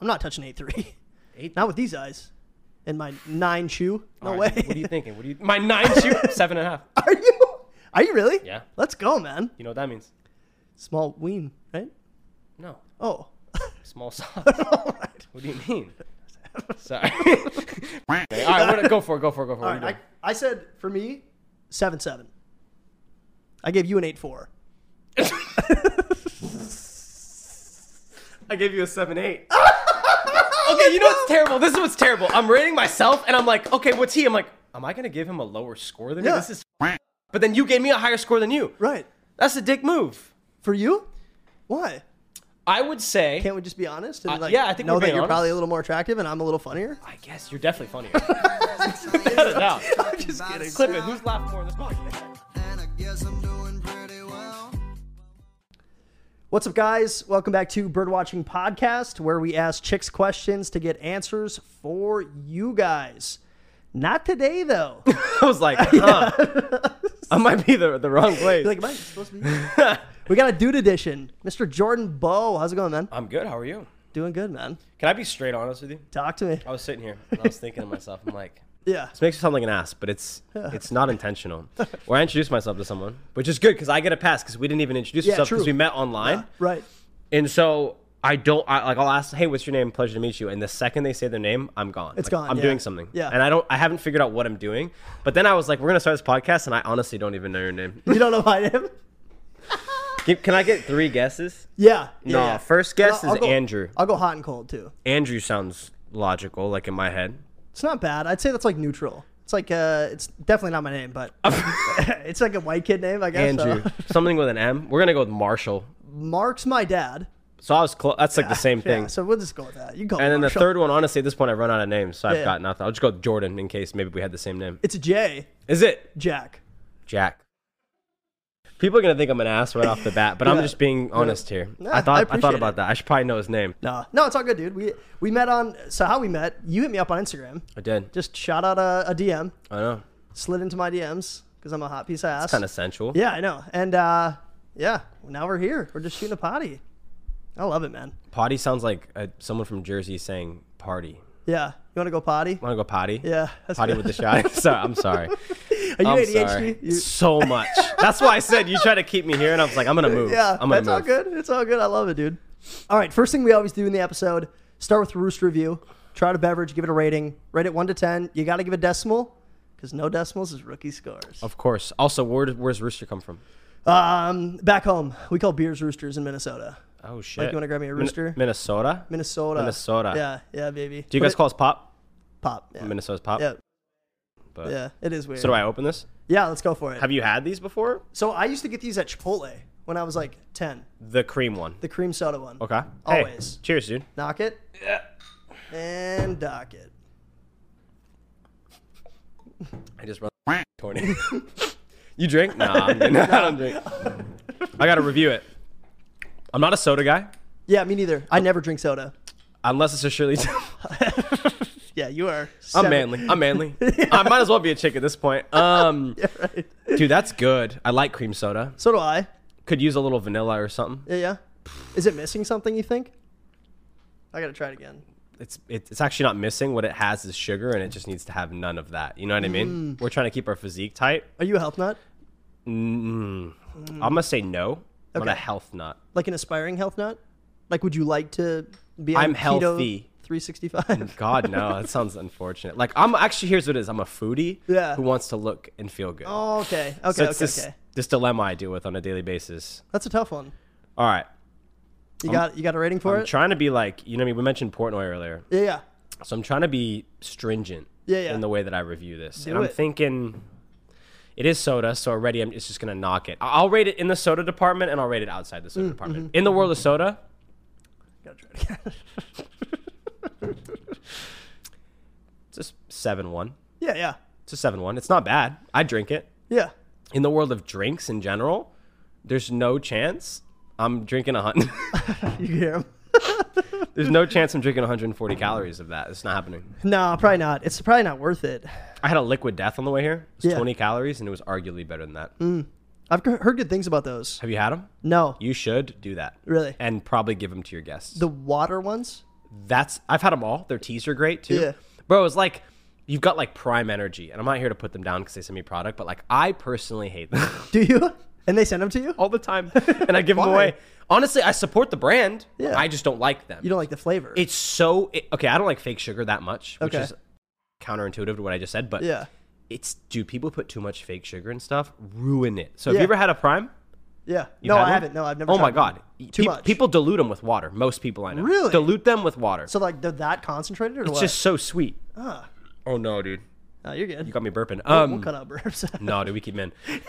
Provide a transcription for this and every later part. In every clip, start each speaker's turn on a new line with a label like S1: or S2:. S1: I'm not touching eight three.
S2: Eight-
S1: Not with these eyes. And my nine shoe. No
S2: All
S1: way.
S2: right, What are you thinking? What do you? My nine shoot seven and a half.
S1: Are you? Are you really?
S2: Yeah.
S1: Let's go, man.
S2: You know what that means?
S1: Small ween, right?
S2: No,
S1: Oh.
S2: small sock.
S1: All right.
S2: What do you mean? Sorry. Okay, all right, what, go for it. Go for it. Go for it.
S1: All
S2: What are
S1: right.
S2: you doing?
S1: I, I said for me, seven seven. I gave you an eight four.
S2: I gave you a seven eight. okay, you know what's terrible? This is what's terrible. I'm rating myself, and I'm like, okay, what's he? I'm like, am I gonna give him a lower score than me?
S1: Yeah.
S2: This is. But then you gave me a higher score than you.
S1: Right.
S2: That's a dick move.
S1: For you? Why?
S2: I would say.
S1: Can't we just be honest and
S2: Uh,
S1: like
S2: yeah, I think
S1: know
S2: we're
S1: that
S2: being
S1: you're
S2: honest.
S1: probably a little more attractive and I'm a little funnier?
S2: I guess you're definitely funnier. Without a doubt.
S1: I'm just kidding.
S2: Clip it. Who's laughed more in this podcast?
S3: And I guess I'm doing pretty well.
S1: What's up, guys? Welcome back to Birdwatching Podcast, where we ask chicks questions to get answers for you guys. Not today, though.
S2: I was like, huh. I might be the, the wrong place.
S1: like, am I supposed to be? we got a dude edition, Mr. Jordan Bow. How's it going, man?
S2: I'm good. How are you?
S1: Doing good, man.
S2: Can I be straight honest with you?
S1: Talk to me.
S2: I was sitting here and I was thinking to myself, I'm like,
S1: Yeah,
S2: this makes me sound like an ass, but it's it's not intentional. Or I introduced myself to someone, which is good because I get a pass because we didn't even introduce
S1: Yeah,
S2: ourselves because
S1: true.
S2: we met online.
S1: right.
S2: And so I don't I, like I'll ask, hey, what's your name? Pleasure to meet you. And the second they say their name, I'm gone. It's
S1: gone,
S2: I'm
S1: yeah.
S2: doing something.
S1: Yeah.
S2: And I don't I haven't figured out what I'm doing. But then I was like, we're gonna start this podcast, and I honestly don't even know your name.
S1: You don't know who I am?
S2: Can, can I get three guesses?
S1: Yeah. yeah
S2: No,
S1: yeah.
S2: first guess
S1: And I'll-
S2: is
S1: I'll go-
S2: Andrew.
S1: I'll go hot and cold, too.
S2: Andrew sounds logical, like in my head.
S1: It's not bad. I'd say that's like neutral. It's like, uh, it's definitely not my name, but it's like a white kid name, I guess. so.
S2: Andrew, something with an M. We're gonna go with Marshall.
S1: Mark's my dad.
S2: So I was close. That's like the same
S1: Ah, Yeah,
S2: thing.
S1: so we'll just go with that. You go.
S2: and then
S1: Marshall.
S2: the third one, honestly, at this point, I've run out of names, so I've
S1: Yeah.
S2: got nothing. I'll just go with Jordan in case maybe we had the same name.
S1: It's a J,
S2: Is it
S1: Jack.
S2: Jack? People are gonna think I'm an ass right off the bat, but I'm
S1: Yeah.
S2: just being honest here.
S1: Nah,
S2: I
S1: I
S2: thought I,
S1: appreciate
S2: thought about
S1: it.
S2: that. I should probably know his name.
S1: No, no, it's all good, dude. We we met on so how we met. You hit me up on Instagram.
S2: I did.
S1: Just shot out a, a DM,
S2: I know.
S1: slid into my DMs because I'm a hot piece of ass.
S2: Kind of sensual.
S1: yeah, I know. And uh, yeah, now we're here. We're just shooting a potty. I love it, man.
S2: Potty sounds like uh someone from Jersey saying party.
S1: Yeah, you want to go potty?
S2: Want to go potty?
S1: Yeah, that's
S2: Potty
S1: good.
S2: with the shot. sorry, I'm sorry.
S1: Are you
S2: I'm
S1: ADHD?
S2: sorry.
S1: You-
S2: So much. That's why I said you try to keep me here, and I was like, I'm gonna move.
S1: yeah,
S2: I'm gonna
S1: that's
S2: move.
S1: all good. It's all good. I love it, dude. All right, first thing we always do in the episode: start with Roost Review. Try out a beverage, give it a rating. Rate it one to ten. You got to give a decimal because no decimals is rookie scores.
S2: Of course. Also, where does, where's Rooster come from?
S1: Um, back home, we call beers roosters in Minnesota.
S2: Oh shit.
S1: you wanna grab me a
S2: Min-
S1: rooster?
S2: Minnesota.
S1: Minnesota.
S2: Minnesota.
S1: Yeah, yeah, baby.
S2: Do you guys call us pop?
S1: pop? Yeah.
S2: Minnesota's pop.
S1: Yeah,
S2: But-
S1: yeah, it is weird.
S2: So do I open this?
S1: Yeah, let's go for it.
S2: Have you had these before?
S1: so I used to get these at Chipotle when I was like ten.
S2: The cream one.
S1: The cream soda one.
S2: Okay. Hey,
S1: Always.
S2: cheers, dude.
S1: Knock it. Yeah. And dock it.
S2: I just run twenty. you drink? Nah, I'm good. Nah, I don't drink. I gotta review it. I'm not a soda guy
S1: Yeah, me neither. I never drink soda.
S2: unless it's a Shirley. Temple.
S1: Yeah, you are.
S2: I'm
S1: seven-
S2: manly. I'm manly. I might as well be a chick at this point. Um,
S1: Right.
S2: dude, that's good. I like cream soda.
S1: So do I.
S2: Could use a little vanilla or something.
S1: Yeah, yeah. Is it missing something? You think? I gotta try it again.
S2: It's it, it's actually not missing. What it has is sugar, and it just needs to have none of that. You know what I
S1: Mm.
S2: mean? We're trying to keep our physique tight.
S1: Are you a health nut?
S2: I'm gonna say no. I'm
S1: Mm. Okay.
S2: a health nut.
S1: Like an aspiring health nut? Like, would you like to be? On
S2: I'm
S1: keto
S2: healthy. Oh,
S1: 365.
S2: God no, that sounds unfortunate. Like I'm actually here's what it is. I'm a foodie
S1: Yeah.
S2: who wants to look and feel good.
S1: Oh, okay. Okay.
S2: so
S1: okay.
S2: it's this
S1: okay.
S2: this dilemma I deal with on a daily basis.
S1: That's a tough one.
S2: All right.
S1: You got you got a rating for
S2: I'm
S1: it?
S2: trying to be like you know what I mean. We mentioned Portnoy earlier.
S1: yeah, yeah.
S2: So I'm trying to be stringent
S1: Yeah, yeah.
S2: in the way that I review this. and
S1: Do
S2: I'm
S1: it.
S2: thinking it is soda, so already I'm it's just gonna knock it. I- I'll rate it in the soda department and I'll rate it outside the
S1: Mm,
S2: soda department.
S1: mm-hmm.
S2: In the world of soda,
S1: Gotta try it again.
S2: it's a seven one.
S1: yeah, yeah,
S2: It's a seven one. It's not bad. I drink it.
S1: yeah.
S2: In the world of drinks in general, there's no chance I'm drinking a hundred.
S1: You can hear him?
S2: there's no chance I'm drinking 140 calories of that. It's not happening.
S1: No, probably not. It's probably not worth it.
S2: I had a liquid death on the way here. It's
S1: Yeah. Mm.
S2: 20 calories, and it was arguably better than that.
S1: I've g- heard good things about those.
S2: Have you had them?
S1: No,
S2: You should do that.
S1: Really?
S2: And probably give them to your guests.
S1: the water ones.
S2: that's I've had them all. Their teas are great too.
S1: Yeah.
S2: Bro, it's like you've got like prime energy, and I'm not here to put them down because they send me product, but like I personally hate them
S1: Do you? And they send them to you?
S2: all the time, and I give them
S1: Why?
S2: away. Honestly, I support the brand.
S1: Yeah.
S2: I just don't like them.
S1: You don't like the flavor.
S2: it's so it, okay. I don't like fake sugar that much, which
S1: Okay.
S2: is counterintuitive to what I just said, but
S1: yeah.
S2: it's dude, people put too much fake sugar and stuff, ruin it. So have
S1: Yeah.
S2: you ever had a prime?
S1: Yeah.
S2: You've
S1: no,
S2: had
S1: I
S2: one?
S1: haven't. No, I've never.
S2: Oh my
S1: tried one.
S2: god,
S1: Too
S2: Pe-
S1: much.
S2: People dilute them with water. Most people I know
S1: Really?
S2: dilute them with water.
S1: So like they're that concentrated, or
S2: it's
S1: what?
S2: just so sweet.
S1: Ah.
S2: Oh no, dude,
S1: No, you're good.
S2: you got me burping.
S1: We'll-
S2: Um,
S1: we'll cut out burps.
S2: no, dude, we keep men.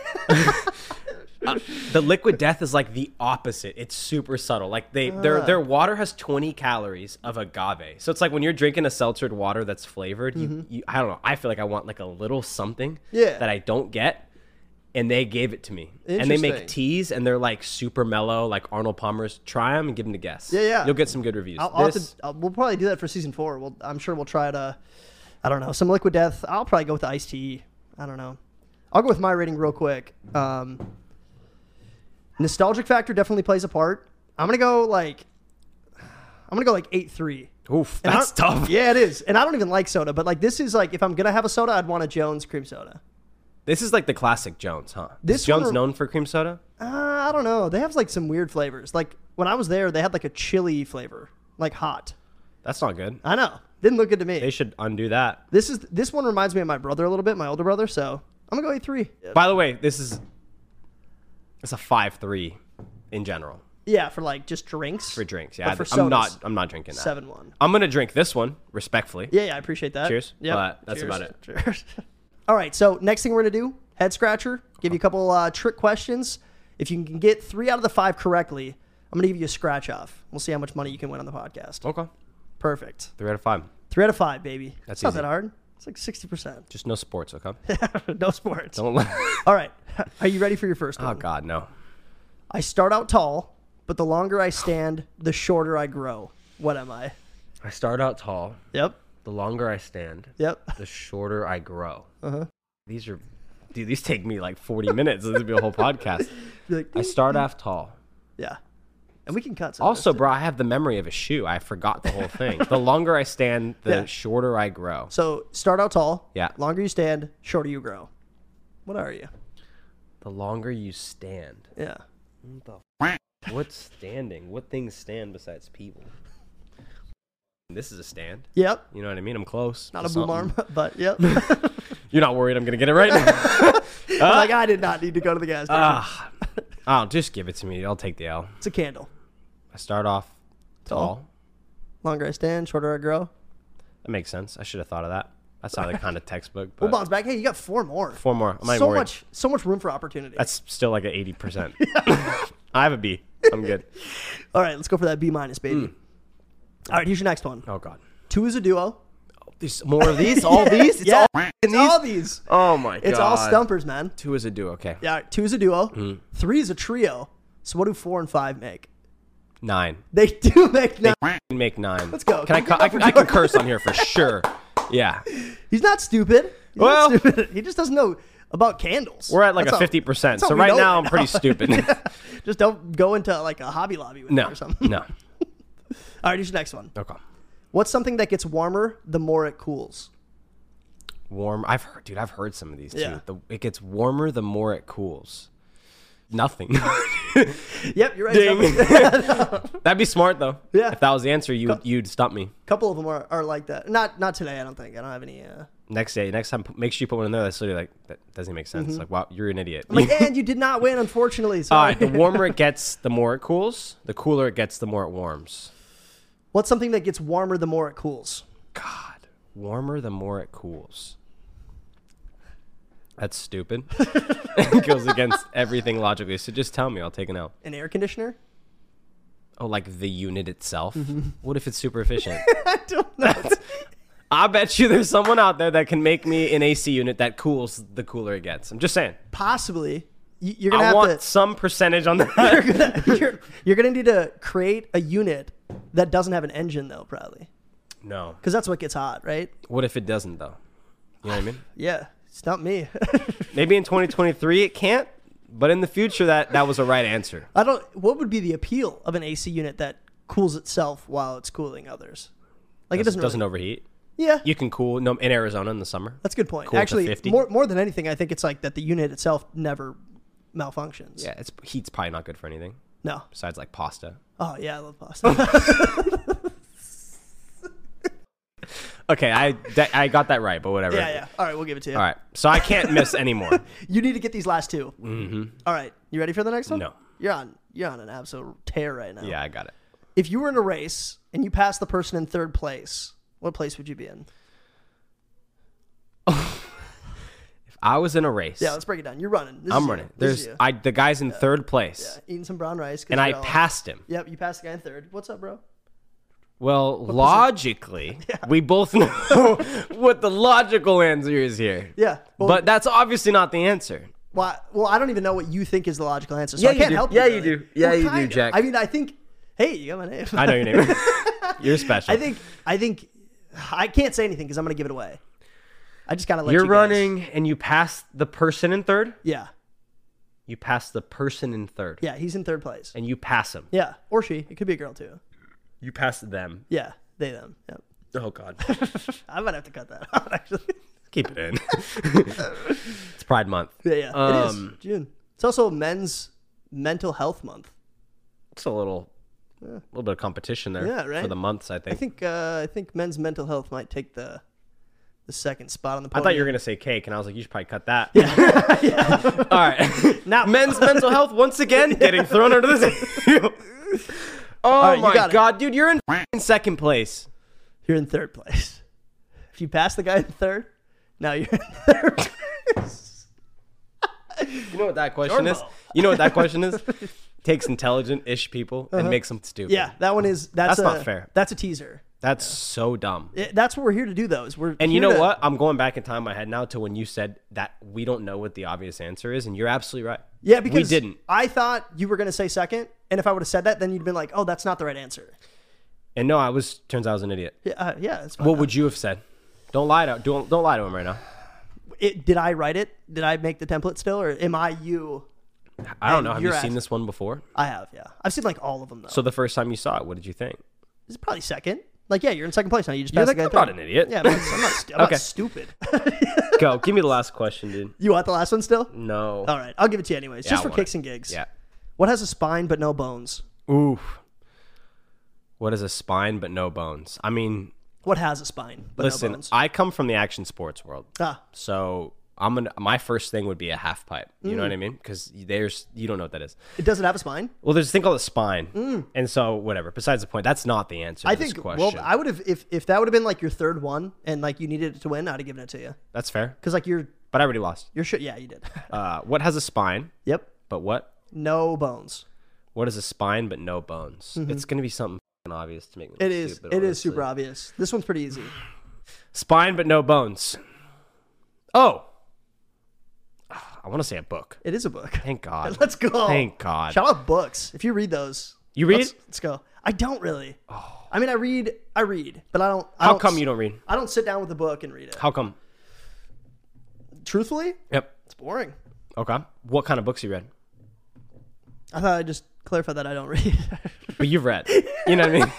S2: Uh, the liquid death is like the opposite. It's super subtle. Like they their
S1: Ah.
S2: their water has 20 calories of agave. So it's like when you're drinking a seltzered water that's flavored, you, you I don't know. I feel like I want like a little something
S1: Mm-hmm. Yeah.
S2: that I don't get. And they gave it to me. And they make
S1: Interesting.
S2: teas and they're like super mellow, like Arnold Palmer's. Try them and give them a guess.
S1: Yeah, yeah.
S2: You'll get some good reviews.
S1: I'll, I'll have to-
S2: This-
S1: I'll- we'll probably do that for season four. We'll, I'm sure we'll try to, I don't know, some liquid death. I'll probably go with the iced tea. I don't know. I'll go with my rating real quick. Um, nostalgic factor definitely plays a part. I'm gonna go like, I'm gonna go like eight three.
S2: Oof,
S1: And I
S2: that's
S1: don't-
S2: tough.
S1: Yeah, it is. And I don't even like soda, but like this is like if I'm gonna have a soda, I'd want a Jones cream soda.
S2: This is like the classic Jones, huh?
S1: This
S2: This is Jones
S1: one-
S2: known for cream soda?
S1: Uh, I don't know. They have like some weird flavors. Like when I was there, they had like a chili flavor, like hot.
S2: That's not good.
S1: I know. Didn't look good to me.
S2: They should undo that.
S1: This is this one reminds me of my brother a little bit, my older brother. So I'm gonna go eight three.
S2: By the way, this is it's a five three in general
S1: Yeah, for like just drinks.
S2: for drinks. Yeah,
S1: But for
S2: I- I'm not
S1: sodas,
S2: I'm not drinking that.
S1: seven one.
S2: I'm gonna drink this one respectfully.
S1: Yeah, yeah, I appreciate that.
S2: Cheers.
S1: Yeah,
S2: But that's about it.
S1: Cheers. All right. So next thing we're gonna do, head scratcher. Give you a couple uh, trick questions. If you can get three out of the five correctly, I'm gonna give you a scratch off. We'll see how much money you can win on the podcast.
S2: Okay,
S1: Perfect.
S2: three out of five.
S1: Three out of five, baby.
S2: That's
S1: it's not
S2: easy.
S1: that hard. It's like sixty percent.
S2: Just no sports. Okay.
S1: no sports.
S2: Don't let-
S1: All right. Are you ready for your first one?
S2: oh God, no.
S1: I start out tall, but the longer I stand, the shorter I grow. What am I?
S2: I start out tall.
S1: Yep.
S2: The longer I stand,
S1: Yep.
S2: the shorter I grow. Uh
S1: Uh-huh.
S2: huh. These are, dude. These take me like 40 minutes. This would be a whole podcast.
S1: You're like,
S2: I start off tall.
S1: yeah. And we can cut some. of
S2: Also,
S1: this,
S2: bro, I have the memory of a shoe. I forgot the whole thing. the longer I stand, the
S1: Yeah.
S2: shorter I grow.
S1: too. So start out tall.
S2: Yeah.
S1: Longer you stand, shorter you grow. What are you?
S2: The longer you stand.
S1: Yeah.
S2: What's standing? What things stand besides people? This is a stand.
S1: Yep.
S2: You know what I mean? I'm close.
S1: Not
S2: to
S1: a boom
S2: something.
S1: arm, but yep. like
S2: You're not worried I'm going to get it right now.
S1: I did not need to go to the gas station.
S2: Ah. oh, just give it to me. I'll take the L.
S1: it's a candle.
S2: I start off tall.
S1: Longer I stand, shorter I grow.
S2: That makes sense. I should have thought of that. That sounded kind of textbook. But
S1: We'll bounce back. Hey, you got four more.
S2: Uh, Four more. I'm not even
S1: so
S2: worried.
S1: much, so much room for opportunity.
S2: That's still like an 80%. I have a B. I'm good.
S1: All right, let's go for that B minus, baby. All right, here's your next one.
S2: Mm. Oh, God.
S1: Two is a duo.
S2: There's more of these? All these? It's
S1: yeah,
S2: all
S1: it's all these.
S2: Oh, my God. Mm.
S1: It's all stumpers, man.
S2: Two is a do. Okay.
S1: Yeah, two is a duo. Three is a trio. So what do four and five make?
S2: Nine.
S1: They do make nine.
S2: can make nine. Let's
S1: go.
S2: Can I?
S1: Don't give
S2: cu- I,
S1: up
S2: can,
S1: for
S2: I can
S1: Jordan.
S2: curse on here for sure. Yeah,
S1: He's not stupid. He's
S2: Well-
S1: not stupid. he just doesn't know about candles.
S2: we're at like
S1: That's
S2: a
S1: all-
S2: fifty percent.
S1: that's all
S2: So
S1: we
S2: right
S1: know
S2: now I'm pretty stupid.
S1: Just don't go into like a Hobby Lobby with it
S2: No,
S1: or something.
S2: no.
S1: All right, here's your next one.
S2: Okay.
S1: What's something that gets warmer the more it cools?
S2: Warm. I've heard, dude. I've heard some of these too.
S1: Yeah.
S2: The, it gets warmer the more it cools. Nothing.
S1: Yep, you're right.
S2: Ding.
S1: A
S2: That'd be smart though.
S1: Yeah.
S2: If that was the answer, you you'd stump me.
S1: couple of them are, are like that. Not not today. I don't think. I don't have any. Uh...
S2: Next day, next time, p- make sure you put one in there. That's literally like that doesn't make sense. Like wow, you're an idiot.
S1: Mm-hmm. I'm like, and you did not win, unfortunately.
S2: All
S1: Sorry.
S2: right. The warmer it gets, the more it cools. The cooler it gets, the more it warms.
S1: What's something that gets warmer the more it cools?
S2: God, warmer the more it cools. That's stupid. it goes against everything logically. So just tell me, I'll take an L.
S1: An air conditioner?
S2: Oh, like the unit itself.
S1: Mm-hmm.
S2: What if it's super efficient?
S1: I don't know.
S2: I bet you there's someone out there that can make me an AC unit that cools the cooler it gets. I'm just saying.
S1: Possibly. You- You're gonna
S2: I
S1: have
S2: want
S1: to.
S2: some percentage on that.
S1: You're gonna, you're, you're gonna need to create a unit that doesn't have an engine, though, probably,
S2: no.
S1: because that's what gets hot, right?
S2: What if it doesn't though? You know what I mean?
S1: Yeah. It's not me.
S2: Maybe in 2023 it can't, but in the future that that was a right answer.
S1: I don't. What would be the appeal of an AC unit that cools itself while it's cooling others? Like it doesn't.
S2: doesn't
S1: really,
S2: overheat.
S1: Yeah,
S2: You can cool no, in Arizona in the summer.
S1: that's a good point.
S2: cool to
S1: Actually,
S2: 50.
S1: more more than anything, I think it's like that the unit itself never malfunctions.
S2: Yeah, it's heat's probably not good for anything
S1: No.
S2: besides like pasta.
S1: Oh yeah, I love pasta.
S2: Okay, I that, I got that right, but whatever.
S1: yeah, yeah. All right, we'll give it to you.
S2: All right, so I can't miss anymore.
S1: You need to get these last 2 Mm-hmm. right, you ready for the next one?
S2: No.
S1: You're on. You're on an absolute tear right now.
S2: Yeah, I got it.
S1: If you were in a race and you passed the person in third place, what place would you be in?
S2: If I was in a race,
S1: Yeah, let's break it down. You're running. This is
S2: I'm
S1: you.
S2: running.
S1: This is
S2: There's
S1: you. Uh,
S2: I the guy's in third place,
S1: eating some brown rice. 'cause
S2: and I
S1: you're all-
S2: passed him.
S1: Yep, you passed the guy in third. What's up, bro?
S2: Well, logically, we both know what the logical answer is here.
S1: Yeah, well-
S2: but that's obviously not the answer.
S1: Well, I, well, I don't even know what you think is the logical answer, so
S2: Yeah,
S1: I
S2: you
S1: can't
S2: do.
S1: help
S2: Yeah,
S1: you.
S2: you
S1: really.
S2: do. Yeah,
S1: Well,
S2: you do,
S1: kinda.
S2: Jack.
S1: I mean, I think. Hey, you got my name.
S2: I know your name. You're special.
S1: I think. I think. I can't say anything because I'm gonna give it away. I just gotta let you
S2: you're
S1: guys-
S2: running and you pass the person in third.
S1: Yeah,
S2: You pass the person in third,
S1: yeah. He's in third place.
S2: and you pass him.
S1: Yeah, or she. It could be a girl too.
S2: You pass them.
S1: Yeah, they them. Yep.
S2: Oh God,
S1: I might have to cut that out actually.
S2: keep it in. it's Pride Month.
S1: Yeah, yeah. it
S2: Um,
S1: is June. It's also Men's Mental Health Month.
S2: It's a little, little bit of competition there.
S1: Yeah, right?
S2: For the months, I think.
S1: I think. Uh, I think men's mental health might take the the second spot on the.
S2: I
S1: Podium.
S2: thought you were gonna say cake, and I was like, you should probably cut that. All right.
S1: Now-
S2: men's mental health once again getting thrown under the table. Oh
S1: right, you
S2: my
S1: got it.
S2: god, dude, you're in f***ing second place.
S1: You're in third place. If you pass the guy in third, now you're in third. place.
S2: You know what that question is?
S1: Jormo.
S2: You know what that question is? Takes intelligent-ish people and makes them stupid.
S1: Uh-huh. yeah, that one is. That's,
S2: That's not
S1: a-
S2: fair.
S1: That's a teaser.
S2: That's so dumb.
S1: It- that's what we're here to do, though. Is we're
S2: and you
S1: here
S2: know
S1: to-
S2: what? I'm going back in time in my head now to when you said that we don't know what the obvious answer is, and you're absolutely right.
S1: Yeah, because
S2: we didn't.
S1: I thought you were going to say second, and if I would have said that, then you'd been like, "Oh, that's not the right answer."
S2: And no, I was turns out I was an idiot.
S1: Yeah, uh, yeah. It's fine.
S2: What would you have said? Don't lie to don't don't lie to him right now.
S1: It- did I write it? Did I make the template still, or am I you?
S2: I don't
S1: And
S2: know. Have
S1: you're
S2: you seen
S1: ass-
S2: this one before?
S1: I have, yeah. I've seen like all of them though.
S2: So the first time you saw it, what did you think?
S1: It's probably second. Like, yeah, you're in second place now. You just
S2: You're
S1: passed
S2: like,
S1: the guy.
S2: I'm not
S1: third.
S2: an idiot.
S1: Yeah, but I'm not, stu- I'm not
S2: Okay.
S1: stupid.
S2: Go, give me the last question, dude.
S1: you want the last one still?
S2: No.
S1: All right, I'll give it to you anyways,
S2: Mm. I
S1: just for
S2: want it.
S1: kicks and gigs.
S2: Yeah.
S1: What has a spine but no bones?
S2: Oof. What is a spine but no bones? I mean,
S1: What has a spine but
S2: listen,
S1: no bones?
S2: I come from the action sports world.
S1: ah,
S2: So I'm gonna my first thing would be a half pipe. You
S1: Mm.
S2: know what I mean? Because there's you don't know what that is.
S1: it doesn't have a spine.
S2: Well, there's a thing called a spine, and so whatever. Besides the point, that's not the answer. To
S1: Mm. I
S2: this
S1: think.
S2: question.
S1: Well, I would have if if that would have been like your third one and like you needed it to win, I'd have given it to you
S2: that's fair,
S1: because like you're
S2: but I already lost.
S1: you're shit. Yeah, you did.
S2: Uh, what has a spine?
S1: yep,
S2: But what?
S1: no bones.
S2: What is a spine but no bones? It's gonna be something f***ing obvious to make me.
S1: Mm-hmm. It
S2: look
S1: is.
S2: Stupid,
S1: it is super
S2: honestly.
S1: obvious. This one's pretty easy.
S2: Spine but no bones. Oh. Ah, I want to say a book.
S1: It is a book.
S2: Thank God.
S1: Let's go.
S2: Thank God.
S1: Shout out books. If you read those,
S2: You read?
S1: Let's, let's go. I don't really. I mean, I read. I read, but I don't. I
S2: How
S1: don't
S2: come
S1: s-
S2: you don't read?
S1: I don't sit down with a book and read it.
S2: How come?
S1: Truthfully,
S2: Yep.
S1: it's boring.
S2: Okay. What kind of books you read?
S1: I thought I just clarified that I don't read.
S2: But you've read. You know what I mean?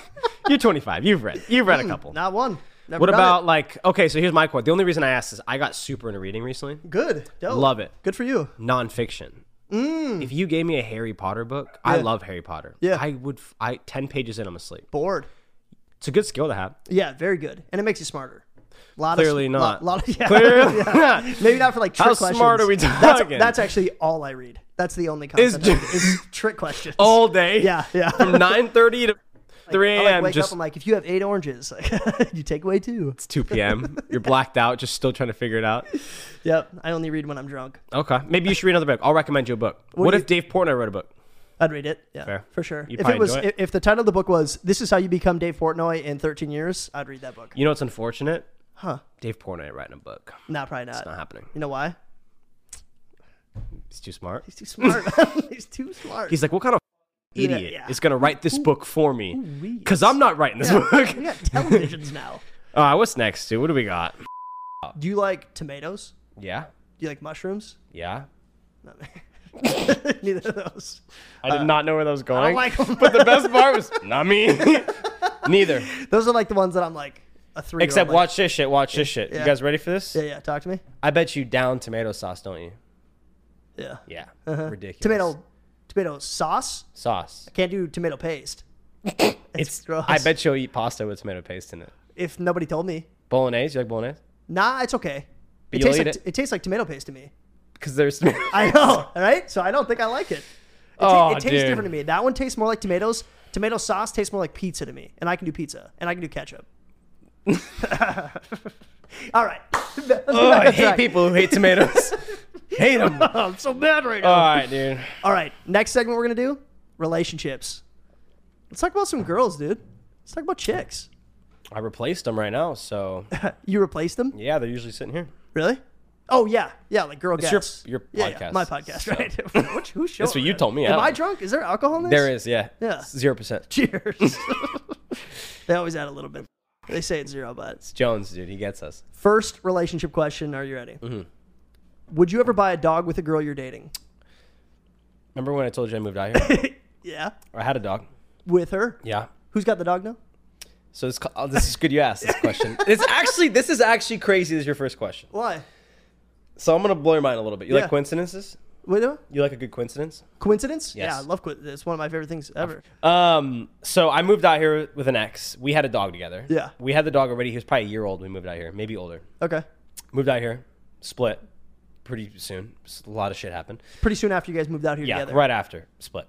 S2: You're 25. You've read. You've read a couple.
S1: Not one. Never
S2: what
S1: done
S2: about like okay? So here's my quote. The only reason I asked is I got super into reading recently.
S1: it. good? Dope.
S2: Love it.
S1: Good for you.
S2: Nonfiction. If you gave me a Harry Potter book, I love Harry Potter.
S1: Mm. Yeah.
S2: I would. f- I ten pages in, I'm asleep.
S1: Bored.
S2: It's a good skill to have.
S1: Yeah, very good, and it makes you smarter. Lot
S2: Clearly
S1: of,
S2: not.
S1: Lot, lot of, yeah.
S2: Clearly
S1: Yeah.
S2: not.
S1: Maybe not for like trick
S2: How
S1: questions.
S2: smart are we talking?
S1: That's, that's actually all I read. That's the only content I read,
S2: just-
S1: is trick questions.
S2: All day.
S1: Yeah, yeah.
S2: From 9:30 to 3
S1: I
S2: a.m.
S1: like wake
S2: just
S1: up. I'm like, if you have eight oranges, like, you take away two.
S2: It's 2 p.m. You're blacked out, just still trying to figure it out.
S1: Yep. I only read when I'm drunk.
S2: Okay. Maybe you should read another book. I'll recommend you a book. What,
S1: do
S2: if Dave Portnoy wrote a book?
S1: I'd read it. Yeah,
S2: Fair.
S1: for sure.
S2: You'd
S1: if
S2: probably
S1: it was,
S2: enjoy it.
S1: if the title of the book was "This is how you become Dave Portnoy in 13 years," I'd read that book.
S2: You know what's unfortunate?
S1: Huh?
S2: Dave Portnoy writing a book.
S1: Nah, probably not.
S2: It's not happening.
S1: You know why?
S2: He's too smart.
S1: He's too smart. He's too smart.
S2: He's like, what kind of idiot
S1: yeah.
S2: is going to write this book for me?
S1: wee.
S2: Because I'm not writing this book.
S1: we got televisions now.
S2: All right, what's next, dude? What do we got?
S1: Do you like tomatoes?
S2: Yeah.
S1: Do you like mushrooms?
S2: Yeah.
S1: No. Neither of those.
S2: I did not know where that was going.
S1: Uh, like 'em.
S2: but the best part was, not me.
S4: Neither.
S1: Those are like the ones that I'm like a three.
S4: Except
S1: like,
S4: watch this shit. Watch this shit.
S1: Yeah.
S4: You guys ready for this?
S1: Yeah, yeah. Talk to me.
S2: I bet you down tomato sauce, don't you?
S1: Yeah.
S2: Yeah.
S1: Uh-huh.
S2: Ridiculous.
S1: Tomato, tomato sauce.
S2: sauce.
S1: Can't do tomato paste.
S2: It's.
S1: gross.
S2: I bet you'll eat pasta with tomato paste in it.
S1: If nobody told me,
S2: Bolognese. You like bolognese?
S1: nah, it's okay. It
S2: You'll
S1: tastes like
S2: eat
S1: it.
S2: it?
S1: tastes like tomato paste to me.
S2: Because there's.
S1: I know, all right? So I don't think I like it. It, ta-
S4: Oh,
S1: it tastes
S4: dude.
S1: different to me. That one tastes more like tomatoes. Tomato sauce tastes more like pizza to me, and I can do pizza, and I can do ketchup. all right.
S2: Oh, I hate people who hate tomatoes. hate them. All
S1: I'm so mad right
S2: Uh,
S1: now.
S4: Alright, dude.
S1: All right, next segment we're gonna do relationships. Let's talk about some girls, dude. Let's talk about chicks.
S2: I replaced them right now, so
S1: You replaced them,
S2: yeah, they're usually sitting here.
S1: really? Oh yeah, yeah, like girl
S2: It's your-
S1: guests.
S2: your
S1: yeah, yeah,
S2: podcast,
S1: my podcast,
S2: so.
S1: right? Which, who's show?
S2: That's what
S1: it
S2: you
S1: on?
S2: told me, I
S1: Am
S2: don't-
S1: I drunk? Is there alcohol in this?
S2: There is, yeah,
S1: Yeah.
S2: zero percent.
S1: Cheers. they always add a little bit. They say it's zero, but it's-
S2: Jones, dude, he gets us.
S1: first relationship question. Are you ready?
S2: Mm-hmm.
S1: Would you ever buy a dog with a girl you're dating?
S2: Remember when I told you I moved out here?
S1: Yeah,
S2: I had a dog.
S1: with her.
S2: Yeah.
S1: Who's got the dog now?
S2: So it's, ca- oh, this is good. You asked this question. It's actually this is actually crazy. This is your first question.
S1: Why?
S2: So I'm gonna blow your mind a little bit. You
S1: Yeah.
S2: like coincidences?
S1: Widow?
S2: You like a good coincidence?
S1: Coincidence?
S2: Yes.
S1: Yeah, I love coincidence. It's one of my favorite things ever.
S2: Um. So I moved out here with an ex. We had a dog together.
S1: Yeah.
S2: We had the dog already. He was probably a year old. when We moved out here, maybe older.
S1: Okay.
S2: Moved out here, split pretty soon. Just A lot of shit happened.
S1: Pretty soon after you guys moved out here
S2: Yeah,
S1: together.
S2: right after split.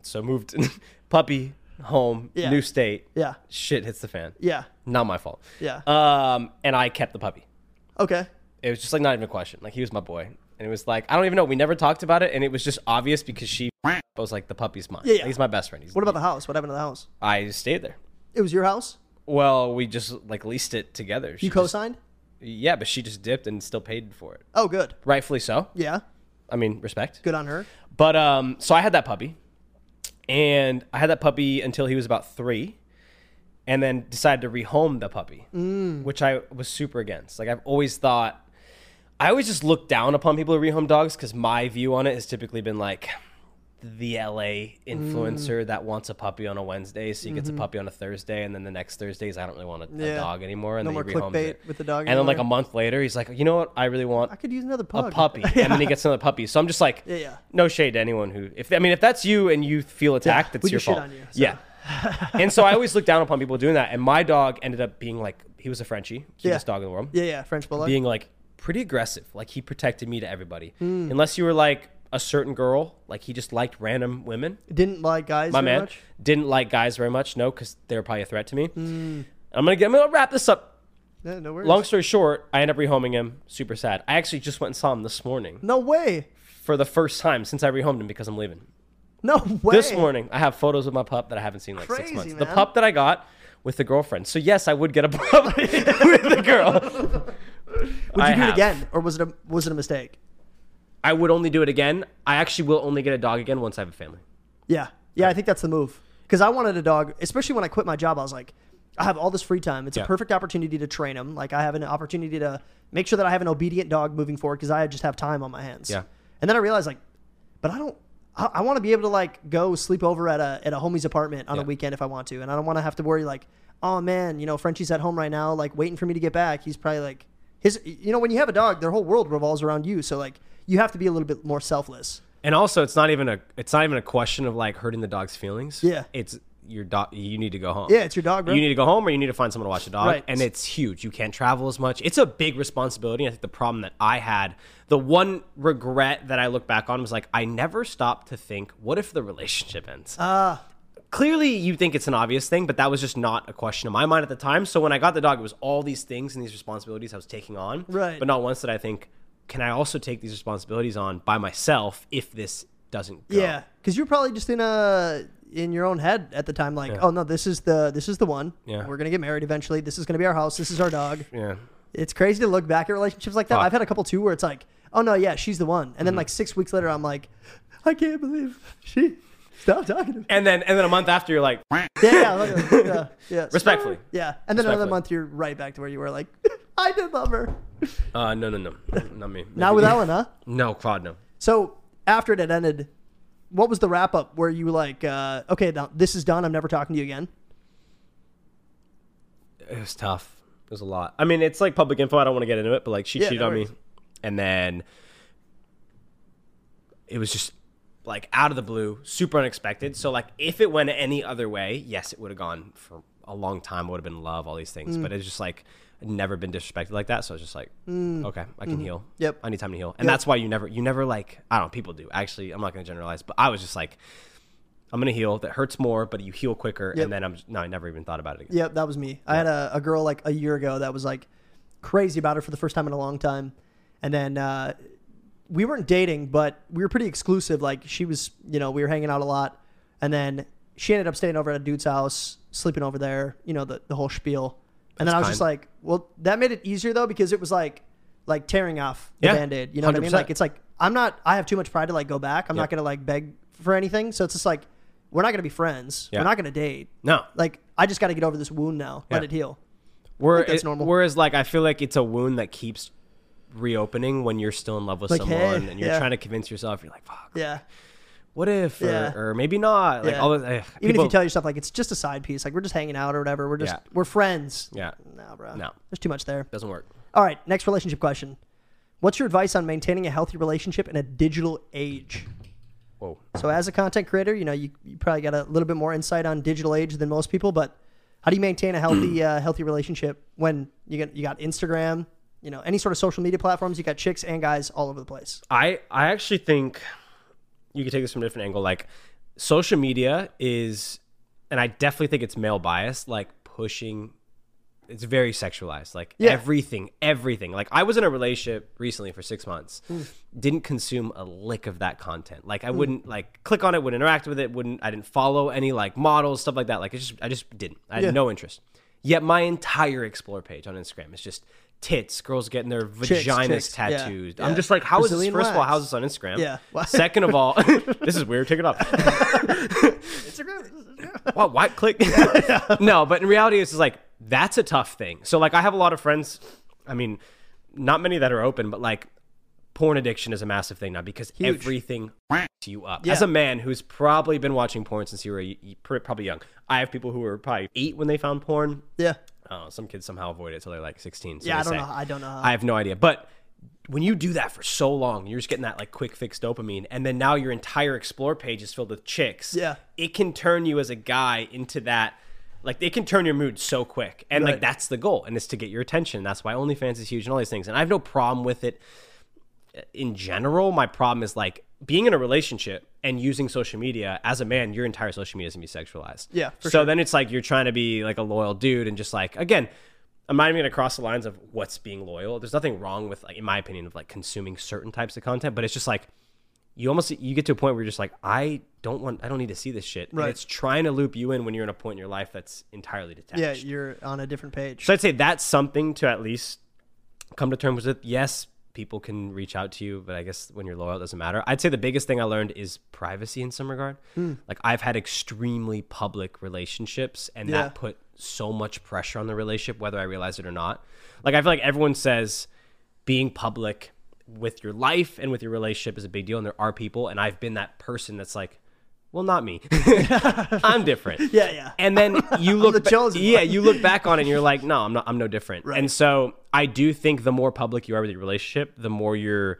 S2: So moved puppy home,
S1: Yeah.
S2: new state.
S1: Yeah.
S2: Shit hits the fan.
S1: Yeah.
S2: Not my fault.
S1: Yeah.
S2: Um, and I kept the puppy.
S1: Okay.
S2: It was just like not even a question. Like he was my boy, and it was like I don't even know. We never talked about it, and it was just obvious because she was like the puppy's mine.
S1: Yeah, yeah.
S2: He's my best friend. He's,
S1: What about the house? What happened to the house?
S2: I stayed there.
S1: It was your house?
S2: Well, we just like leased it together. She
S1: You co signed?
S2: just- Yeah, but she just dipped and still paid for it.
S1: Oh, good.
S2: Rightfully so.
S1: Yeah.
S2: I mean, respect.
S1: Good on her.
S2: But um, so I had that puppy, and I had that puppy until he was about three, and then decided to rehome the puppy,
S1: Mm.
S2: which I was super against. Like I've always thought, I always just look down upon people who rehome dogs because my view on it has typically been like the LA
S1: Mm.
S2: influencer that wants a puppy on a Wednesday, so he gets a puppy on a Thursday, and then the next Thursday is I don't really want a, a
S1: Mm-hmm. Yeah.
S2: dog anymore, and
S1: No
S2: then he
S1: more
S2: rehomes
S1: clickbait
S2: it.
S1: with the dog
S2: and then like a
S1: anymore.
S2: month later, he's like, you know what, I really want
S1: I could use another
S2: a
S1: pug.
S2: puppy, and then he gets another puppy. So I'm just like,
S1: Yeah, yeah.
S2: no shade to anyone who, if I mean, if that's you and you feel attacked, that's
S1: we
S2: your
S1: just shit
S2: fault.
S1: on you, so.
S2: Yeah. and so I always look down upon people doing that. And my dog ended up being like, he was a Frenchie, cutest
S1: Yeah.
S2: dog in the world,
S1: Yeah, yeah. French bulldog.
S2: being like pretty aggressive. Like he protected me to everybody,
S1: Hmm.
S2: unless you were like a certain girl. Like he just liked random women.
S1: Didn't like guys.
S2: My
S1: very
S2: man
S1: Much.
S2: didn't like guys very much. No, because they were probably a threat to me.
S1: Hmm.
S2: I'm gonna get. I'm gonna wrap this up.
S1: Yeah, no worries.
S2: Long story short, I end up rehoming him. Super sad. I actually just went and saw him this morning
S1: no way.
S2: for the first time since I rehomed him because I'm leaving.
S1: No way.
S2: This morning, I have photos of my pup that I haven't seen in like six
S1: Crazy,
S2: months. The
S1: man.
S2: pup that I got with the girlfriend. So yes, I would get a pup with the girl.
S1: Would you
S2: I
S1: do
S2: have.
S1: it again, or was it a was it a mistake?
S2: I would only do it again. I actually will only get a dog again once I have a family.
S1: Yeah. Yeah, I think that's the move. Because I wanted a dog, especially when I quit my job. I was like, I have all this free time. It's
S2: Yeah.
S1: a perfect opportunity to train them. Like, I have an opportunity to make sure that I have an obedient dog moving forward because I just have time on my hands.
S2: Yeah.
S1: And then I realized, like, but I don't, I, I want to be able to, like, go sleep over at a, at a homie's apartment on a
S2: Yeah.
S1: weekend if I want to. And I don't want to have to worry, like, oh man, you know, Frenchie's at home right now, like, waiting for me to get back. He's probably like, his, you know, when you have a dog, their whole world revolves around you. So, like, you have to be a little bit more selfless.
S2: And also, it's not even a it's not even a question of like hurting the dog's feelings.
S1: Yeah.
S2: it's your dog. You need to go home.
S1: Yeah, it's your dog, bro.
S2: You need to go home, or you need to find someone to watch the dog.
S1: Right.
S2: And it's huge. You can't travel as much. It's a big responsibility. I think the problem that I had, the one regret that I look back on was like I never stopped to think, what if the relationship ends?
S1: Ah.
S2: Clearly, you think it's an obvious thing, but that was just not a question in my mind at the time. So when I got the dog, it was all these things and these responsibilities I was taking on.
S1: Right.
S2: But not once did I think, can I also take these responsibilities on by myself if this doesn't go?
S1: Yeah, because you're probably just in a in your own head at the time, like, oh no, this is the this is the one.
S2: Yeah.
S1: we're gonna get married eventually. This is gonna be our house. This is our dog.
S2: Yeah.
S1: It's crazy to look back at relationships like that.
S2: Fuck. Mm-hmm.
S1: I've had a couple too where it's like, oh no, yeah, she's the one, and then like six weeks later, I'm like, I can't believe she stopped talking to me.
S2: And then and then a month after, you're like,
S1: yeah, yeah, like, yeah, yeah.
S2: respectfully.
S1: Yeah, and then another
S2: Respectfully.
S1: month you're right back to where you were. Like, I did love her.
S2: Uh, no, no, no, not me.
S1: Not with that one, huh?
S2: No, Claude, no.
S1: So after it had ended, what was the wrap up where you were like, uh, okay, now this is done. I'm never talking to you again.
S2: it was tough. It was a lot. I mean, it's like public info. I don't want to get into it, but like she
S1: Yeah,
S2: cheated
S1: no
S2: on me,
S1: worries.
S2: and then it was just like out of the blue, super unexpected. So like, if it went any other way, yes, it would have gone for a long time. Would have been love, all these
S1: Mm.
S2: things. But it's just like I'd never been disrespected like that. So I was just like, okay, I can heal.
S1: Mm. Mm-hmm. Yep.
S2: I need time to heal, and that's why you never, you never like. I don't. know, People do actually. I'm not gonna generalize, but I was just like. I'm gonna heal. That hurts more, but you heal quicker,
S1: Yep.
S2: and then I'm no. I never even thought about it again.
S1: Yep, that was me. I had a, a girl like a year ago that was like crazy about her for the first time in a long time. And then uh, we weren't dating, but we were pretty exclusive. Like she was, you know, we were hanging out a lot. And then she ended up staying over at a dude's house, sleeping over there, you know, the, the whole spiel. And then I was just
S2: kind.
S1: like, well, that made it easier though, because it was like, like tearing off the
S2: Yeah,
S1: band-aid. You know what I mean?
S2: 100%.
S1: Like it's like, I'm not, I have too much pride to like go back. I'm not
S2: Yep.
S1: going to like beg for anything. So it's just like, we're not going to be friends.
S2: Yeah.
S1: We're not going to date
S2: No,
S1: like I just got to get over this wound now. Let
S2: Yeah.
S1: it heal.
S2: Where,
S1: that's normal.
S2: Whereas, like, I feel like it's a wound that keeps reopening when you're still in love with
S1: Like,
S2: someone
S1: hey,
S2: and you're
S1: yeah.
S2: trying to convince yourself. You're like, fuck,
S1: Yeah.
S2: what if? Or,
S1: Yeah.
S2: or maybe not. Like,
S1: Yeah.
S2: all this, ugh,
S1: Even if
S2: people-
S1: you tell yourself like it's just a side piece, like we're just hanging out or whatever, we're just
S2: Yeah.
S1: we're friends.
S2: Yeah.
S1: No, bro.
S2: No.
S1: There's too much there.
S2: Doesn't work.
S1: All right, next relationship question. What's your advice on maintaining a healthy relationship in a digital age?
S2: Whoa.
S1: So as a content creator, you know, you, you probably got a little bit more insight on digital age than most people, but how do you maintain a healthy uh, healthy relationship when you got you got Instagram, you know, any sort of social media platforms, you got chicks and guys all over the place.
S2: I I actually think you could take this from a different angle. Like social media is, and I definitely think it's male biased. Like pushing, it's very sexualized. Like
S1: Yeah.
S2: everything, everything. Like I was in a relationship recently for six months,
S1: Mm.
S2: didn't consume a lick of that content. Like I wouldn't like click on it, wouldn't interact with it, wouldn't. I didn't follow any like models, stuff like that. Like I just I just didn't. I had
S1: Yeah.
S2: no interest. Yet my entire explore page on Instagram is just tits, girls getting their
S1: Chicks,
S2: vaginas
S1: chicks, yeah,
S2: tattooed. I'm
S1: yeah.
S2: just like, how is
S1: Brazilian
S2: this? First of all,
S1: wax.
S2: how's this on Instagram?
S1: Yeah. Why-
S2: Second of all, this is weird. Take it off.
S1: Instagram.
S2: wow, white click. no, but in reality, it's just like that's a tough thing. So like, I have a lot of friends. I mean, not many that are open, but like, porn addiction is a massive thing now because everything f***s you up. As a man who's probably been watching porn since you were y- y- pr- probably young, I have people who were probably eight when they found porn.
S1: Yeah.
S2: Uh, some kids somehow avoid it till they're like 16. So
S1: Yeah, I
S2: they
S1: don't
S2: say.
S1: know. I don't know. how.
S2: I have no idea. But when you do that for so long, you're just getting that like quick fix dopamine, and then now your entire explore page is filled with chicks.
S1: Yeah.
S2: it can turn you as a guy into that. Like it can turn your mood so quick, and
S1: Right.
S2: like that's the goal, and it's to get your attention. That's why OnlyFans is huge and all these things. And I have no problem with it in general. My problem is like being in a relationship and using social media as a man. Your entire social media is gonna be sexualized.
S1: Yeah, for
S2: so then it's like you're trying to be like a loyal dude and just like again i'm not even gonna cross the lines of what's being loyal there's nothing wrong with like in my opinion of like consuming certain types of content but it's just like you almost you get to a point where you're just like i don't want i don't need to see this shit
S1: Right.
S2: and it's trying to loop you in when you're in a point in your life that's entirely detached
S1: Yeah, you're on a different page.
S2: so I'd say that's something to at least come to terms with. Yes, people can reach out to you, but I guess when you're loyal, it doesn't matter. I'd say the biggest thing I learned is privacy in some regard.
S1: Hmm.
S2: Like I've had extremely public relationships, and
S1: Yeah.
S2: that put so much pressure on the relationship, whether I realize it or not. Like I feel like everyone says being public with your life and with your relationship is a big deal, and there are people, and I've been that person that's like. Well, not me. I'm different.
S1: Yeah, yeah.
S2: And then you look,
S1: the
S2: ba-
S1: chosen
S2: yeah,
S1: one.
S2: you look back on it and you're like, no, I'm not, I'm no different.
S1: Right.
S2: And so I do think the more public you are with your relationship, the more you're,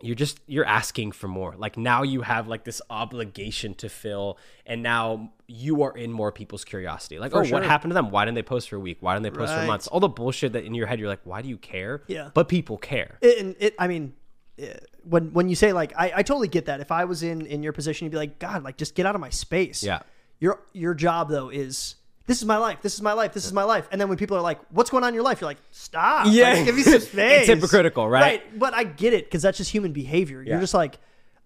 S2: you're just, you're asking for more. Like now you have like this obligation to fill and now you are in more people's curiosity. Like, oh,
S1: sure.
S2: what happened to them? Why didn't they post for a week? Why didn't they post for
S1: Right.
S2: months? All the bullshit that in your head, you're like, why do you care?
S1: Yeah.
S2: But people care.
S1: It, and it, I mean, it- when when you say like, I, I totally get that. If I was in in your position, you'd be like, God, like just get out of my space.
S2: Yeah.
S1: Your your job though is this is my life. This is my life. This is my life. And then when people are like, "What's going on in your life?" You're like, "Stop! Like,
S2: Yeah.
S1: give me some space."
S2: It's hypocritical, right?
S1: Right. But I get it because that's just human behavior. You're
S2: Yeah.
S1: just like,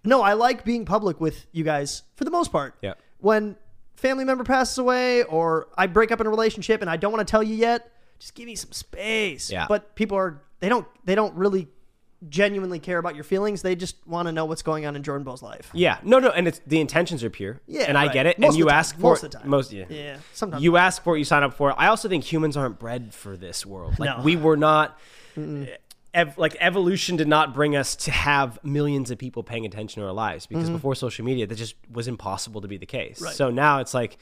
S1: no, I like being public with you guys for the most part.
S2: Yeah.
S1: When family member passes away or I break up in a relationship and I don't want to tell you yet, just give me some space.
S2: Yeah.
S1: But people are they don't they don't really genuinely care about your feelings. They just want to know what's going on in Jordan Bo's life.
S2: Yeah. No, no. And it's, the intentions are pure.
S1: Yeah,
S2: And I
S1: right.
S2: get it.
S1: Most of
S2: and you
S1: the time.
S2: ask for
S1: Most
S2: it-
S1: of the time.
S2: Most, yeah.
S1: Yeah. Sometimes
S2: you ask for it, you sign up for it. I also think humans aren't bred for this world. Like
S1: No.
S2: we were not. eh, Ev- like evolution did not bring us to have millions of people paying attention to our lives because
S1: Mm-hmm.
S2: before social media, that just was impossible to be the case. So now it's like,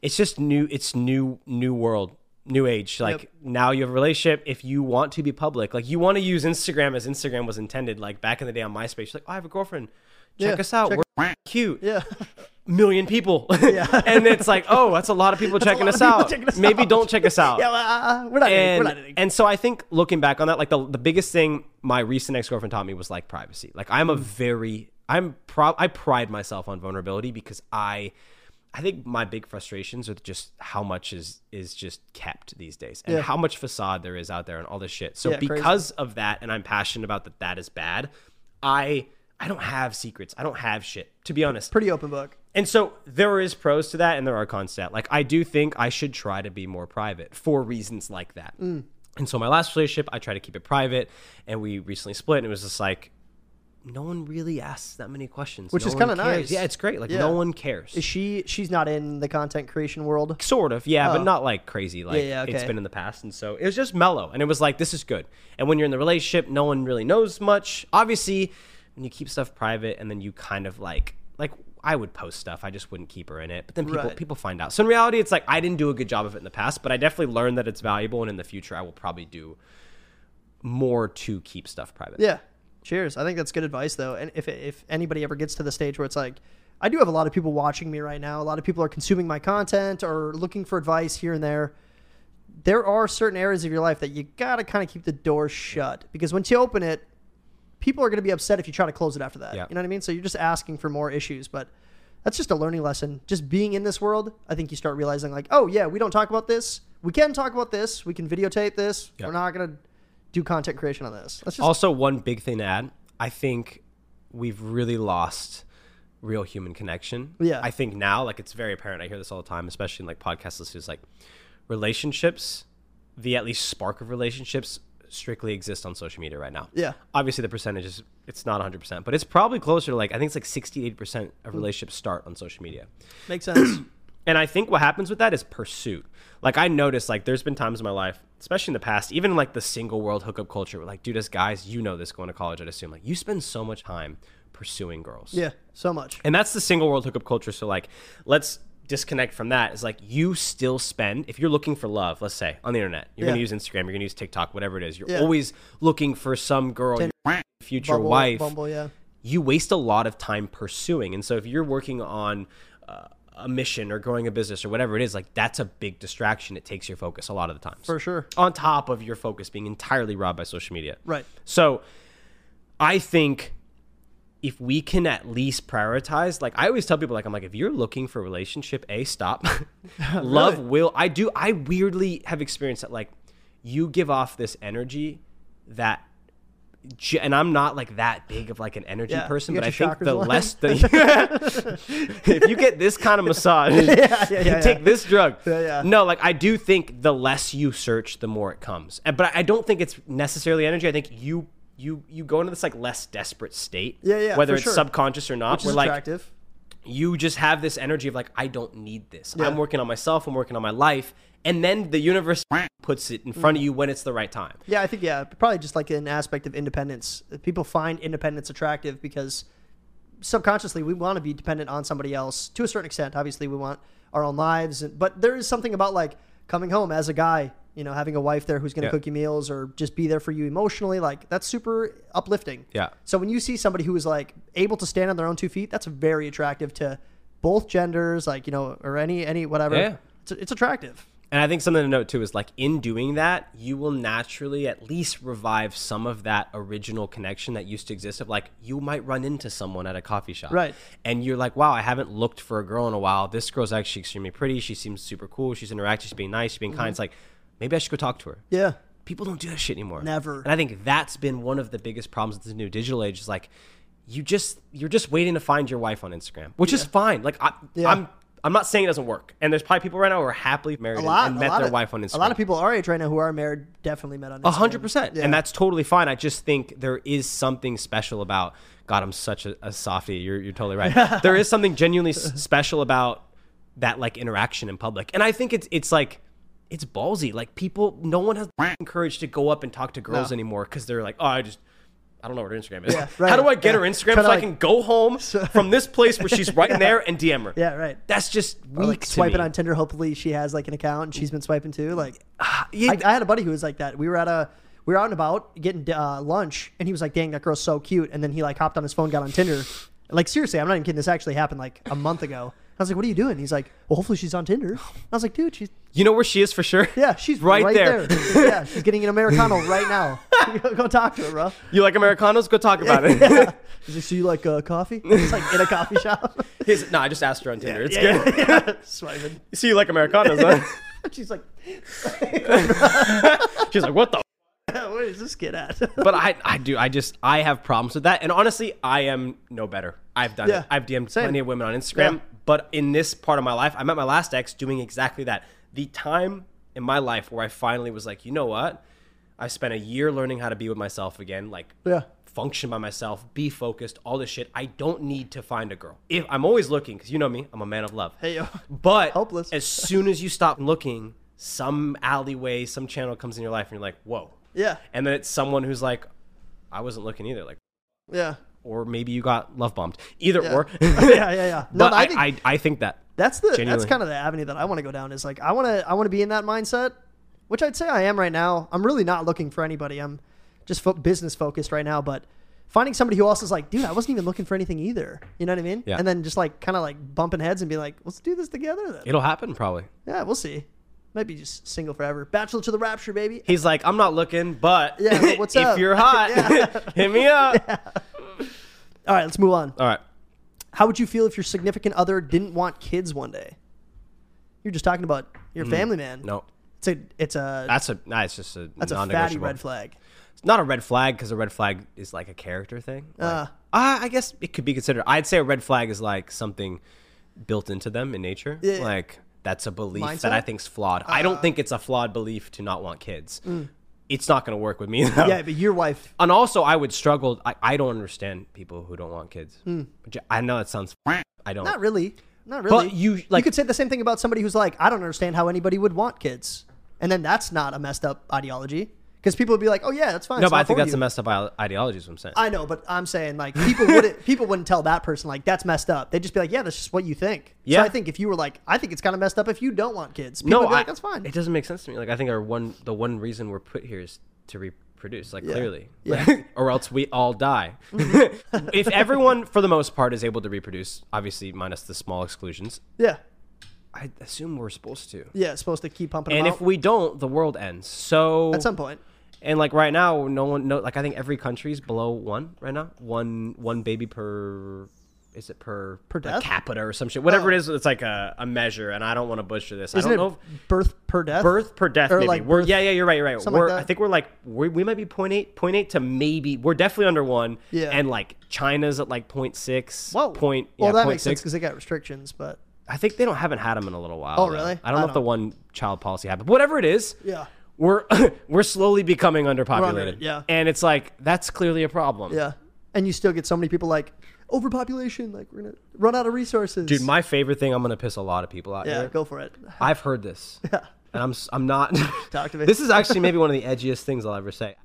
S2: it's just new. It's new, new world new age. Like
S1: Yep.
S2: now you have a relationship. If you want to be public, like you want to use Instagram as Instagram was intended. Like back in the day on MySpace, you're like oh, I have a girlfriend. Check
S1: Yeah,
S2: us out.
S1: check-
S2: We're cute.
S1: Yeah.
S2: Million people. and it's like, oh, that's a lot of people checking
S1: lot
S2: us
S1: of people
S2: out.
S1: checking us
S2: Maybe
S1: out.
S2: don't check us out
S1: yeah, well, uh, we're not editing. We're
S2: and,
S1: not editing.
S2: and so I think looking back on that, like the, the biggest thing my recent ex girlfriend taught me was like privacy. Like I'm
S1: Hmm.
S2: a very I'm pro I pride myself on vulnerability because I I think my big frustrations are just how much is is just kept these days and
S1: Yeah.
S2: how much facade there is out there and all this shit. So
S1: Yeah, crazy.
S2: because of that, and I'm passionate about that that is bad, I I don't have secrets. I don't have shit, to be honest.
S1: Pretty open book.
S2: And so there is pros to that and there are cons to that. Like I do think I should try to be more private for reasons like that.
S1: Mm.
S2: And so my last relationship, I tried to keep it private and we recently split and it was just like no one really asks that many questions.
S1: Which
S2: No
S1: is
S2: one
S1: kinda
S2: cares.
S1: nice.
S2: Yeah, it's great. Like
S1: Yeah.
S2: no one cares.
S1: Is she? She's not in the content creation world.
S2: Sort of, yeah,
S1: Oh.
S2: but not like crazy. Like
S1: yeah,
S2: it's
S1: okay.
S2: been in the past, and so it was just mellow, and it was like this is good. And when you're in the relationship, no one really knows much. Obviously, when you keep stuff private, and then you kind of like like I would post stuff, I just wouldn't keep her in it. But then people
S1: Right.
S2: people find out. So in reality, it's like I didn't do a good job of it in the past, but I definitely learned that it's valuable, and in the future, I will probably do more to keep stuff private.
S1: Yeah. Cheers. I think that's good advice though. And if if anybody ever gets to the stage where it's like, I do have a lot of people watching me right now. A lot of people are consuming my content or looking for advice here and there. There are certain areas of your life that you gotta kind of keep the door shut because once you open it, people are gonna be upset if you try to close it after that.
S2: Yeah.
S1: You know what I mean? So you're just asking for more issues, but. That's just a learning lesson. Just being in this world, I think you start realizing, like, oh, yeah, we don't talk about this. We can talk about this. We can videotape this.
S2: Yeah.
S1: We're not going to do content creation on this. That's just
S2: Also, one big thing to add, I think we've really lost real human connection.
S1: Yeah.
S2: I think now, like it's very apparent. I hear this all the time, especially in like podcast listeners, like relationships, the at least spark of relationships strictly exist on social media right now.
S1: Yeah.
S2: Obviously the percentage is it's not 100%, but it's probably closer to like I think it's like 68%
S1: Hmm.
S2: of relationships start on social media.
S1: Makes sense.
S2: And I think what happens with that is pursuit. Like I noticed, like there's been times in my life, especially in the past, even like the single world hookup culture, where like, dude, as guys, you know this going to college, I'd assume, like you spend so much time pursuing girls.
S1: yeah, so much.
S2: And that's the single world hookup culture. So like, let's disconnect from that. Is like you still spend if you're looking for love, let's say on the internet, you're gonna
S1: Yeah.
S2: use Instagram, you're gonna use TikTok, whatever it is. You're
S1: Yeah.
S2: always looking for some girl, your future
S1: Bumble,
S2: wife,
S1: Bumble, yeah.
S2: you waste a lot of time pursuing. And so if you're working on uh, a mission or growing a business or whatever it is, like that's a big distraction. It takes your focus a lot of the times.
S1: For sure.
S2: On top of your focus being entirely robbed by social media.
S1: Right.
S2: So I think if we can at least prioritize, like I always tell people, like I'm like, if you're looking for a relationship, a stop. Love will. I do. I weirdly have experienced that. Like, you give off this energy that, ge- and I'm not like that big of like an energy
S1: Yeah,
S2: person,
S1: you
S2: but
S1: got
S2: I
S1: your
S2: think the
S1: chakras aligned.
S2: less the if you get this kind of massage,
S1: yeah, yeah,
S2: take
S1: yeah.
S2: this drug.
S1: Yeah, yeah.
S2: No, like I do think the less you search, the more it comes. And- But I don't think it's necessarily energy. I think you you you go into this like less desperate state.
S1: Yeah, yeah,
S2: Whether
S1: for
S2: it's
S1: sure.
S2: subconscious or not,
S1: Which
S2: we're
S1: is
S2: like
S1: attractive.
S2: you just have this energy of like I don't need this.
S1: Yeah.
S2: I'm working on myself. I'm working on my life, and then the universe puts it in front of you when it's the right time.
S1: Yeah, I think, yeah, probably just like an aspect of independence. People find independence attractive because subconsciously we want to be dependent on somebody else to a certain extent. Obviously, we want our own lives. And, but there is something about like coming home as a guy, you know, having a wife there who's going to
S2: Yeah.
S1: cook you meals or just be there for you emotionally. Like, that's super uplifting.
S2: Yeah.
S1: So when you see somebody who is like able to stand on their own two feet, that's very attractive to both genders, like, you know, or any, any, whatever.
S2: Yeah.
S1: It's, it's attractive.
S2: And I think something to note too is like in doing that, you will naturally at least revive some of that original connection that used to exist of like you might run into someone at a coffee shop.
S1: Right.
S2: And you're like, wow, I haven't looked for a girl in a while. This girl's actually extremely pretty. She seems super cool. She's interactive. She's being nice. She's being kind. It's like, maybe I should go talk to her.
S1: Yeah.
S2: People don't do that shit anymore.
S1: Never.
S2: And I think that's been one of the biggest problems with the new digital age is like you just you're just waiting to find your wife on Instagram, which is fine. Like I,
S1: Yeah.
S2: I'm I'm not saying it doesn't work. And there's probably people right now who are happily married
S1: A
S2: and-
S1: lot.
S2: and
S1: a
S2: met
S1: lot
S2: their
S1: of,
S2: wife on Instagram.
S1: A lot of people our age right now who are married definitely met on Instagram.
S2: A hundred percent,
S1: Yeah.
S2: and that's totally fine. I just think there is something special about. God, I'm such a, a softie. You're you're totally right. there is something genuinely s- special about that like interaction in public, and I think it's it's like it's ballsy. Like people, no one has the courage to go up and talk to girls
S1: No.
S2: anymore because they're like, oh, I just. I don't know what her Instagram is.
S1: Yeah, right,
S2: How do I get
S1: yeah.
S2: her Instagram
S1: Kinda
S2: so I
S1: like-
S2: can go home from this place where she's right there and DM her?
S1: Yeah, right.
S2: That's just weak
S1: Or, like
S2: to
S1: swiping
S2: me.
S1: on Tinder. Hopefully, she has like an account and she's been swiping too. Like,
S2: Yeah,
S1: I, I had a buddy who was like that. We were at a we were out and about getting uh, lunch, and he was like, "Dang, that girl's so cute." And then he like hopped on his phone, got on Tinder. Like seriously, I'm not even kidding. This actually happened like a month ago. I was like, "What are you doing?" He's like, "Well, hopefully she's on Tinder." I was like, "Dude, she's
S2: you know where she is for sure.
S1: yeah, she's
S2: Right
S1: right,
S2: there.
S1: there. yeah, she's getting an americano right now. Go talk to her, bro.
S2: You like Americanos? Go talk about it.
S1: Yeah. He's like, "So you like uh, coffee?" It's like in a coffee shop.
S2: He's- no, I just asked her on Tinder. it's
S1: Yeah,
S2: good.
S1: yeah, yeah. Swiping.
S2: See, you like Americanos? Huh?
S1: She's like,
S2: She's like, what the? f-"
S1: "Where is this kid at?"
S2: But I, I do. I just, I have problems with that. And honestly, I am no better. I've done
S1: Yeah.
S2: it. I've DM'd
S1: Same.
S2: plenty of women on Instagram.
S1: Yeah.
S2: But in this part of my life, I'm at my last ex doing exactly that. The time in my life where I finally was like, you know what? I spent a year learning how to be with myself again. Like,
S1: Yeah.
S2: function by myself, be focused, all this shit. I don't need to find a girl. If I'm always looking, because you know me, I'm a man of love.
S1: Hey, yo.
S2: But
S1: Hopeless.
S2: as soon as you stop looking, some alleyway, some channel comes in your life, and you're like, whoa.
S1: yeah,
S2: And then it's someone who's like, I wasn't looking either. Like,
S1: yeah,
S2: or maybe you got love bombed. Either
S1: Yeah.
S2: or.
S1: yeah, yeah, yeah. No,
S2: but
S1: but
S2: I, I, I, think that.
S1: that's the that's
S2: Genuinely.
S1: kind of the avenue that I want to go down is like I want to I want to be in that mindset, which I'd say I am right now. I'm really not looking for anybody. I'm just fo- business focused right now, but finding somebody who also is like, dude, I wasn't even looking for anything either. You know what I mean?
S2: Yeah.
S1: And then just like kind of like bumping heads and be like, let's do this together then.
S2: It'll happen probably.
S1: yeah, we'll see. Might be just single forever. Bachelor to the rapture, baby.
S2: He's like, I'm not looking, but
S1: Yeah, but what's
S2: if
S1: up?
S2: you're hot,
S1: Yeah.
S2: hit me up.
S1: All right, let's move on.
S2: All right.
S1: How would you feel if your significant other didn't want kids one day? You're just talking about your family man.
S2: Hmm. No.
S1: It's a it's a
S2: That's a nah, it's just a
S1: that's a fatty
S2: non-negotiable.
S1: red flag.
S2: It's not a red flag because a red flag is like a character thing. Like,
S1: Uh.
S2: I, I guess it could be considered. I'd say a red flag is like something built into them in nature.
S1: Yeah.
S2: Like that's a belief
S1: Mindset? Uh-huh.
S2: that I think's flawed. I don't think it's a flawed belief to not want kids. It's not going to work with me. Though.
S1: Mm. Yeah, but your wife.
S2: and also, I would struggle. I, I don't understand people who don't want kids. Which I know it sounds. I
S1: Mm.
S2: don't.
S1: Not really. Not really.
S2: But you,
S1: you
S2: like-
S1: could say the same thing about somebody who's like, I don't understand how anybody would want kids, and then that's not a messed up ideology because people would be like, Oh yeah, that's fine.
S2: no,
S1: it's
S2: but I
S1: not
S2: think
S1: for
S2: that's
S1: you.
S2: a messed up ide- ideology. Is what I'm saying.
S1: I know, but I'm saying like people wouldn't people wouldn't tell that person like that's messed up. They'd just be like, Yeah, that's just what you think.
S2: Yeah.
S1: So I think if you were like, I think it's kind of messed up if you don't want kids. People
S2: no,
S1: would be like,
S2: I-
S1: that's fine.
S2: It doesn't make sense to me. Like I think our one the one reason we're put here is to reproduce. Like clearly,
S1: Yeah. Mm-hmm.
S2: Like, or else we all die. if everyone, for the most part, is able to reproduce, obviously minus the small exclusions,
S1: yeah.
S2: I assume we're supposed to.
S1: Yeah, it's supposed to keep pumping.
S2: And
S1: them
S2: if
S1: out.
S2: we don't, the world ends. So
S1: at some point,
S2: and like right now, no one no like I think every country's below one right now. One one baby per is it per per
S1: death?
S2: capita or some shit? Whatever
S1: Oh.
S2: it is, it's like a, a measure. And I don't want to butcher this.
S1: isn't
S2: I
S1: it
S2: don't know. if-
S1: birth per death?
S2: birth per death
S1: Or,
S2: maybe
S1: like,
S2: we're
S1: birth-
S2: yeah yeah you're right you're right
S1: something like
S2: we're,
S1: that.
S2: i think we're like we we might be 0.8 0.8 to maybe we're definitely under one
S1: Yeah.
S2: and like china's at like 0.6
S1: Whoa.
S2: point
S1: well,
S2: yeah,
S1: that
S2: 0.6.
S1: makes sense because they got restrictions, but
S2: i think they don't haven't had them in a little while
S1: Oh,
S2: though.
S1: really?
S2: i don't know
S1: I
S2: if the
S1: don't-
S2: one child policy happened but whatever it is
S1: yeah,
S2: we're we're slowly becoming underpopulated
S1: it, yeah.
S2: and it's like that's clearly a problem
S1: yeah. And you still get so many people like overpopulation, like we're gonna run out of resources.
S2: dude my favorite thing i'm gonna piss a lot of people out
S1: yeah,
S2: here
S1: go for it.
S2: I've heard this. And I'm s- I'm not
S1: Talk to me.
S2: This is actually maybe one of the edgiest things I'll ever say.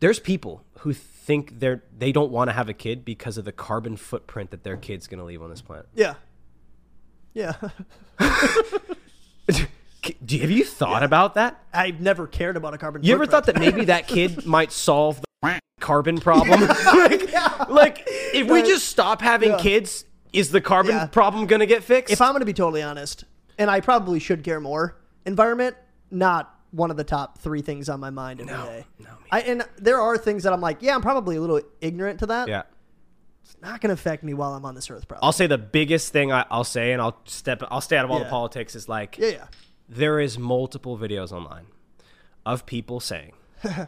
S2: There's people who think they're they don't want to have a kid because of the carbon footprint that their kid's going to leave on this planet.
S1: Yeah, yeah.
S2: K- Do, have you thought about that?
S1: I've never cared about a carbon.
S2: You ever thought that maybe that kid might solve the carbon problem? like, like, if we
S1: That-
S2: just stop having
S1: yeah.
S2: kids, is the carbon
S1: Yeah.
S2: problem going to get fixed?
S1: If I'm gonna be totally honest, and I probably should care more, environment not one of the top three things on my mind every day.
S2: No, no, me
S1: I and there are things that I'm like, yeah, I'm probably a little ignorant to that.
S2: yeah.
S1: It's not gonna affect me while I'm on this earth, probably.
S2: I'll say the biggest thing I, I'll say, and I'll step. I'll stay out of all the
S1: Yeah.
S2: politics. Is like,
S1: yeah, yeah.
S2: there is multiple videos online of people saying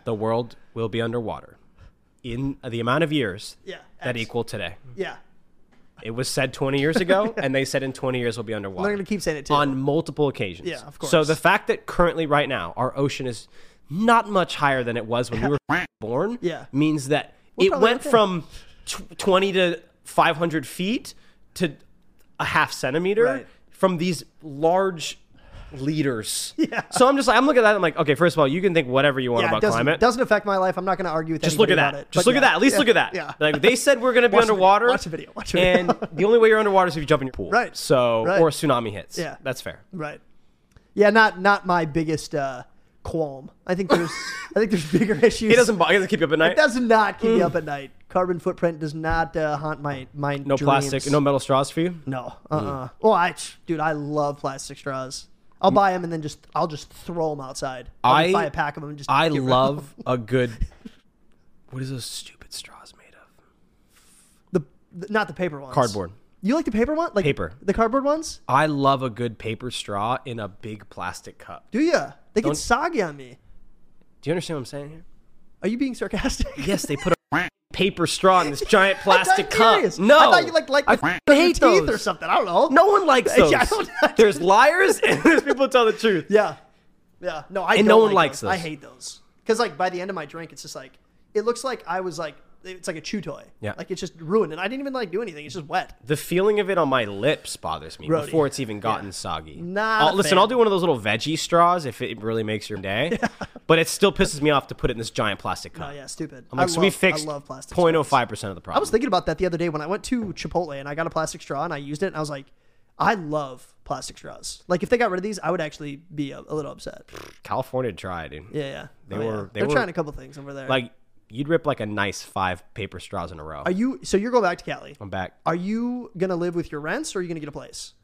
S2: the world will be underwater in the amount of years
S1: Yeah,
S2: that
S1: X.
S2: equal today.
S1: Yeah.
S2: It was said 20 years ago, and they said in 20 years we'll be underwater.
S1: They're going to keep saying it too.
S2: on multiple occasions.
S1: Yeah, of
S2: So
S1: course.
S2: the fact that currently, right now, our ocean is not much higher than it was when we were born
S1: Yeah.
S2: means that
S1: We're
S2: it
S1: probably
S2: went
S1: okay.
S2: from tw- 20 to 500 feet to a half centimeter
S1: Right.
S2: from these large liters.
S1: Yeah.
S2: So I'm just like I'm looking at that. I'm like, okay, first of all, you can think whatever you want
S1: yeah, it
S2: about
S1: doesn't,
S2: climate.
S1: doesn't affect my life. I'm not going to argue with
S2: just look at
S1: anybody
S2: that.
S1: about it,
S2: Just
S1: but
S2: look at
S1: yeah.
S2: that. At least
S1: Yeah.
S2: look at that.
S1: Yeah.
S2: Like they said, we're gonna be
S1: Watch the video.
S2: underwater.
S1: Watch the video. Watch the video.
S2: And the only way you're underwater is if you jump in your pool.
S1: Right.
S2: So
S1: Right.
S2: or a tsunami hits.
S1: Yeah.
S2: That's fair.
S1: Right. Yeah, not not my biggest uh, qualm. I think there's I think there's bigger issues.
S2: It doesn't. bo- It doesn't keep you up at night.
S1: It does not keep me up at night. Carbon footprint does not uh, haunt my my
S2: no plastic. No Mm. metal straws for you.
S1: no. Uh. uh Well, I dude, I love plastic straws. I'll buy them and then just I'll just throw them outside. I'll just
S2: I-
S1: buy a pack of them. And just
S2: I
S1: get rid of 'em.
S2: love a good. What is those stupid straws made of?
S1: the, the not the paper ones.
S2: Cardboard.
S1: You like the paper one? Like
S2: Paper.
S1: The cardboard ones?
S2: I love a good paper straw in a big plastic cup.
S1: Do ya? They
S2: Don't-
S1: get soggy on me.
S2: Do you understand what I'm saying here?
S1: Are you being sarcastic?
S2: Yes, they put a paper straw in this giant plastic
S1: I'm
S2: cup.
S1: serious.
S2: No,
S1: I thought you like like
S2: I
S1: the
S2: f***ing
S1: your
S2: hate
S1: teeth
S2: those.
S1: or something. I don't know.
S2: No one likes
S1: Yeah,
S2: those.
S1: I don't-
S2: there's liars and there's people who tell the truth.
S1: Yeah, yeah. No, I
S2: And
S1: don't
S2: no one
S1: like
S2: likes
S1: those.
S2: those.
S1: I hate those because like by the end of my drink, it's just like it looks like I was like it's like a chew toy.
S2: Yeah.
S1: like it's just ruined, and I didn't even like do anything. It's just wet.
S2: The feeling of it on my lips bothers me
S1: Roadie.
S2: before it's even gotten soggy.
S1: Not
S2: I'll-
S1: a
S2: listen,
S1: fan.
S2: I'll do one of those little veggie straws if it really makes your day, but it still pisses me off to put it in this giant plastic cup.
S1: Oh yeah, stupid.
S2: I'm like,
S1: I
S2: so
S1: love,
S2: we fixed
S1: I love plastic. straws.
S2: 0.05 percent of the problem.
S1: I was thinking about that the other day when I went to Chipotle and I got a plastic straw and I used it and I was like, I love plastic straws. Like if they got rid of these, I would actually be a, a little upset.
S2: California tried, dude.
S1: Yeah, yeah.
S2: They
S1: Oh, yeah.
S2: were- they
S1: They're
S2: were-
S1: trying a couple things over there.
S2: Like you'd rip like a nice five paper straws in a row.
S1: are you? So you're going back to Cali?
S2: I'm back.
S1: Are you gonna live with your rents or are you gonna get a place?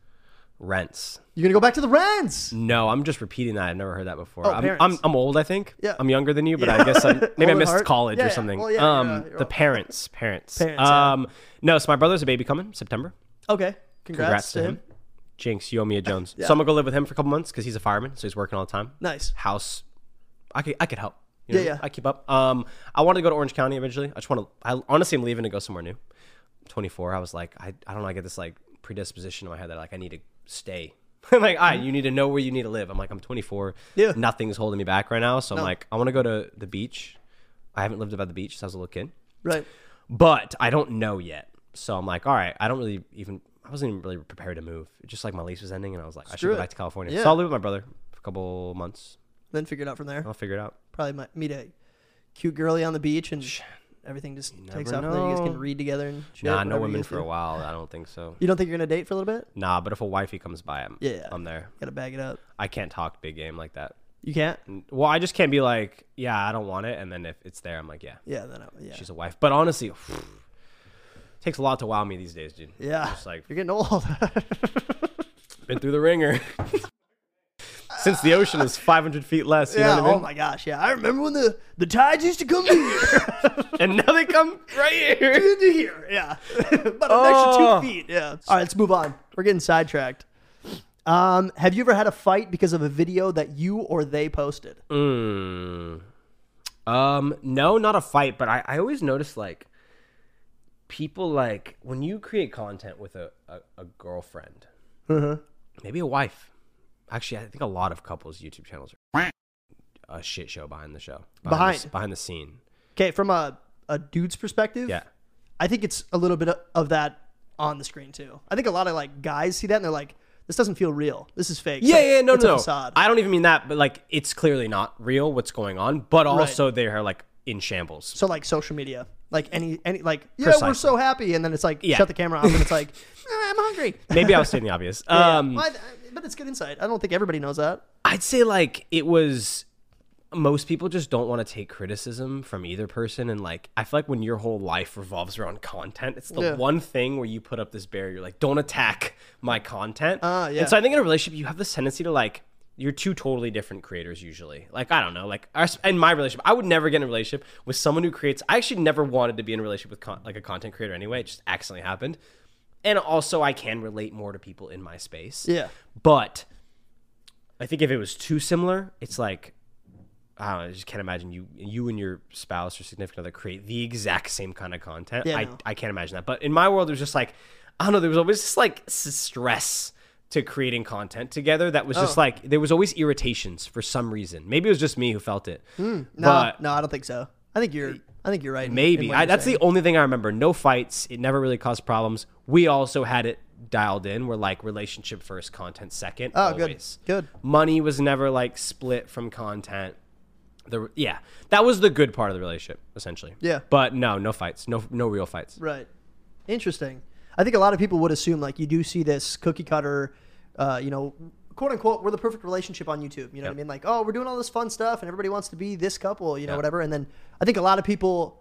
S2: Rents.
S1: You're gonna go back to the rents.
S2: No, I'm just repeating that. I've never heard that before. I'm,
S1: Oh, parents.
S2: I'm, I'm old, I think.
S1: Yeah.
S2: I'm younger than you, but
S1: Yeah.
S2: I guess I'm,
S1: Old
S2: maybe I
S1: at
S2: missed
S1: heart.
S2: college
S1: Yeah,
S2: or
S1: yeah.
S2: something.
S1: Well, yeah, you're,
S2: um,
S1: uh, you're
S2: the
S1: old.
S2: parents, parents.
S1: Parents, yeah.
S2: um, no, so my brother's a baby coming September.
S1: Okay. Congrats,
S2: Congrats to him. Jinx, you owe me a Jones.
S1: Yeah.
S2: So I'm gonna go live with him for a couple months because he's a fireman, so he's working all the time.
S1: Nice.
S2: House, I could, I could help. You know,
S1: Yeah, yeah.
S2: I keep up. Um, I wanted to go to Orange County eventually. I just want to. I honestly am leaving to go somewhere new. I'm 24. I was like, I, I don't know. I get this like predisposition in my head that like I need to stay. I'm like, all right, you need to know where you need to live. I'm like, I'm 24.
S1: Yeah.
S2: Nothing's holding me back right now. So I'm like, I want to go to the beach. I haven't lived by the beach since I was a little kid
S1: Right.
S2: but I don't know yet. So I'm like, all right, I don't really even, I wasn't even really prepared to move. It Just like my lease was ending, and I was like, I should
S1: it.
S2: go back to California.
S1: Yeah.
S2: So I'll live with my brother for a couple months.
S1: Then figure it out from there.
S2: I'll figure it out.
S1: Probably might meet a cute girly on the beach and everything just takes off. And then you guys
S2: know.
S1: can read together and shit.
S2: nah,
S1: whatever
S2: no
S1: you
S2: women
S1: guys
S2: for
S1: do.
S2: a while. I don't think so.
S1: You don't think you're gonna date for a little bit?
S2: Nah, but if a wifey comes by, I'm,
S1: Yeah.
S2: I'm there.
S1: Gotta bag it up.
S2: I can't talk big game like that.
S1: You can't.
S2: Well, I just can't be like, yeah, I don't want it. And then if it's there, I'm like, yeah,
S1: Yeah. Then I, yeah.
S2: she's a wife. But honestly, takes a lot to wow me these days, dude.
S1: yeah.
S2: Just like,
S1: you're getting old.
S2: been through the ringer. Since the ocean is 500 feet less, you know
S1: yeah.
S2: what I mean?
S1: Oh my gosh. Yeah. I remember when the the tides used to come to here.
S2: and now they come right here.
S1: into here. Yeah. About an
S2: Oh.
S1: extra two feet. Yeah. All right. Let's move on. We're getting sidetracked. Um, have you ever had a fight because of a video that you or they posted?
S2: Hmm. Um, no, not a fight, but I, I always notice like people like when you create content with a, a, a girlfriend, maybe a wife. Actually, I think a lot of couples' YouTube channels are a shit show behind the show,
S1: Behind.
S2: the, s- behind the scene.
S1: Okay, from a, a dude's perspective,
S2: Yeah,
S1: I think it's a little bit of, of that on the screen too. I think a lot of like guys see that and they're like, "This doesn't feel real. This is fake." It's
S2: yeah,
S1: like-
S2: yeah. No,
S1: it's a
S2: no, no.
S1: facade.
S2: I don't even mean that, but like it's clearly not real what's going on. But also they are like in shambles.
S1: so like social media, like any any like yeah, we're
S2: Precisely.
S1: so happy, and then it's like
S2: Yeah.
S1: shut the camera off, and it's like "Ah, I'm hungry.
S2: Maybe I was stating the obvious.
S1: Yeah,
S2: Um,
S1: well, I- I- but it's good insight. I don't think everybody knows that.
S2: I'd say like it was most people just don't want to take criticism from either person and like I feel like when your whole life revolves around content, it's the
S1: Yeah.
S2: one thing where you put up this barrier like don't attack my content.
S1: Ah, yeah.
S2: And so I think in a relationship you have this tendency to like you're two totally different creators usually. Like I don't know, like our, in my relationship, I would never get in a relationship with someone who creates. I actually never wanted to be in a relationship with con- like a content creator anyway. It just accidentally happened, and also I can relate more to people in my space.
S1: Yeah.
S2: But I think if it was too similar, it's like I don't know, I just can't imagine you you and your spouse or significant other create the exact same kind of content.
S1: Yeah,
S2: I,
S1: no.
S2: I can't imagine that. But in my world, it was just like I don't know. There was always this like s- stress to creating content together. That was
S1: Oh.
S2: just like there was always irritations for some reason. Maybe it was just me who felt it.
S1: No,
S2: but
S1: no, I don't think so. I think you're. I think you're right. in- in
S2: maybe
S1: what
S2: I,
S1: you're
S2: that's
S1: saying.
S2: the only thing I remember. No fights. It never really caused problems. We also had it dialed in were like relationship first, content second.
S1: Oh, good.
S2: always.
S1: Good.
S2: Money was never like split from content. The yeah, that was the good part of the relationship essentially.
S1: Yeah.
S2: But no, no fights, no no real fights.
S1: Right. Interesting. I think a lot of people would assume like you do see this cookie cutter, uh, you know, quote unquote, we're the perfect relationship on YouTube. You know what I
S2: Yep.
S1: mean? Like, oh, we're doing all this fun stuff and everybody wants to be this couple, you know,
S2: Yeah.
S1: whatever. And then I think a lot of people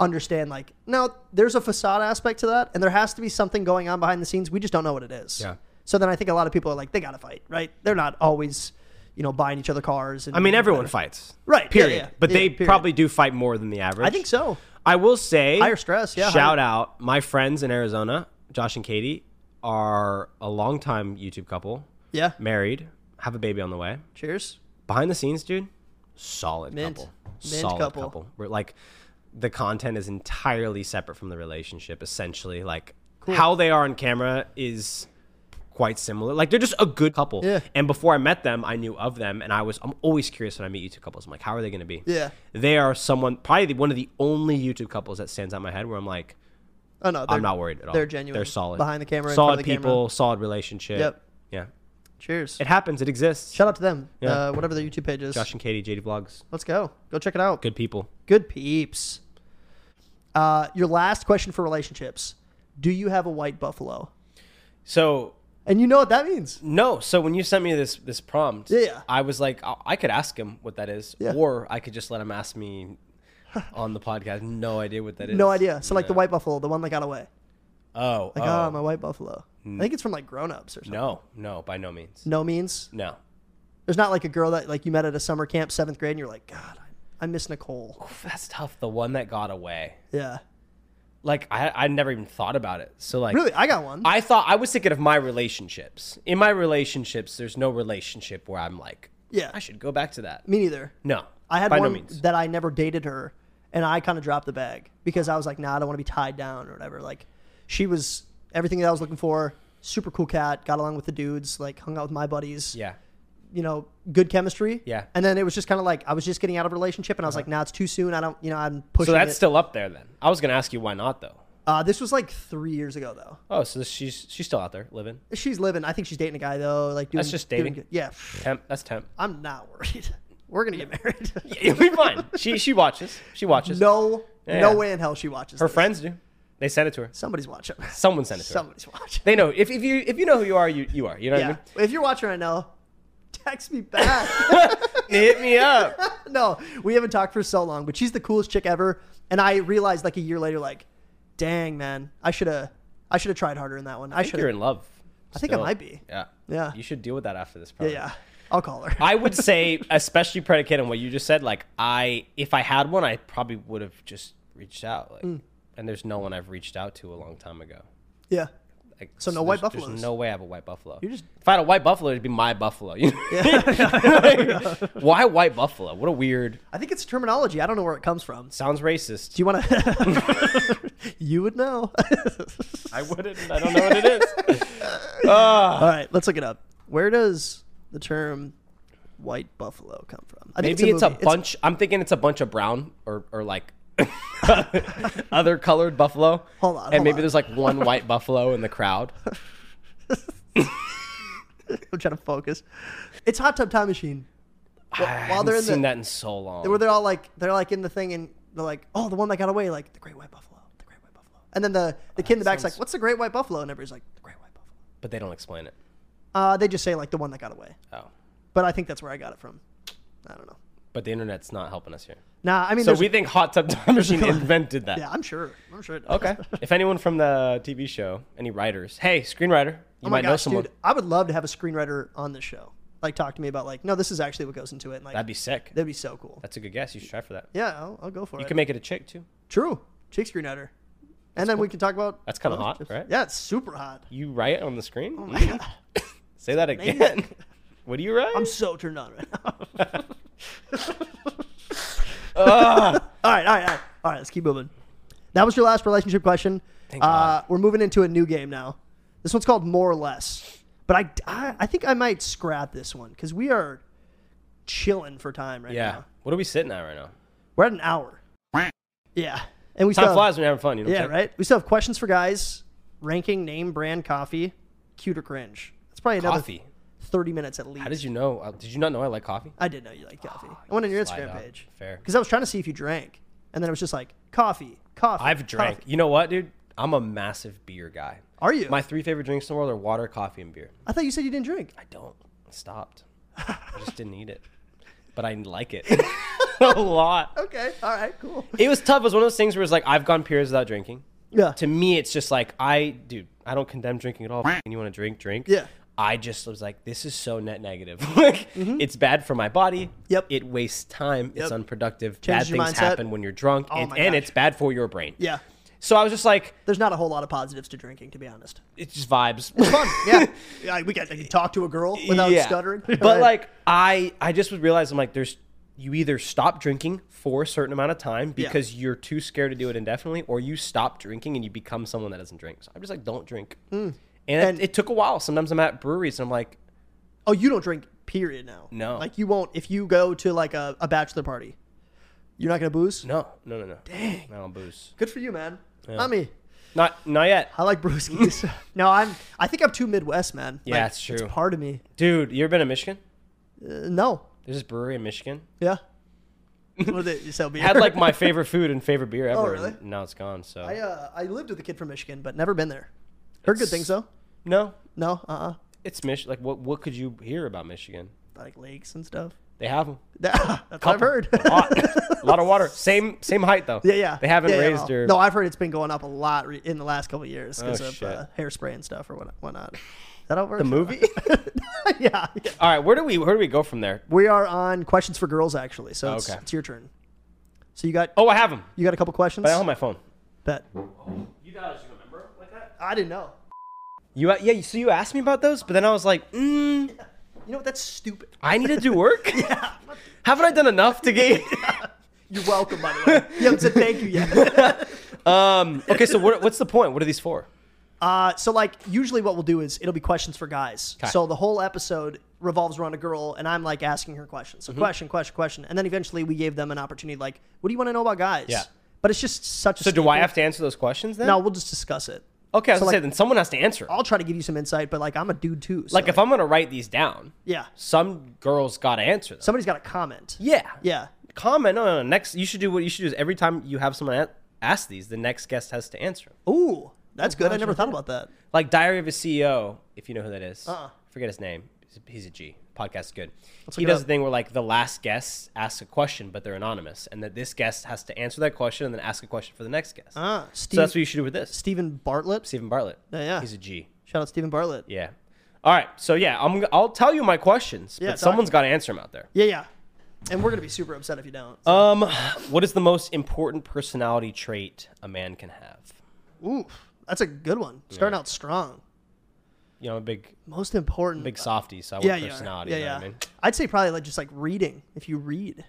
S1: understand like, no, there's a facade aspect to that and there has to be something going on behind the scenes. We just don't know what it is.
S2: Yeah.
S1: So then I think a lot of people are like, they got to fight, right? They're not always, you know, buying each other cars. And
S2: I mean, everyone
S1: whatever.
S2: fights.
S1: Right, yeah,
S2: Period.
S1: yeah.
S2: But
S1: Yeah,
S2: they
S1: period.
S2: probably do fight more than the average.
S1: I think so.
S2: I will say
S1: Higher stress, yeah,
S2: Shout
S1: higher-
S2: out my friends in Arizona, Josh and Katie, are a longtime YouTube couple,
S1: Yeah.
S2: married, have a baby on the way.
S1: Cheers.
S2: Behind the scenes, dude, solid
S1: Mint.
S2: couple,
S1: Mint
S2: solid
S1: couple.
S2: couple. We're like, the content is entirely separate from the relationship. Essentially, like how they are on camera is quite similar. Like they're just a good couple.
S1: Yeah.
S2: And before I met them, I knew of them, and I was I'm always curious when I meet YouTube couples. I'm like, how are they going to be?
S1: Yeah.
S2: They are someone probably the, one of the only YouTube couples that stands out in my head where I'm like,
S1: Oh no,
S2: I'm
S1: they're-
S2: not worried at all.
S1: They're genuine.
S2: They're solid
S1: behind the camera. in front
S2: solid
S1: of the
S2: people,
S1: camera.
S2: solid relationship.
S1: Yep.
S2: Yeah.
S1: Cheers.
S2: It happens. It exists.
S1: Shout out to them.
S2: Yeah.
S1: Uh, whatever their YouTube page is.
S2: Josh and Katie, JD Vlogs,
S1: Let's go. Go check it out. Good,
S2: good people.
S1: peeps. Uh, your last question for relationships. Do you have a white buffalo?
S2: So
S1: And you know what that means.
S2: No, so when you sent me this this prompt,
S1: Yeah.
S2: I was like, I, I could ask him what that is,
S1: Yeah.
S2: or I could just let him ask me on the podcast. No idea what that is.
S1: No idea. So like the
S2: No.
S1: white buffalo, the one that got away.
S2: Oh,
S1: Like,
S2: oh,
S1: oh, my white buffalo. I think it's from like grown ups or something.
S2: no, no, by no means.
S1: No means.
S2: No,
S1: There's not like a girl that like you met at a summer camp, seventh grade, and you're like, God, I, I miss Nicole.
S2: Oof, that's tough. The one that got away.
S1: Yeah.
S2: Like I, I never even thought about it. So like,
S1: Really, I got one.
S2: I thought I was thinking of my relationships. In my relationships, there's no relationship where I'm like,
S1: Yeah.
S2: I should go back to that.
S1: Me neither.
S2: No,
S1: I had
S2: by
S1: one
S2: no means.
S1: that I never dated her, and I kind of dropped the bag because I was like, nah, I don't want to be tied down or whatever. Like, she was everything that I was looking for. Super cool cat. Got along with the dudes. Like, hung out with my buddies.
S2: yeah,
S1: You know, good chemistry.
S2: Yeah. Uh-huh.
S1: And then it was just kind of like I was just getting out of a relationship, and I was like, nah, it's too soon. I don't. You know, I'm pushing.
S2: so that's
S1: it.
S2: still up there then. I was gonna ask you why not though.
S1: Uh, this was like three years ago though.
S2: Oh, so she's she's still out there living.
S1: She's living. I think she's dating a guy though. Like doing,
S2: That's just
S1: doing
S2: dating.
S1: good. Yeah.
S2: Temp. That's temp.
S1: I'm not worried. We're gonna get married.
S2: It'll be fine. She she watches. She watches.
S1: no.
S2: Yeah,
S1: No
S2: yeah.
S1: way in hell she watches.
S2: her
S1: this.
S2: friends do. They sent it to her.
S1: Somebody's watching.
S2: Someone sent it to her.
S1: Somebody's watching.
S2: They know if, if you if you know who you are, you, you are. You know
S1: Yeah.
S2: what
S1: If you're watching right now, text me back.
S2: I mean? Hit me up.
S1: no, we haven't talked for so long, but she's the coolest chick ever. And I realized like a year later, like, dang man, I should have, I should have tried harder in that one. I,
S2: I think
S1: should
S2: you're
S1: have.
S2: in love.
S1: I think I
S2: still.
S1: might be.
S2: Yeah.
S1: Yeah.
S2: You should deal with that after this.
S1: Yeah,
S2: Probably.
S1: yeah. I'll call her.
S2: I would say, especially predicated on what you just said, like I if I had one, I probably would have just reached out. Like,
S1: Mm.
S2: and there's no one I've reached out to a long time ago.
S1: yeah.
S2: Like,
S1: So no white
S2: there's-
S1: buffaloes.
S2: There's no way I have a white buffalo.
S1: You just-
S2: if I had a white buffalo, it'd be my buffalo. You know? why white buffalo? What a weird.
S1: I think it's terminology. I don't know where it comes from. Do
S2: Sounds racist.
S1: you want to? you would know.
S2: I wouldn't. I don't know what it is. Ah.
S1: All right, let's look it up. Where does the term white buffalo come from? I think
S2: Maybe it's a,
S1: movie.
S2: bunch. I'm thinking it's a bunch of brown or or like other colored buffalo.
S1: Hold on,
S2: And
S1: hold
S2: maybe
S1: on.
S2: there's like one white buffalo in the crowd.
S1: I'm trying to focus. It's Hot Tub Time Machine.
S2: I
S1: while
S2: haven't
S1: they're in the-
S2: seen that in so long.
S1: where they're all like they're like in the thing and they're like oh the one that got away like the great white buffalo the great white buffalo and then the the kid in the back's
S2: sounds-
S1: like what's the great white buffalo and everybody's like the great white buffalo
S2: but they don't explain it.
S1: uh, they just say like the one that got away
S2: Oh,
S1: but i think that's where i got it from i don't know
S2: but the internet's not helping us here.
S1: nah i mean
S2: So
S1: there's
S2: we think hot tub time machine invented that.
S1: yeah i'm sure i'm sure it- Oh
S2: Okay. if anyone from the TV show, any writers, hey, screenwriter, you
S1: oh my
S2: might know
S1: gosh
S2: someone.
S1: dude i would love to have a screenwriter on this show like talk to me about like no this is actually what goes into it and, like
S2: That'd be sick.
S1: that'd be so cool
S2: That's a good guess. You should try for that.
S1: yeah i'll, I'll go for
S2: You
S1: it
S2: can make it a chick too.
S1: true chick screenwriter and then we can talk about
S2: That's kinda hot,
S1: relationships.
S2: right?
S1: yeah it's super hot
S2: You write on the screen.
S1: Oh
S2: Say that again. What do you write?
S1: i'm so turned on right now
S2: Ugh.
S1: All right, all right, all right, all right. Let's keep moving. That was your last relationship question.
S2: Thank
S1: Uh,
S2: God.
S1: we're moving into a new game now. This one's called More or Less, but I, I, I think I might scrap this one because we are chilling for time right
S2: yeah.
S1: now.
S2: What are we sitting at right now?
S1: We're at an hour. Yeah, and we
S2: Time
S1: still have,
S2: flies when you're having fun. You know what
S1: yeah
S2: I'm saying?
S1: right. We still have questions for guys, ranking name brand coffee, cute or cringe. It's probably another
S2: Coffee.
S1: thirty minutes at least.
S2: How did you know? uh, Did you not know I like coffee?
S1: I did know you liked coffee. I went on your
S2: Slide
S1: Instagram
S2: up.
S1: page.
S2: Fair.
S1: Because I was trying to see if you drank, and then it was just like coffee, coffee.
S2: I've drank.
S1: coffee.
S2: You know what, dude? I'm a massive beer guy.
S1: Are you?
S2: My three favorite drinks in the world are water, coffee, and beer.
S1: I thought you said you didn't drink.
S2: I don't. I stopped. I just didn't eat it. But I like it a lot.
S1: Okay. All right. Cool.
S2: It was tough. It was one of those things where it's like I've gone periods without drinking.
S1: Yeah.
S2: To me, it's just like I, dude, I don't condemn drinking at all. If you want to drink, drink.
S1: Yeah.
S2: I just was like, this is so net negative. like, it's bad for my body.
S1: Mm-hmm. Yep.
S2: It wastes time.
S1: Yep.
S2: It's unproductive.
S1: Changes
S2: bad
S1: your
S2: things
S1: mindset.
S2: happen when you're drunk,
S1: Oh
S2: and,
S1: my
S2: and
S1: gosh.
S2: it's bad for your brain.
S1: yeah.
S2: So I was just like,
S1: There's not a whole lot of positives to drinking, to be honest.
S2: it's just vibes.
S1: Fun. Yeah. yeah we got to talk to a girl without
S2: Yeah.
S1: stuttering.
S2: But like I I just would realize I'm like there's you either stop drinking for a certain amount of time
S1: Yeah.
S2: because you're too scared to do it indefinitely, or you stop drinking and you become someone that doesn't drink. So I'm just like, don't drink. And,
S1: Hmm. And-
S2: it, it took a while. Sometimes I'm at breweries and I'm like,
S1: oh, you don't drink. Period. Now.
S2: No.
S1: Like you won't if you go to like a, a bachelor party. You're not gonna booze.
S2: no, no, no, no. Dang. I don't booze.
S1: Good for you, man. Not me.
S2: Not not yet.
S1: I like brewskis. no, I'm. I think I'm too Midwest, man.
S2: Yeah,
S1: Like,
S2: it's true.
S1: It's part of me.
S2: Dude, you ever been to Michigan?
S1: Uh, no.
S2: There's this brewery in Michigan.
S1: Yeah. what did you sell beer?
S2: Had like my favorite food and favorite beer ever.
S1: Oh, really?
S2: and now it's gone. So
S1: I, uh, I lived with a kid from Michigan, but never been there. Heard good
S2: It's-
S1: things though.
S2: no,
S1: No, uh, uh
S2: it's Mich. Like what? What could you hear about Michigan?
S1: like lakes and stuff.
S2: They have them.
S1: That's what I've heard.
S2: A lot, a lot of water. Same same height though.
S1: yeah, yeah.
S2: They haven't
S1: Yeah, yeah,
S2: raised
S1: no.
S2: her.
S1: No, I've heard it's been going up a lot re- in the last couple of years because
S2: Oh,
S1: of
S2: shit.
S1: uh, hairspray and stuff or what- whatnot. Is that over
S2: the movie.
S1: yeah, yeah.
S2: All right, where do we where do we go from there?
S1: We are on questions for girls actually, so it's,
S2: Okay.
S1: it's your turn. So you got
S2: Oh, I have them.
S1: you got a couple questions.
S2: But I don't have my phone.
S1: Bet.
S2: You guys remember like that?
S1: I didn't know.
S2: You a- yeah. So you asked me about those, but then I was like, mm,
S1: You know what? That's stupid.
S2: I need to do work. yeah. Haven't I done enough to get?
S1: You're welcome, by the way. you haven't said thank you yet.
S2: um. Okay. So what, what's the point? What are these for?
S1: Uh, so like usually what we'll do is it'll be questions for guys.
S2: 'Kay.
S1: So the whole episode revolves around a girl and I'm like asking her questions. So
S2: Mm-hmm.
S1: question, question, question. And then eventually we gave them an opportunity like, what do you want to know about guys?
S2: Yeah.
S1: But it's just such a
S2: So do I have to answer those questions then?
S1: No, we'll just discuss it.
S2: Okay. I was
S1: So,
S2: gonna say
S1: like-
S2: then someone has to answer.
S1: I'll try to give you some insight, but like I'm a dude too. So
S2: like if I'm gonna write these down,
S1: Yeah.
S2: some girls gotta answer them.
S1: Somebody's got a comment.
S2: yeah.
S1: Yeah.
S2: comment on it. next you should do what you should do is every time you have someone a- ask these the next guest has to answer 'em.
S1: Ooh. That's good. I never thought about that.
S2: like diary of a ceo if you know who that is.
S1: Uh-uh.
S2: forget his name he's a, he's a g podcast's good he
S1: look it up.
S2: does the thing where like the last guest asks a question but they're anonymous and that this guest has to answer that question and then ask a question for the next guest
S1: Ah. Steve,
S2: so that's what you should do with this
S1: Stephen Bartlett.
S2: stephen bartlett
S1: Yeah, yeah.
S2: he's a g
S1: Shout out Stephen Bartlett.
S2: yeah all right so yeah I'm, i'll tell you my questions
S1: Yeah,
S2: but
S1: talk.
S2: someone's got to answer them out there
S1: Yeah, yeah. And we're gonna be super upset if you don't.
S2: um what is the most important personality trait a man can have
S1: Ooh. That's a good one. Starting out strong.
S2: you know a big
S1: Most important.
S2: big softy, so I want
S1: yeah, yeah,
S2: personality.
S1: yeah,
S2: you know
S1: yeah.
S2: what I mean?
S1: would say probably like just like reading. If you read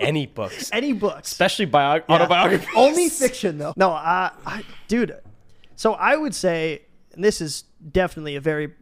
S2: Any books,
S1: any books,
S2: especially bio- autobiography.
S1: only fiction though. No, I, I, dude. So I would say, and this is definitely a very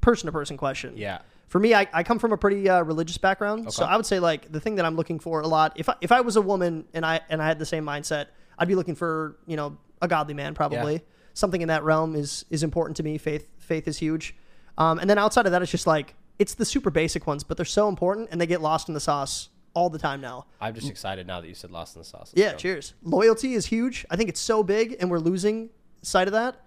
S1: person-to-person question.
S2: Yeah.
S1: For me, I, I come from a pretty uh, religious background, so
S2: Okay.
S1: I would say like the thing that I'm looking for a lot. If I, if I was a woman and I and I had the same mindset, I'd be looking for you know a godly man probably.
S2: Yeah.
S1: Something in that realm is is important to me. Faith faith is huge, um, and then outside of that, it's just like it's the super basic ones, but they're so important and they get lost in the sauce all the time now.
S2: I'm just excited now that you said Lost in the Sauce. Let's
S1: Yeah,
S2: go.
S1: cheers. Loyalty is huge. I think it's so big, and we're losing sight of that.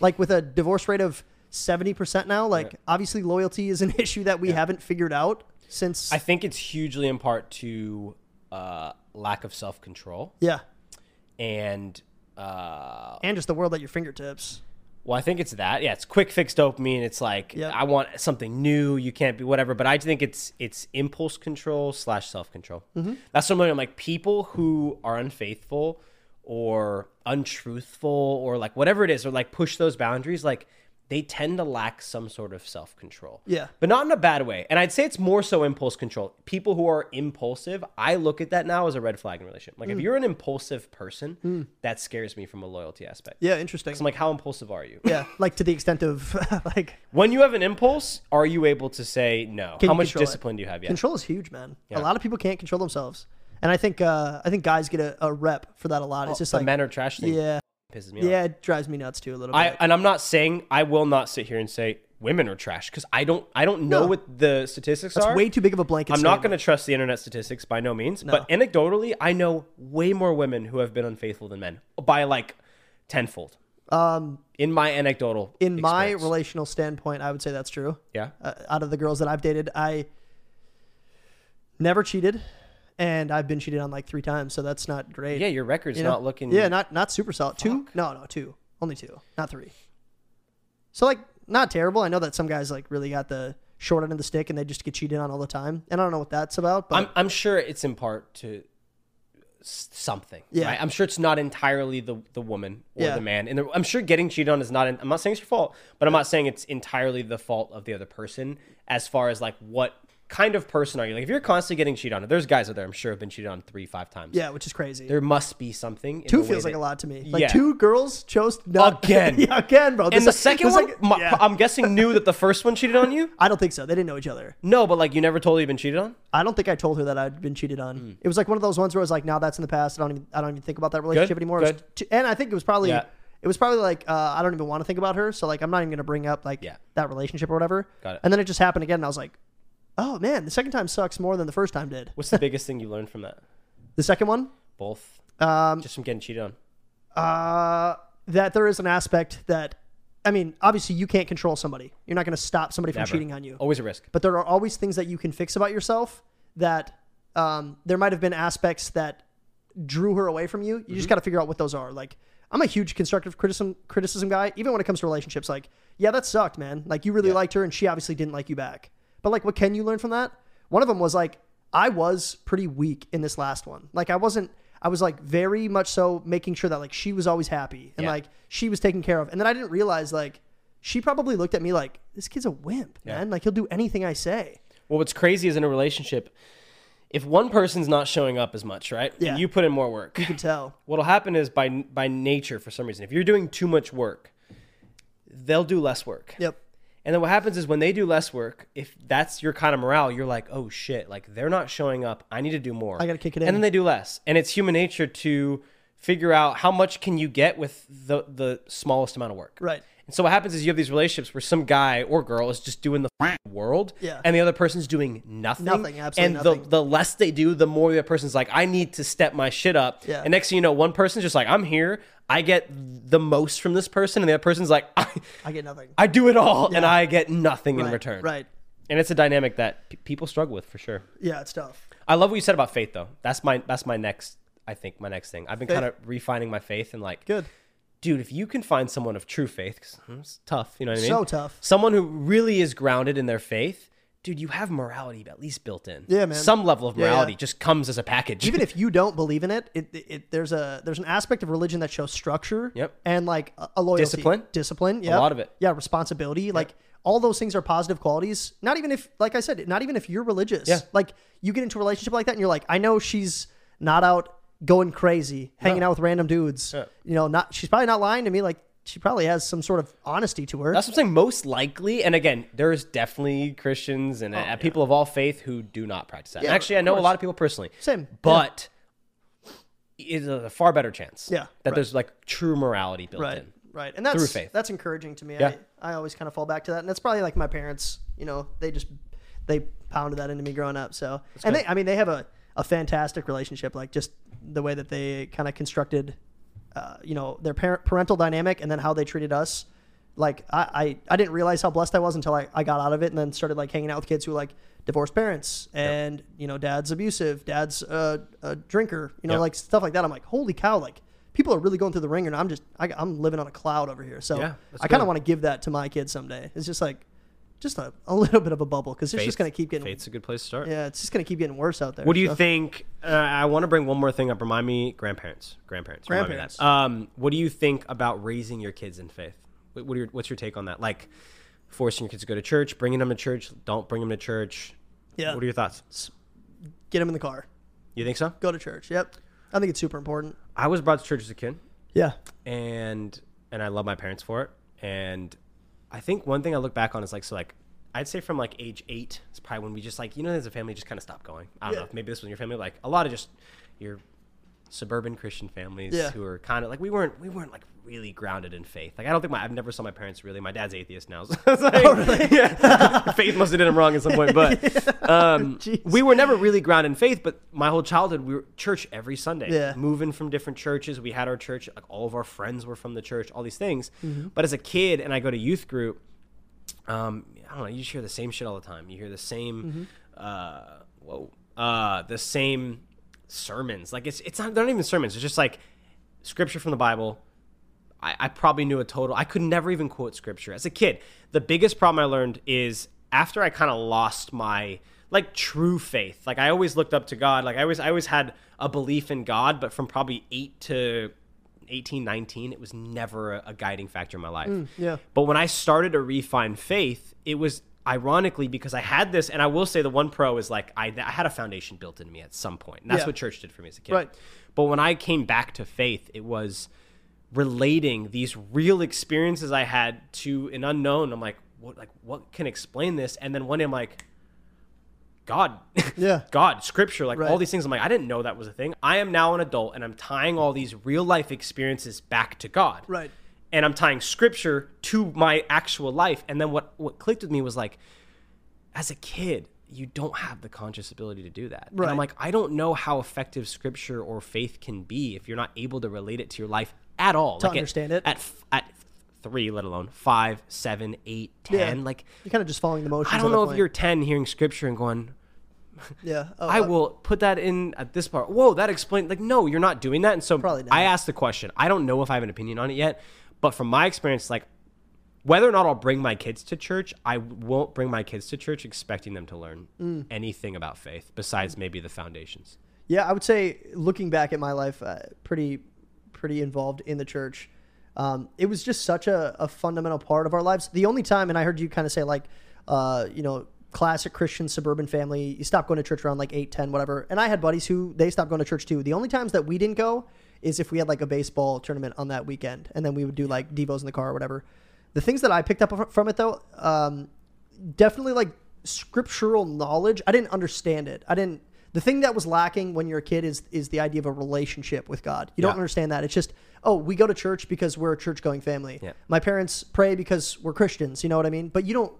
S1: Like with a divorce rate of seventy percent now, like obviously loyalty is an issue that we haven't figured out since.
S2: I think it's hugely in part to uh, lack of self control
S1: yeah,
S2: and. Uh,
S1: and just the world at your fingertips.
S2: well, I think it's that. Yeah, it's quick fix dopamine. It's like
S1: Yep.
S2: I want something new. You can't be whatever. But I think it's it's impulse control slash self control.
S1: Mm-hmm.
S2: That's something I'm like people who are unfaithful or untruthful or like whatever it is or like push those boundaries. Like they tend to lack some sort of self control.
S1: Yeah.
S2: but not in a bad way. And I'd say it's more so impulse control. People who are impulsive, I look at that now as a red flag in a relationship. Like
S1: Mm.
S2: if you're an impulsive person, that scares me from a loyalty aspect.
S1: Yeah, interesting.
S2: 'Cause I'm like, how impulsive are you?
S1: yeah, like to the extent of like
S2: When you have an impulse, are you able to say no?
S1: Can
S2: How
S1: you
S2: much
S1: control it?
S2: discipline do you have? Yeah.
S1: control is huge, man. A
S2: Yeah.
S1: lot of people can't control themselves, and I think uh, I think guys get a, a rep for that a lot. It's just
S2: Oh, the
S1: like
S2: men are trash thing.
S1: yeah,
S2: pisses me off.
S1: Yeah, it drives me nuts too a little bit.
S2: I and I'm not saying I will not sit here and say women are trash because I don't I don't know
S1: No.
S2: what the statistics
S1: That's
S2: are.
S1: way too big of a blanket.
S2: I'm not
S1: statement.
S2: going to trust the internet statistics by no means, but anecdotally, I know way more women who have been unfaithful than men by like tenfold.
S1: Um,
S2: In my anecdotal,
S1: in my
S2: experience.
S1: relational standpoint, I would say that's true.
S2: yeah,
S1: uh, out of the girls that I've dated, I never cheated, and I've been cheated on like three times, so that's not great.
S2: yeah, your record's
S1: you know?
S2: not looking.
S1: Yeah, not not super solid. Two? No, no, two. Only two, not three. So like, not terrible. I know that some guys like really got the short end of the stick, and they just get cheated on all the time. And I don't know what that's about, but
S2: I'm I'm sure it's in part to s- something.
S1: Yeah.
S2: right? I'm sure it's not entirely the the woman or
S1: Yeah.
S2: the man, and there- I'm sure getting cheated on is not. In, I'm not saying it's your fault, but I'm not saying it's entirely the fault of the other person as far as like what kind of person are you. Like if you're constantly getting cheated on, there's guys out there I'm sure have been cheated on three five times.
S1: yeah, which is crazy.
S2: there must be something. in
S1: two
S2: the way
S1: feels like
S2: that-
S1: a lot to me. Like
S2: Yeah.
S1: two girls chose not
S2: Again.
S1: yeah, again, bro.
S2: And
S1: This-
S2: the second
S1: this,
S2: one,
S1: like-
S2: my-
S1: yeah.
S2: I'm guessing knew that the first one cheated on you.
S1: I don't think so. They didn't know each other.
S2: No, but like you never told her you've been cheated on.
S1: I don't think I told her that I'd been cheated on.
S2: Hmm.
S1: It was like one of those ones where I was like, "Now that's in the past. I don't even I don't even think about that relationship anymore." It was
S2: good.
S1: t- and I think it was probably
S2: Yeah.
S1: it was probably like uh, I don't even want to think about her, so like I'm not even gonna bring up like
S2: Yeah.
S1: that relationship or whatever.
S2: Got it.
S1: And then it just happened again, and I was like, "Oh man, the second time sucks more than the first time did."
S2: What's the biggest thing you learned from that?
S1: The second one,
S2: Both,
S1: um,
S2: just from getting cheated on.
S1: uh, that there is an aspect that, I mean, obviously you can't control somebody. You're not gonna stop somebody from
S2: Never. Oh.
S1: cheating on you.
S2: Always a risk.
S1: but there are always things that you can fix about yourself that um, there might have been aspects that drew her away from you. You
S2: Mm-hmm.
S1: just got to figure out what those are. Like, I'm a huge constructive criticism criticism guy, even when it comes to relationships. Like, yeah, that sucked, man. Like, you really liked her, and she obviously didn't like you back. But like, what can you learn from that? One of them was like, I was pretty weak in this last one. Like, I wasn't. I was like very much so making sure that like she was always happy and
S2: Yeah.
S1: like she was taken care of. And then I didn't realize like she probably looked at me like this kid's a wimp, man. Like he'll do anything I say.
S2: Well, what's crazy is in a relationship, if one person's not showing up as much, right? and
S1: Yeah.
S2: you put in more work.
S1: You can tell.
S2: What'll happen is by by nature, for some reason, if you're doing too much work, they'll do less work.
S1: Yep.
S2: And then what happens is when they do less work, if that's your kind of morale, you're like, oh shit, like they're not showing up. I need to do more.
S1: I gotta kick it in.
S2: And then they do less. And it's human nature to figure out how much can you get with the the smallest amount of work.
S1: Right.
S2: And so what happens is you have these relationships where some guy or girl is just doing the f- world,
S1: Yeah.
S2: and the other person's doing nothing.
S1: Nothing, absolutely
S2: And
S1: nothing.
S2: the the less they do, the more the other person's like, I need to step my shit up.
S1: Yeah.
S2: And next thing you know, one person's just like, I'm here. I get the most from this person, and the other person's like, I,
S1: I get nothing.
S2: I do it all, and
S1: Yeah.
S2: I get nothing in
S1: Right,
S2: return.
S1: Right.
S2: And it's a dynamic that p- people struggle with for sure.
S1: Yeah, it's tough.
S2: I love what you said about faith, though. That's my that's my next. I think my next thing. I've been
S1: Faith.
S2: kind of refining my faith and like,
S1: Good.
S2: dude, if you can find someone of true faith, 'cause hmm, it's tough. You know what I mean?
S1: So tough.
S2: Someone who really is grounded in their faith, dude. You have morality at least built in.
S1: Yeah, man.
S2: Some level of
S1: Yeah, yeah.
S2: morality just comes as a package.
S1: Even if you don't believe in it, it, it, it- there's a there's an aspect of religion that shows structure.
S2: Yep.
S1: And like a, a loyalty,
S2: Discipline.
S1: discipline. Yeah.
S2: lot of it.
S1: Yeah, responsibility. Like all those things are positive qualities. Not even if, like I said, not even if you're religious.
S2: Yeah.
S1: Like you get into a relationship like that, and you're like, I know she's not out going crazy, hanging out with random dudes. You know, not she's probably not lying to me. Like she probably has some sort of honesty to her.
S2: That's what I'm saying. Most likely, and again, there's definitely Christians and uh, people of all faith who do not practice that. And
S1: Oh, Yeah,
S2: Actually, I
S1: of
S2: know a
S1: course.
S2: lot of people personally.
S1: Same, yeah.
S2: but it's a far better chance.
S1: Yeah,
S2: that
S1: right.
S2: there's like true morality built
S1: right
S2: in.
S1: right and that's
S2: Through faith.
S1: that's encouraging to me
S2: Yeah.
S1: I, I always kind of fall back to that and that's probably like my parents you know they just they pounded that into me growing up so and they i mean they have a, a fantastic relationship like just the way that they kind of constructed uh, you know their parent parental dynamic and then how they treated us like I, I i didn't realize how blessed i was until i, I got out of it and then started like hanging out with kids who like divorced parents and you know dad's abusive dad's uh, a drinker you know
S2: Yep.
S1: like stuff like that i'm like holy cow like people are really going through the ringer and i'm just I, i'm living on a cloud over here so
S2: Yeah, that's
S1: i kind
S2: good.
S1: of want to give that to my kids someday it's just like just a, a little bit of a bubble because it's just
S2: Faith-
S1: going to keep getting
S2: Faith's a good place to start.
S1: yeah it's just going to keep getting worse out there
S2: What do you
S1: so.
S2: think? Uh, I want to bring one more thing up. Remind me, grandparents, grandparents, remind me of that.
S1: Grandparents.
S2: Um, what do you think about raising your kids in faith? What, what are your, what's your take on that? Like forcing your kids to go to church, bringing them to church, don't bring them to church.
S1: Yeah.
S2: What are your thoughts?
S1: get them in the car
S2: You think so?
S1: go to church yep i think it's super important
S2: I was brought to church as a kid,
S1: yeah
S2: and and I love my parents for it. And I think one thing I look back on is like so like I'd say from like age eight is probably when we just like you know as a family just kind of stopped going. I don't
S1: Yeah.
S2: know. Maybe this was in your family like a lot of just your suburban Christian families
S1: Yeah.
S2: who are kind of like we weren't we weren't like really grounded in faith. Like I don't think my I've never saw my parents really. My dad's atheist now. So
S1: Oh,
S2: it's like, yeah. faith must have did him wrong at some point. But um,
S1: Jeez.
S2: we were never really grounded in faith. But my whole childhood, we were church every Sunday.
S1: Yeah.
S2: moving from different churches. We had our church. Like all of our friends were from the church. All these things.
S1: Mm-hmm.
S2: But as a kid, and I go to youth group um, I don't know. You just hear the same shit all the time. You hear the same,
S1: Mm-hmm.
S2: uh, whoa, uh, the same sermons. Like it's it's not they're not even sermons. It's just like scripture from the Bible. I, I probably knew a total. I could never even quote scripture as a kid. The biggest problem I learned is after I kind of lost my like true faith. Like I always looked up to God. Like I always I always had a belief in God, but from probably eight to 18, 19, it was never a, a guiding factor in my life.
S1: yeah.
S2: But when I started to refine faith, it was ironically because I had this, and I will say the one pro is like I, I had a foundation built in me at some point. And that's
S1: Yeah.
S2: what church did for me as a kid.
S1: Right.
S2: But when I came back to faith, it was relating these real experiences I had to an unknown. I'm like, what like what can explain this? And then one day I'm like, God,
S1: Yeah.
S2: God, scripture, like all
S1: Right.
S2: these things. I'm like, I didn't know that was a thing. I am now an adult and I'm tying all these real life experiences back to God.
S1: Right.
S2: And I'm tying scripture to my actual life. And then what, what clicked with me was like, as a kid, you don't have the conscious ability to do that. And
S1: Right.
S2: I'm like, I don't know how effective scripture or faith can be if you're not able to relate it to your life at all. To
S1: understand it.
S2: At, f- at three, let alone five, seven, eight,
S1: Yeah.
S2: ten. Like,
S1: You're kind of just following the motions.
S2: I
S1: at
S2: don't
S1: that
S2: know if
S1: point.
S2: you're 10 hearing scripture and going,
S1: Yeah. Oh,
S2: I
S1: uh,
S2: will put that in at this part. Whoa, that explained. Like, no, you're not doing that. And so
S1: Probably not.
S2: I asked the question. I don't know if I have an opinion on it yet, but from my experience, like, whether or not I'll bring my kids to church, I won't bring my kids to church expecting them to learn
S1: Mm.
S2: anything about faith besides maybe the foundations.
S1: Yeah, I would say looking back at my life, uh, pretty, pretty involved in the church. Um, it was just such a, a fundamental part of our lives. The only time, and I heard you kind of say like, uh, you know, classic Christian suburban family. You stop going to church around like eight, ten, whatever. And I had buddies who they stopped going to church too. The only times that we didn't go is if we had like a baseball tournament on that weekend, and then we would do like devos in the car or whatever. The things that I picked up fr- from it though, um, definitely like scriptural knowledge. I didn't understand it. I didn't. The thing that was lacking when you're a kid is is the idea of a relationship with God. You don't
S2: Yeah.
S1: understand that. It's just oh, we go to church because we're a church going family.
S2: Yeah.
S1: My parents pray because we're Christians. You know what I mean? But you don't.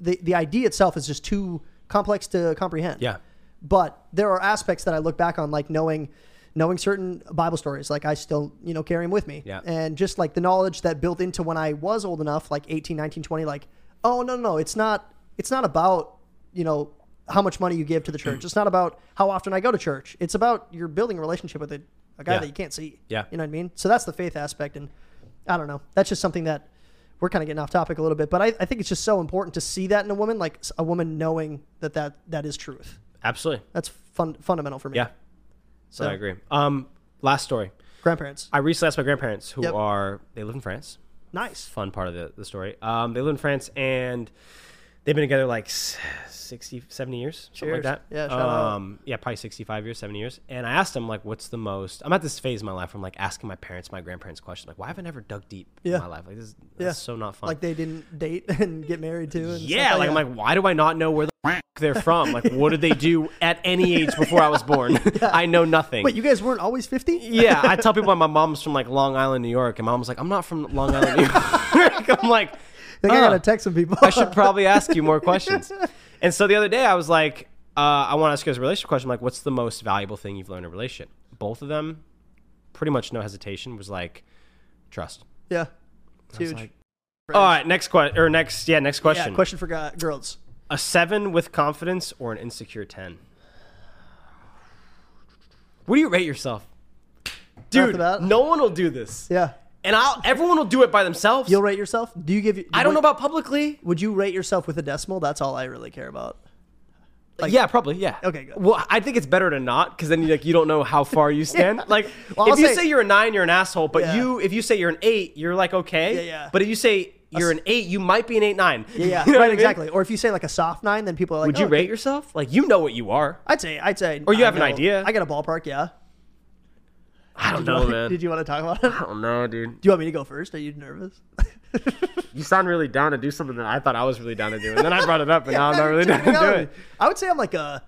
S1: The the idea itself is just too complex to comprehend
S2: Yeah.
S1: but there are aspects that I look back on, like knowing knowing certain Bible stories, like I still, you know, carry them with me.
S2: Yeah.
S1: And just like the knowledge that built into when I was old enough, like 18, 19, 20, like, oh no, no, no, it's not it's not about, you know, how much money you give to the
S2: Mm.
S1: church. It's not about how often I go to church. It's about you're building a relationship with a, a guy
S2: Yeah.
S1: that you can't see.
S2: Yeah.
S1: You know what I mean? So that's the faith aspect and I don't know. That's just something that we're kind of getting off topic a little bit, but I, I think it's just so important to see that in a woman, like s- a woman knowing that that, that is truth.
S2: Absolutely.
S1: That's fun, fundamental for me.
S2: Yeah. So, I agree. Um, last story.
S1: Grandparents.
S2: I recently asked my grandparents who
S1: Yep.
S2: are, they live in France.
S1: Nice.
S2: fun part of the, the story. Um, they live in France and they've been together like s- 60, 70 years, something like
S1: Cheers.
S2: that.
S1: Yeah, shout out.
S2: um, yeah, probably 65 years, 70 years. And I asked them, like, what's the most, I'm at this phase in my life where I'm like asking my parents, my grandparents questions, like, why have I never dug deep
S1: Yeah.
S2: in my life? Like, this is
S1: Yeah.
S2: that's so not fun.
S1: Like they didn't date and get married too. And
S2: yeah,
S1: stuff
S2: like, I'm
S1: that.
S2: like, why do I not know where the f- they're from? Like, what did they do at any age before I was born? I know nothing.
S1: Wait, you guys weren't always fifty?
S2: Yeah, I tell people my mom's from like Long Island, New York, and my mom's like, I'm not from Long Island, New York. I'm like,
S1: I think I
S2: "Huh."
S1: gotta text some people.
S2: I should probably ask you more questions. And so the other day, I was like, uh, I want to ask you guys a relationship question. like, what's the most valuable thing you've learned in a relationship? Both of them, pretty much no hesitation, was like, trust.
S1: yeah. It's huge.
S2: like, All right, next question or next, yeah, next
S1: yeah.
S2: question.
S1: Question for gu- girls.
S2: A seven with confidence or an insecure ten? What do you rate yourself, dude?
S1: the bat.
S2: No one will do this,
S1: Yeah.
S2: and I'll. Everyone will do it by themselves.
S1: You'll rate yourself? Do you give?
S2: I don't know about publicly.
S1: Would you rate yourself with a decimal? That's all I really care about.
S2: yeah, probably. Yeah.
S1: Okay, good.
S2: Well, I think it's better to not because then you like you don't know how far you stand. Like,
S1: Well,
S2: if
S1: I'll
S2: you
S1: say-
S2: say, you're a nine, you're an asshole. But
S1: Yeah.
S2: you, if you say you're an eight, you're like okay.
S1: Yeah, yeah.
S2: But if you say you're an eight, you might be an eight nine.
S1: Yeah. yeah.
S2: You know what I
S1: right.
S2: mean?
S1: Exactly. Or if you say like a soft nine, then people are like,
S2: Would you
S1: oh,
S2: rate yourself? Like you know what you are.
S1: I'd say. I'd say.
S2: Or you
S1: I
S2: have an
S1: know-
S2: idea.
S1: I got a ballpark. Yeah.
S2: I don't
S1: Did you want to talk about it?
S2: I don't know, dude.
S1: Do you want me to go first? Are you nervous?
S2: You sound really down to do something that I thought I was really down to do, and then I brought it up, and now I'm not
S1: You're
S2: really down
S1: checking
S2: to
S1: out
S2: do
S1: on me.
S2: it.
S1: I would say I'm like a.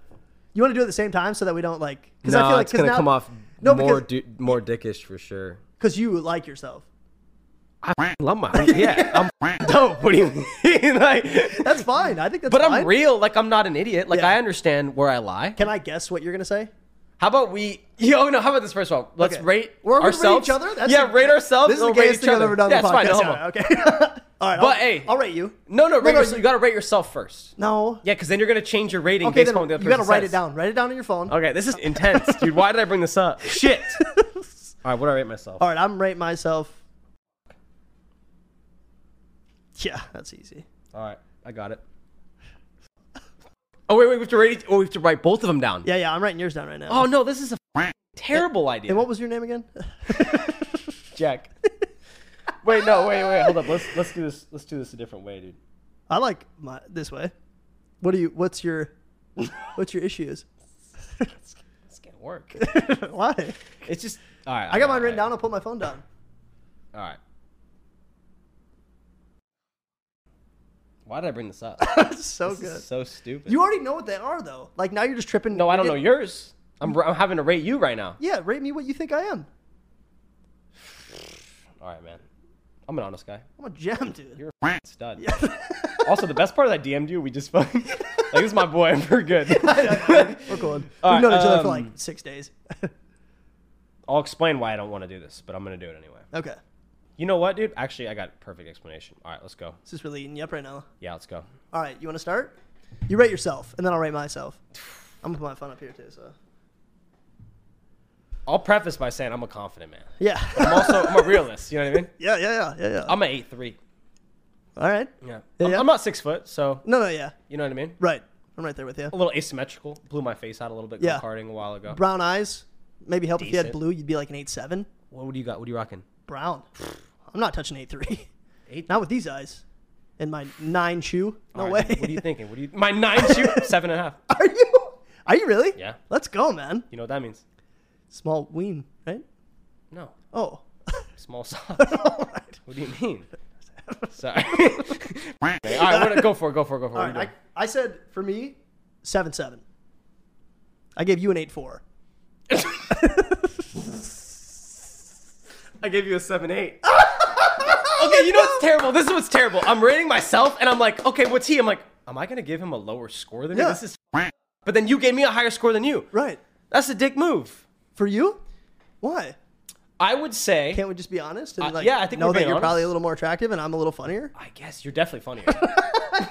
S1: You want to do it at the same time so that we don't like because I
S2: No,
S1: feel like
S2: it's
S1: 'cause
S2: gonna
S1: now-
S2: come off
S1: No,
S2: more
S1: because-
S2: du- more dickish for sure.
S1: because you like yourself.
S2: I f- love my yeah. I'm dope. What do you mean? like,
S1: That's fine. I think that's.
S2: but I'm
S1: fine.
S2: real. Like I'm not an idiot. Like
S1: Yeah.
S2: I understand where I lie.
S1: Can I guess what you're gonna say?
S2: How about we? Yo, oh, no. How about this first of all? Let's
S1: Okay.
S2: rate
S1: We're gonna rate
S2: ourselves.
S1: each other. That's
S2: yeah,
S1: the-
S2: rate ourselves.
S1: This is
S2: or
S1: the
S2: rate
S1: gayest
S2: each
S1: thing I've
S2: other.
S1: ever done
S2: yeah,
S1: on the
S2: it's fine,
S1: podcast.
S2: no homo.
S1: Yeah, okay. All right.
S2: But,
S1: I'll,
S2: hey.
S1: I'll rate you.
S2: No, no, rate
S1: no,
S2: yourself.
S1: you-
S2: You gotta rate yourself first.
S1: No.
S2: Yeah, because then you're gonna change your rating
S1: Okay,
S2: based
S1: then
S2: on what the other
S1: you gotta
S2: person
S1: write it
S2: says.
S1: down. Write it down on your phone.
S2: Okay, this is intense, dude. Why did I bring this up? Shit. All right, what do I rate myself?
S1: All right, I'm rate myself. Yeah, that's easy.
S2: All right, I got it. Oh wait, wait, we have to rate. Each, oh, we have to write both of them down.
S1: Yeah, yeah, I'm writing yours down right now.
S2: Oh no, this is a f- terrible idea.
S1: and what was your name again?
S2: Jack? wait, no, wait, wait, hold up. Let's let's do this. Let's do this a different way, dude.
S1: I like my this way. What do you? What's your? What's your issues?
S2: This can't work.
S1: Why?
S2: It's just all right.
S1: I got mine written down. I'll put my phone down.
S2: All right. Why did I bring this up?
S1: That's so
S2: This
S1: good.
S2: is so stupid.
S1: You already know what they are though. Like now you're just tripping.
S2: no, I don't know
S1: You're
S2: yours. I'm I'm having to rate you right now.
S1: yeah, rate me what you think I am.
S2: All right, man. I'm an honest guy.
S1: I'm a gem, dude.
S2: You're a stud. also, the best part is I DM'd you. We just fucking like this is my boy. and We're good.
S1: We're going.
S2: All
S1: We've known
S2: right,
S1: each other for like
S2: um,
S1: six days.
S2: I'll explain why I don't want to do this, but I'm gonna do it anyway.
S1: okay,
S2: You know what, dude? Actually, I got a perfect explanation. All right, let's go.
S1: this is really eating you up right now.
S2: Yeah, let's go.
S1: All right, you want to start? You rate yourself, and then I'll rate myself. I'm gonna put my phone up here too. So
S2: I'll preface by saying I'm a confident man.
S1: yeah,
S2: I'm also I'm a realist. You know what I mean?
S1: yeah, yeah, yeah, yeah, yeah.
S2: I'm an eight three.
S1: All right.
S2: Yeah.
S1: Yeah,
S2: I'm,
S1: yeah.
S2: I'm not six foot, so
S1: No, no, yeah,
S2: you know what I mean.
S1: right. I'm right there with you.
S2: A little asymmetrical. Blew my face out a little bit
S1: Yeah.
S2: go-karting a while ago.
S1: Brown eyes, maybe help if you had
S2: Decent.
S1: blue, you'd be like an eight seven.
S2: What, what do you got? What are you rocking?
S1: Brown. I'm not touching eight three.
S2: Eight.
S1: Not with these eyes. And my nine shoe. No
S2: All
S1: way.
S2: right, dude, What are you thinking? What do you? My nine shoot seven and a half.
S1: Are you? Are you really?
S2: Yeah.
S1: Let's go, man.
S2: You know what that means?
S1: Small ween, right?
S2: No.
S1: Oh.
S2: Small sauce.
S1: All right.
S2: What do you mean? Sorry. All right, what, go for it. Go for it. Go for it.
S1: All
S2: What are
S1: right.
S2: you doing?
S1: I, I said for me, seven seven. I gave you an eight four.
S2: I, gave you a seven eight. okay, you know what's terrible? This is what's terrible. I'm rating myself, and I'm like, okay, what's he? I'm like, am I gonna give him a lower score than
S1: Yeah.
S2: me? This is. But then you gave me a higher score than you.
S1: Right.
S2: That's a dick move.
S1: For you? Why?
S2: I would say.
S1: Can't we just be honest and
S2: Uh,
S1: like
S2: yeah, I think
S1: know
S2: we're
S1: that
S2: being
S1: you're probably
S2: honest.
S1: a little more attractive and I'm a little funnier?
S2: I guess you're definitely funnier.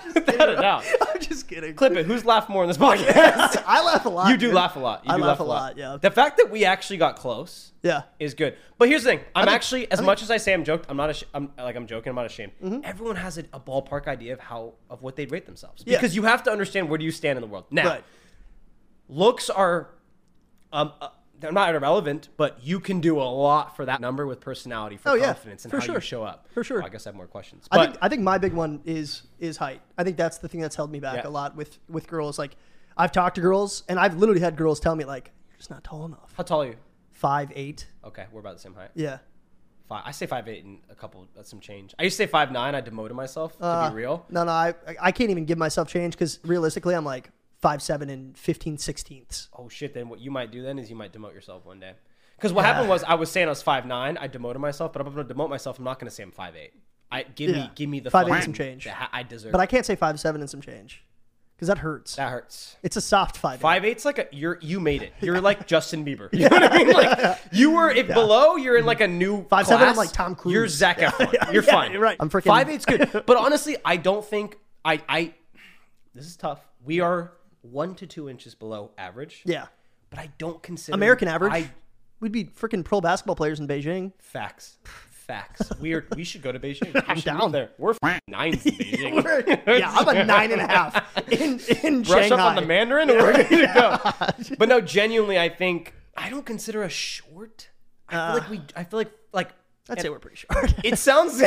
S2: Without a doubt.
S1: I'm just kidding.
S2: Clip it. Who's laughed more in this podcast?
S1: I laugh a lot.
S2: you do
S1: dude.
S2: laugh a lot. You
S1: I
S2: do
S1: laugh a lot, yeah.
S2: The fact that we actually got close.
S1: Yeah.
S2: is good. But here's the thing: I'm
S1: think- Mm-hmm.
S2: actually, as much as I say I'm joked, I'm not. Ash- I'm like I'm joking. I'm not ashamed. Everyone has a, a ballpark idea of how of what they rate themselves
S1: Yeah.
S2: because you have to understand where do you stand in the world. Now,
S1: Right.
S2: looks are, um, uh, they're not irrelevant, but you can do a lot for that number with personality, for
S1: Oh, yeah.
S2: confidence, and
S1: For
S2: how you
S1: sure.
S2: show up.
S1: For sure.
S2: Well, I guess I have more questions.
S1: I
S2: But
S1: think I think my big one is is height. I think that's the thing that's held me back
S2: Yeah.
S1: a lot with with girls. Like I've talked to girls and I've literally had girls tell me like you're just not tall enough.
S2: how tall are you?
S1: Five eight.
S2: Okay, we're about the same height.
S1: Yeah.
S2: Five. I say five eight and a couple. That's some change. I used to say five nine. I demoted myself to
S1: Uh,
S2: be real.
S1: No, no, I I can't even give myself change because realistically I'm like five seven and fifteen sixteenths.
S2: oh shit, then what you might do then is you might demote yourself one day. Because what happened was I was saying I was five nine, I demoted myself, but if I'm gonna demote myself. I'm not gonna say I'm five eight. I give
S1: Yeah.
S2: me give me the
S1: 5'8"
S2: fucking-
S1: some change.
S2: the ha- I deserve.
S1: But
S2: But
S1: I can't say five seven and some change because that hurts.
S2: that hurts.
S1: It's a soft five.
S2: Five eight's like a you're you made it. You're like Justin Bieber. You know what I mean? Like you were if below, you're in like a new
S1: Five
S2: class.
S1: seven, I'm like Tom
S2: You're
S1: Cruise.
S2: Zac Efron. You're
S1: yeah,
S2: fine.
S1: you're right. I'm freaking-
S2: five eight's good. But honestly, I don't think I I this is tough. We are one to two inches below average.
S1: Yeah.
S2: But I don't consider
S1: American average.
S2: I
S1: We'd be freaking pro basketball players in Beijing.
S2: Facts. Facts. We are. We should go to Beijing. We should
S1: down.
S2: move there. We're f- nines in Beijing.
S1: yeah, I'm a nine and a half in in
S2: Brush
S1: Shanghai.
S2: up on the Mandarin, and we're going to go. But no, genuinely, I think I don't consider us short. I feel like we. I feel like like.
S1: I'd say we're pretty short.
S2: It sounds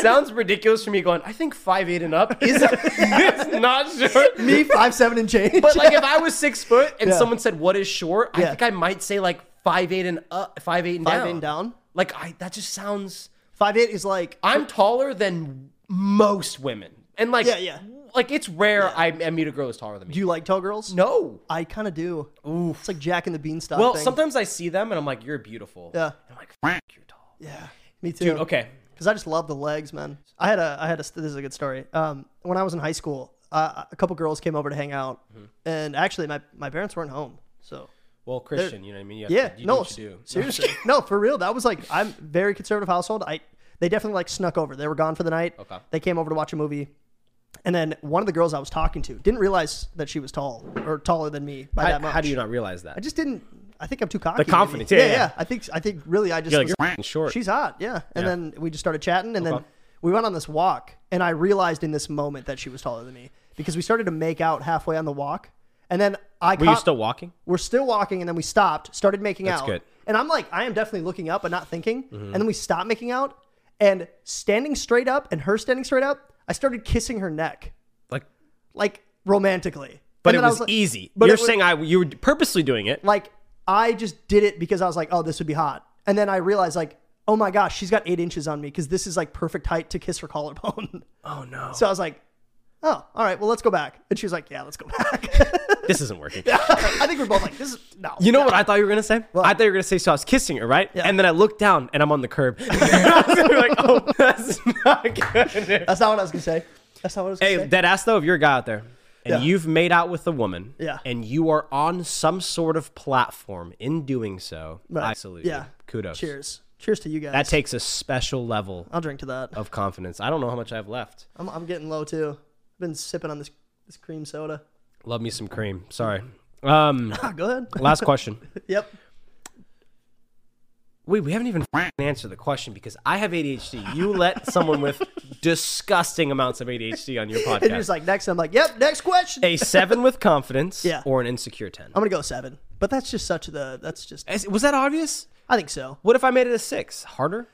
S2: sounds ridiculous for me going. I think five eight and up is is not short.
S1: me five seven and change.
S2: But like if I was six foot and
S1: Yeah.
S2: someone said what is short, I
S1: Yeah.
S2: think I might say like five eight and up, five eight and
S1: five
S2: down.
S1: in down,
S2: Like I that just sounds.
S1: five eight is like
S2: I'm taller than most women. And like
S1: Yeah, yeah.
S2: like it's rare I, I meet a girl who's taller than me.
S1: Do you like tall girls?
S2: no.
S1: I kind of do.
S2: Oof.
S1: It's like Jack and the Beanstalk.
S2: Well,
S1: thing.
S2: sometimes I see them and I'm like, you're beautiful.
S1: Yeah.
S2: I'm like, F- you're tall.
S1: Yeah, me too.
S2: Dude, okay.
S1: because I just love the legs, man. I had a, I had a. This is a good story. Um, when I was in high school, uh, a couple girls came over to hang out,
S2: Mm-hmm.
S1: and actually, my my parents weren't home, so
S2: Well, Christian, you know what I mean? You have
S1: yeah,
S2: to, you do
S1: no,
S2: what you do.
S1: seriously, no, for real. That was like I'm very conservative household. I they definitely like snuck over. They were gone for the night.
S2: Okay.
S1: They came over to watch a movie, and then one of the girls I was talking to didn't realize that she was tall or taller than me by
S2: How,
S1: that much.
S2: how do you not realize that?
S1: I just didn't. I think I'm too cocky. maybe.
S2: confidence, yeah,
S1: yeah,
S2: yeah.
S1: I think I think really I just
S2: you're like,
S1: was-
S2: you're f***ing short.
S1: She's hot, yeah. And
S2: Yeah.
S1: then we just started chatting, and then
S2: Okay.
S1: we went on this walk, and I realized in this moment that she was taller than me because we started to make out halfway on the walk, and then I
S2: Were you
S1: caught-
S2: still walking?
S1: we're still walking, and then we stopped, started making
S2: That's
S1: out,
S2: good. Mm-hmm.
S1: and I'm like, I am definitely looking up but not thinking, and then we stopped making out, and standing straight up, and her standing straight up, I started kissing her neck,
S2: Like,
S1: like romantically.
S2: but
S1: And
S2: it
S1: then I
S2: was,
S1: like-
S2: easy.
S1: but
S2: you're
S1: it was-
S2: saying I you were purposely doing it.
S1: like I just did it because I was like, oh, this would be hot. And then I realized like, oh my gosh, she's got eight inches on me because this is like perfect height to kiss her collarbone.
S2: oh no,
S1: so I was like, oh, all right, well let's go back. And she was like, yeah, let's go back.
S2: this isn't working.
S1: I think we're both like, this is no.
S2: You know what I thought you were gonna say? I thought you were gonna say so I was kissing her, right? And then I looked down and I'm on the curb. I was like, oh, that's not good.
S1: That's not what I was gonna say. That's not what I was gonna
S2: Hey,
S1: say.
S2: dead ass though, if you're a guy out there and
S1: Yeah.
S2: you've made out with a woman,
S1: Yeah.
S2: and you are on some sort of platform in doing so, I salute you.
S1: Yeah.
S2: Kudos.
S1: Cheers. Oh. Cheers to you guys.
S2: That Oh. takes a special level
S1: I'll drink to that.
S2: of confidence. I don't know how much I have left.
S1: I'm, I'm getting low too. I've been sipping on this this cream soda.
S2: Love me some cream. Sorry. Um,
S1: Ah, go ahead.
S2: last question.
S1: yep.
S2: Wait, we haven't even f***ing answered the question because I have ADHD. You let someone with disgusting amounts of ADHD on your
S1: And you're
S2: podcast.
S1: just like next. I'm like, yep. Next question.
S2: a seven with confidence
S1: Yeah. Um,
S2: or an insecure 10.
S1: I'm gonna go seven. But that's just such the. That's just.
S2: Is- Was that obvious?
S1: I think so.
S2: What if I made it a six? Harder?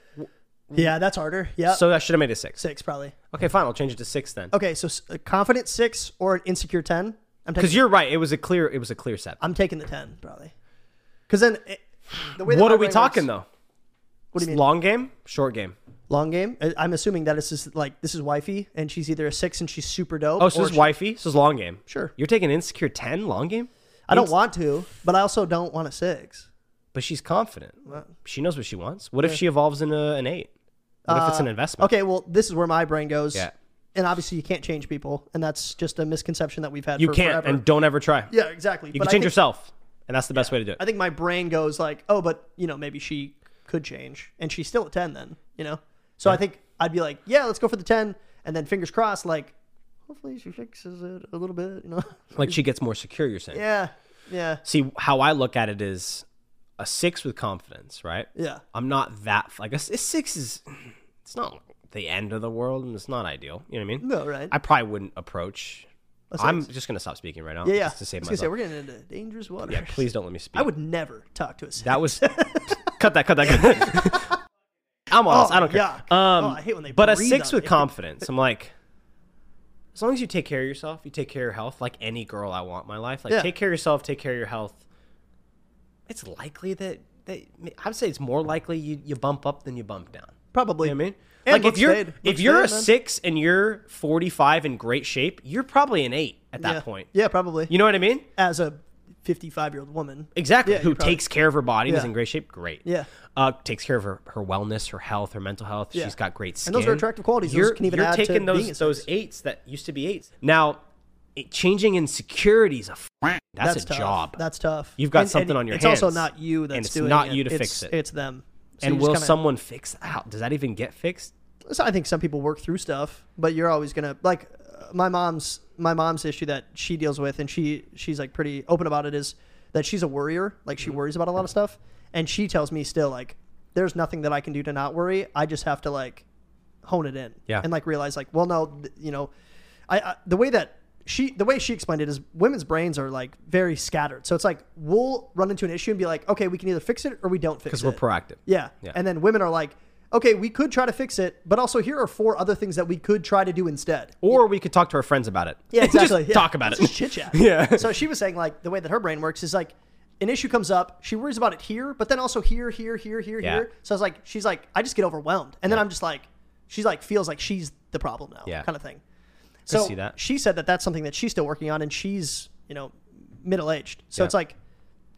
S1: Yeah, that's harder. Yeah.
S2: So I should have made it a six.
S1: six probably.
S2: Okay, fine. I'll change it to six then.
S1: Okay, so s- a confident six or an insecure ten. I'm
S2: Because
S1: taking.
S2: you're right. It was a clear. It was a clear set.
S1: I'm taking the ten probably. Because then, it, the way that
S2: What
S1: my
S2: are we
S1: brain
S2: talking
S1: works-
S2: though? What
S1: do you mean?
S2: Long game, short game.
S1: Long game. I- I'm assuming that it's just like this is wifey, and she's either a six and she's super dope.
S2: Oh, so
S1: or
S2: this is
S1: she-
S2: wifey. So this is long game.
S1: Sure.
S2: You're taking insecure ten long game,
S1: I don't want to, but I also don't want a six.
S2: but she's confident. She knows what she wants. What if she evolves into an eight? What if it's an
S1: Uh,
S2: investment?
S1: Okay, well, this is where my brain goes.
S2: Yeah.
S1: And obviously, you can't change people, and that's just a misconception that we've had.
S2: You
S1: for
S2: can't
S1: forever.
S2: and don't ever try.
S1: yeah, exactly.
S2: You
S1: But
S2: can
S1: I
S2: change
S1: think-
S2: yourself, and that's the best way to do it.
S1: I think my brain goes like, oh, but you know, maybe she could change, and she's still a ten then, you know. So I think I'd be like, yeah, let's go for the ten, and then fingers crossed, like, hopefully she fixes it a little bit, you know.
S2: like she gets more secure. You're saying.
S1: yeah, yeah,
S2: See how I look at it is a six with confidence, right?
S1: yeah,
S2: I'm not that like a, s- a six is. It's not the end of the world, and it's not ideal. You know what I mean?
S1: no, right?
S2: I probably wouldn't approach.
S1: That's
S2: I'm
S1: nice.
S2: just gonna stop speaking right now.
S1: yeah, yeah.
S2: Just to save
S1: I was gonna
S2: myself.
S1: say we're getting into dangerous water.
S2: yeah, please don't let me speak.
S1: I would never talk to a.
S2: That was cut that cut that. Cut. I'm honest. I don't care.
S1: yuck.
S2: Um,
S1: Oh, I hate when they
S2: but a
S1: breathe
S2: six
S1: on
S2: with
S1: me.
S2: confidence. I'm like, as long as you take care of yourself, you take care of your health. Like any girl I want in my life, like
S1: Yeah.
S2: take care of yourself, take care of your health. It's likely that that I would say it's more likely you you bump up than you bump down.
S1: probably.
S2: You know what I mean?
S1: And
S2: like if
S1: looks
S2: you're
S1: fade.
S2: if
S1: Looks
S2: you're a
S1: fade, man.
S2: six and you're 45 in great shape, you're probably an eight at that
S1: yeah.
S2: point.
S1: Yeah, probably.
S2: You know what I mean?
S1: As a fifty-five-year-old woman.
S2: Exactly.
S1: Yeah,
S2: Who
S1: you're probably-
S2: takes care of her body and is
S1: Yeah.
S2: in great shape? Great.
S1: Yeah.
S2: Uh, takes care of her, her wellness, her health, her mental health.
S1: Yeah.
S2: She's got great skin.
S1: And those are attractive qualities. Those
S2: You're,
S1: can even
S2: you're
S1: add to
S2: taking those
S1: being a six.
S2: those eights that used to be eights. Now, it, changing insecurities a f- that's,
S1: That's
S2: a
S1: tough.
S2: job.
S1: That's tough.
S2: You've got something on your
S1: it's also
S2: hands,
S1: not you that's
S2: and it's
S1: doing
S2: not
S1: it.
S2: you to
S1: It's-
S2: fix it.
S1: It's them. So
S2: and
S1: you
S2: will
S1: just kinda-
S2: someone fix that out? Does that even get fixed?
S1: So I think some people work through stuff, but you're always gonna like uh, my mom's my mom's issue that she deals with, and she she's like pretty open about it is that she's a worrier. Like
S2: Mm-hmm.
S1: she worries about a lot of stuff, and she tells me still like there's nothing that I can do to not worry. I just have to like hone it in,
S2: Yeah.
S1: and like realize like well no, th- you know, I, I the way that. She the way she explained it is women's brains are like very scattered. So it's like we'll run into an issue and be like, okay, we can either fix it or we don't fix it.
S2: Because we're proactive.
S1: Yeah.
S2: Yeah.
S1: And then women are like, okay, we could try to fix it, but also here are four other things that we could try to do instead.
S2: Or we could talk to our friends about it.
S1: Yeah,
S2: Just
S1: exactly. Yeah.
S2: Talk about
S1: It's
S2: it.
S1: Just chit chat.
S2: Yeah.
S1: So she was saying like the way that her brain works is like an issue comes up, she worries about it here, but then also here, here, here, here,
S2: Yeah.
S1: here. So I was like, she's like, I just get overwhelmed, and then I'm just like, she's like feels like she's the problem now,
S2: Yeah.
S1: kind of thing. So
S2: see that.
S1: she said that that's something that she's still working on, and she's you know middle aged. So
S2: Yeah.
S1: it's like,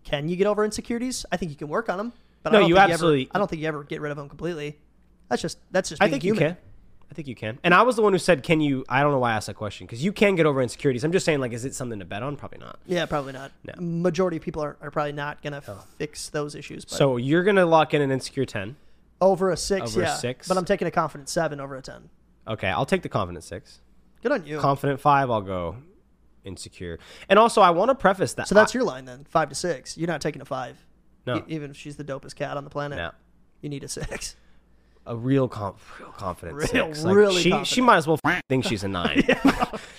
S1: can you get over insecurities? I think you can work on them. But I
S2: No,
S1: don't
S2: you
S1: think
S2: absolutely-
S1: Ever, I don't think you ever get rid of them completely. That's just that's just.
S2: I
S1: being
S2: think
S1: human.
S2: you can. I think you can. And I was the one who said, "Can you?" I don't know why I asked that question because you can get over insecurities. I'm just saying, like, is it something to bet on? Probably not.
S1: Yeah, probably not. Majority of people are, are probably not gonna fix those issues. But
S2: Oh. So you're gonna lock in an insecure ten.
S1: over a six,
S2: Over a
S1: yeah.
S2: six?
S1: But I'm taking a confident seven over a ten.
S2: Okay, I'll take the confident six.
S1: Good on you.
S2: Confident five, I'll go insecure. And also, I want to preface that.
S1: so that's
S2: I-
S1: your line then, five to six. You're not taking a five.
S2: No.
S1: E- even if she's the dopest cat on the planet,
S2: No.
S1: you need a six.
S2: a real, com- real confident
S1: Real-
S2: six.
S1: really
S2: she she
S1: confident.
S2: might as well f- think she's a nine.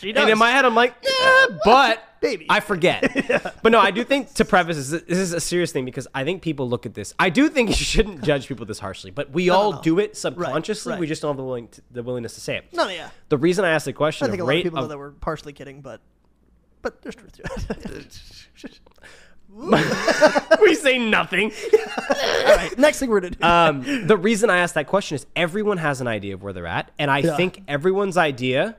S1: She
S2: And in my head, I'm like, yeah, but
S1: Maybe.
S2: I forget. But no, I do think to preface this, this is a serious thing because I think people look at this. I do think you shouldn't judge people this harshly, but we all
S1: no.
S2: do it subconsciously.
S1: right.
S2: We just don't have the willing the willingness to say it.
S1: no, yeah.
S2: The reason I asked the question,
S1: I think a
S2: of
S1: lot of
S2: rate
S1: people know
S2: of-
S1: that we're partially kidding, but but there's truth to it.
S2: we say nothing.
S1: All right, next thing we're gonna do.
S2: um, the reason I asked that question is everyone has an idea of where they're at, and I
S1: Yeah.
S2: think everyone's idea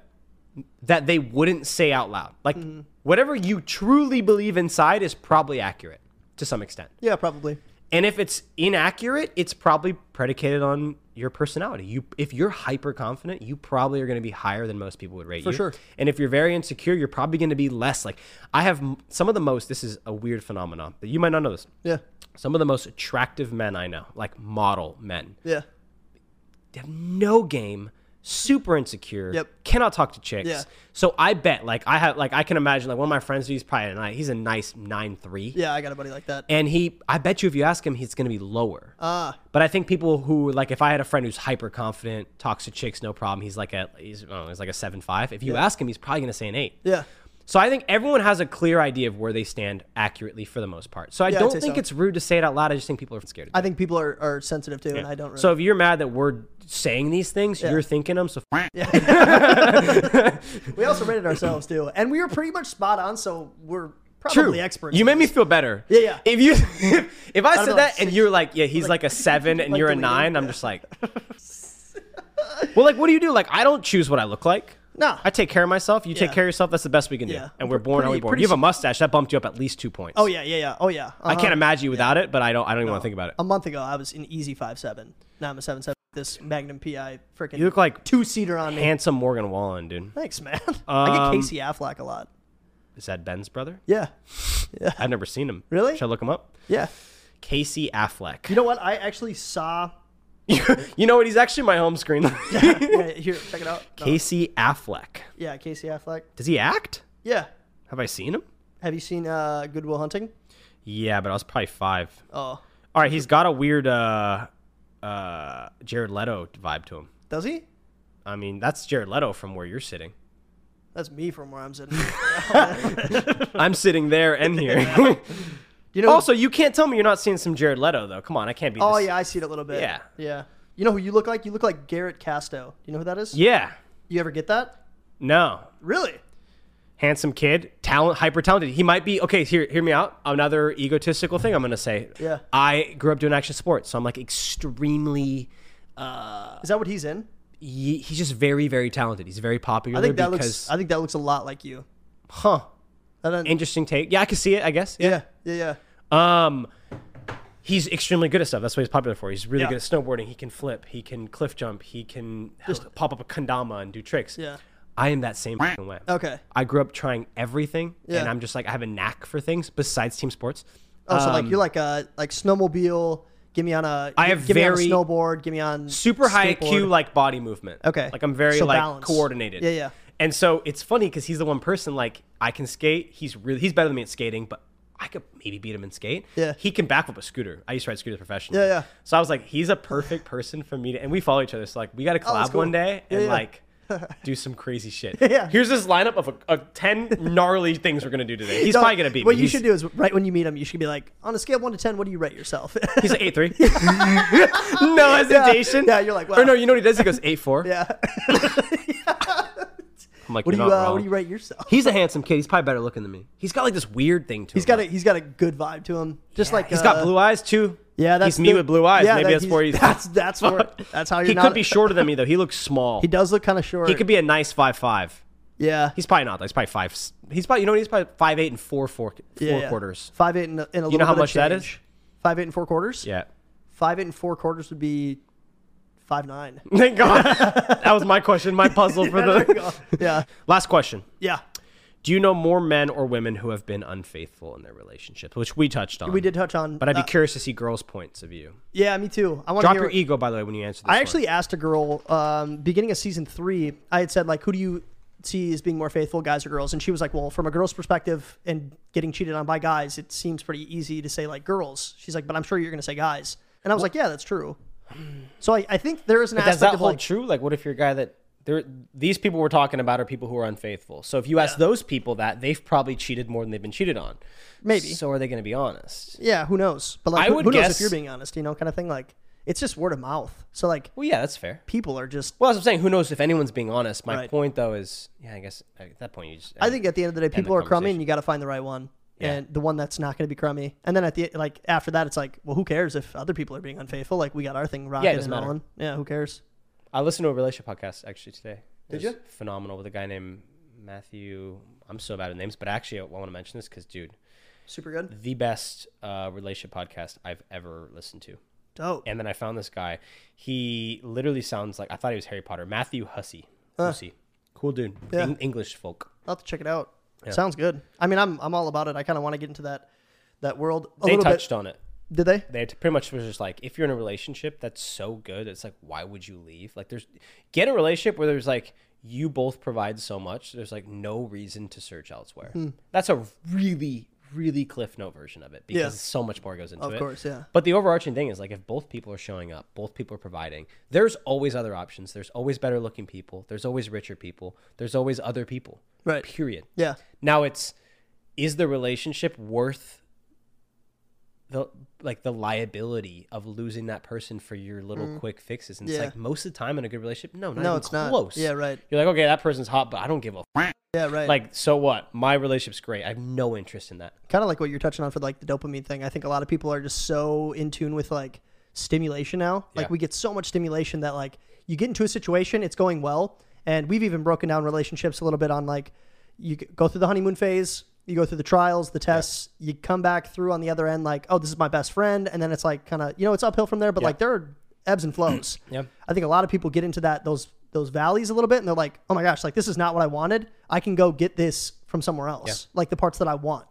S2: that they wouldn't say out loud, like
S1: Mm-hmm.
S2: whatever you truly believe inside, is probably accurate to some extent.
S1: yeah, probably.
S2: And if it's inaccurate, it's probably predicated on your personality. You, if you're hyper confident, you probably are going to be higher than most people would rate you.
S1: sure.
S2: And if you're very insecure, you're probably going to be less. Like I have m- some of the most. This is a weird phenomenon, but you might not know this.
S1: Yeah,
S2: Some of the most attractive men I know, like model men,
S1: yeah,
S2: they have no game, super insecure,
S1: Yep.
S2: cannot talk to chicks.
S1: Yeah.
S2: So I bet, like I have, like I can imagine, like one of my friends, he's probably a nine, he's a nice nine three.
S1: yeah. I got a buddy like that.
S2: And he, I bet you, if you ask him, he's going to be lower.
S1: Ah,
S2: But I think people who like, if I had a friend who's hyper confident, talks to chicks, no problem. He's like a he's, I don't know, he's like a seven five. If you ask him, he's probably gonna say an eight.
S1: yeah.
S2: So I think everyone has a clear idea of where they stand accurately for the most part. So I
S1: Yeah, I'd
S2: don't
S1: say
S2: think
S1: so.
S2: it's rude to say it out loud. I just think people are scared. Of
S1: I think people are, are sensitive too, and I don't. Really
S2: So if you're mad that we're saying these things,
S1: Yeah.
S2: you're thinking them. So f-
S1: we also rated ourselves too, and we were pretty much spot on. So we're probably experts.
S2: You
S1: in
S2: made me
S1: this.
S2: feel better.
S1: Yeah, yeah.
S2: If you, if I
S1: I'd be
S2: said
S1: like,
S2: that and
S1: "Six."
S2: you're like, yeah, he's like, a seven and
S1: like
S2: you're a
S1: deleted,
S2: nine, I'm just like, well, like, what do you do? Like, I don't choose what I look like.
S1: No.
S2: I take care of myself. You take
S1: Yeah.
S2: care of yourself. That's the best we can do.
S1: Yeah.
S2: And we're born how we
S1: Pretty-
S2: born.
S1: pretty
S2: You have
S1: s-
S2: a mustache that bumped you up at least two points.
S1: Oh yeah, yeah, yeah. Oh yeah.
S2: I
S1: Uh-huh.
S2: can't imagine you without it, but I don't. I don't even want to think about it.
S1: A month ago, I was an easy five seven. Now I'm a seven seven. This Magnum PI freaking.
S2: You look like
S1: two seater on me.
S2: handsome Morgan Wallen, dude.
S1: Thanks, man. I get
S2: Um,
S1: Casey Affleck a lot.
S2: Is that Ben's brother?
S1: Yeah,
S2: I've never seen him.
S1: Really?
S2: Should I look him up?
S1: yeah.
S2: Casey Affleck.
S1: You know what? I actually saw.
S2: you know what? He's actually my home screen.
S1: Yeah, here, check it out. No.
S2: Casey Affleck.
S1: Yeah, Casey Affleck.
S2: Does he act?
S1: Yeah.
S2: Have I seen him?
S1: Have you seen uh, Goodwill Hunting?
S2: Yeah, but I was probably five.
S1: Oh,
S2: All right, he's got a weird uh, uh, Jared Leto vibe to him.
S1: does he?
S2: I mean, that's Jared Leto from where you're sitting.
S1: That's me from where I'm sitting.
S2: I'm sitting there and here.
S1: You know.
S2: also, you can't tell me you're not seeing some Jared Leto though. Come on, I can't be.
S1: oh
S2: this-
S1: yeah, I see it a little bit.
S2: Yeah.
S1: Yeah. You know who you look like? You look like Garrett Casto. You know who that is?
S2: Yeah.
S1: You ever get that?
S2: No.
S1: Really?
S2: Handsome kid, talent, hyper talented. He might be okay. Here, hear me out. Another egotistical thing I'm gonna say.
S1: Yeah.
S2: I grew up doing action sports, so I'm like extremely. Uh,
S1: Is that what he's in?
S2: he, he's just very, very talented. He's very popular.
S1: I think that
S2: because,
S1: looks. I think that looks a lot like you.
S2: huh?
S1: And then,
S2: Interesting take. Yeah, I can see it. I guess.
S1: yeah, yeah, yeah.
S2: Um, he's extremely good at stuff. That's what he's popular for. He's really
S1: Yeah.
S2: good at snowboarding. He can flip. He can cliff jump. He can just pop up a kendama and do tricks.
S1: Yeah.
S2: I am that same fucking way.
S1: Okay.
S2: I grew up trying everything,
S1: Yeah.
S2: and I'm just like I have a knack for things besides team sports.
S1: Oh, so like
S2: Um,
S1: you're like a like snowmobile. Give me on a.
S2: I have
S1: give
S2: very-
S1: me on a snowboard. Give me on
S2: super high IQ
S1: skateboard.
S2: like body movement.
S1: Okay.
S2: Like I'm very
S1: So
S2: like
S1: balance.
S2: coordinated.
S1: Yeah, yeah.
S2: And so it's funny because he's the one person like I can skate. He's really he's better than me at skating, but I could maybe beat him in skate.
S1: Yeah.
S2: He can backflip a scooter. I used to ride scooters professionally.
S1: Yeah, yeah.
S2: So I was like, he's a perfect person for me to and we follow each other. So like we gotta collab
S1: Oh, that's cool.
S2: one day
S1: Yeah,
S2: and
S1: yeah.
S2: like do some crazy shit.
S1: Yeah.
S2: Here's this lineup of, a, of ten gnarly things we're gonna do today. He's
S1: No,
S2: probably gonna beat
S1: What
S2: me.
S1: you
S2: He's-
S1: should do is right when you meet him, you should be like, on a scale of one to ten, what do you rate yourself?
S2: He's like eight three. no hesitation.
S1: Yeah, you're like, wow.
S2: Or no, you know what he does? He goes eight four.
S1: yeah.
S2: I'm like,
S1: What do you
S2: you're
S1: uh,
S2: not wrong.
S1: what do you rate yourself?
S2: He's a handsome kid. He's probably better looking than me. He's got like this weird thing to
S1: He's
S2: him.
S1: got a he's got a good vibe to him. Just like
S2: He's
S1: uh,
S2: got blue eyes too.
S1: Yeah, that's
S2: he's me
S1: the-
S2: with blue eyes.
S1: yeah,
S2: Maybe
S1: that
S2: that's where he's.
S1: That's that's where that's how you're
S2: he
S1: not.
S2: could be shorter than me though. He looks small.
S1: He does look kind of short.
S2: He could be a nice five five.
S1: Yeah.
S2: He's probably not. that. He's probably five. s- He's probably you know he's probably five eight and four four four
S1: yeah, yeah.
S2: quarters.
S1: Five eight and a, and a
S2: You
S1: little
S2: know how
S1: bit of
S2: much that is?
S1: change. Five eight and four quarters.
S2: Yeah.
S1: Five eight and four quarters would be five nine.
S2: Thank God. that was my question. My puzzle for the
S1: yeah.
S2: last question.
S1: Yeah.
S2: Do you know more men or women who have been unfaithful in their relationships, which we touched on?
S1: We did touch on.
S2: But I'd be
S1: uh,
S2: curious to see girls' points of view.
S1: Yeah, me too. I want
S2: Drop
S1: to
S2: your ego, by the way, when you answer. This
S1: I
S2: one.
S1: actually asked a girl um, beginning of season three. I had said like, "Who do you see as being more faithful, guys or girls?" And she was like, "Well, from a girl's perspective, and getting cheated on by guys, it seems pretty easy to say like girls." She's like, "But I'm sure you're going to say guys." And I was like, "Yeah, that's true." So I, I think there is an
S2: does
S1: aspect
S2: that
S1: of
S2: hold
S1: like,
S2: true? Like, what if you're a guy that there? These people we're talking about are people who are unfaithful. So if you ask those people that, they've probably cheated more than they've been cheated on.
S1: Maybe.
S2: So are they going to be honest?
S1: yeah, who knows? But like,
S2: I
S1: who,
S2: would
S1: who knows if
S2: guess-
S1: you're being honest, you know, kind of thing. Like, it's just word of mouth. So like,
S2: Well, yeah, that's fair.
S1: people are just.
S2: Well, as I'm saying, who knows if anyone's being honest? My
S1: Right.
S2: point though is, yeah, I guess at that point you just.
S1: I think at the end of the day, people
S2: the
S1: are crummy,
S2: conversation.
S1: and you got to find the right one.
S2: Yeah.
S1: And the one that's not going to be crummy, and then at the like after that, it's like, well, who cares if other people are being unfaithful? Like we got our thing rocking
S2: doesn't
S1: and
S2: matter.
S1: rolling. Yeah, who cares?
S2: I listened to a relationship podcast actually today. Did
S1: you?
S2: Phenomenal with a guy named Matthew. I'm so bad at names, but actually I want to mention this because, dude,
S1: Super good.
S2: the best uh, relationship podcast I've ever listened to.
S1: Dope.
S2: And then I found this guy. He literally sounds like I thought he was Harry Potter. Matthew Hussey. Hussey. Cool dude.
S1: Ah. Yeah.
S2: Eng- English folk.
S1: I'll have to check it out. Sounds good. I mean, I'm I'm all about it. I kind of want to get into that that world a
S2: They
S1: little
S2: touched on it.
S1: bit. Did they?
S2: They t- pretty much was just like, if you're in a relationship that's so good, it's like, why would you leave? Like, there's get a relationship where there's like you both provide so much. There's like no reason to search elsewhere.
S1: Hmm.
S2: That's a really, really cliff note version of it because
S1: Yeah.
S2: so much more goes into it.
S1: Of course, yeah.
S2: But the overarching thing is like if both people are showing up, both people are providing, there's always other options. There's always better looking people. There's always richer people. There's always other people.
S1: Right.
S2: Period.
S1: Yeah.
S2: Now it's is the relationship worth the like the liability of losing that person for your little quick fixes? And it's
S1: Mm. Yeah.
S2: like most of the time in a good relationship, no, not
S1: No,
S2: even
S1: it's not.
S2: close.
S1: Yeah, right.
S2: You're like, okay, that person's hot, but I don't give a f-
S1: Yeah. Right.
S2: like. So what? My relationship's great. I have no interest in that.
S1: kind of like what you're touching on for like the dopamine thing. I think a lot of people are just so in tune with like stimulation now. Like
S2: Yeah.
S1: we get so much stimulation that like you get into a situation, it's going well, and we've even broken down relationships a little bit on like you g- go through the honeymoon phase, you go through the trials, the tests, you come back through on the other end like, oh, this is my best friend, and then it's like kind of you know it's uphill from there, but like there are ebbs and flows.
S2: Yeah.
S1: I think a lot of people get into that those those valleys a little bit and they're like, "Oh my gosh, like this is not what I wanted. I can go get this from somewhere else." Like the parts that I want.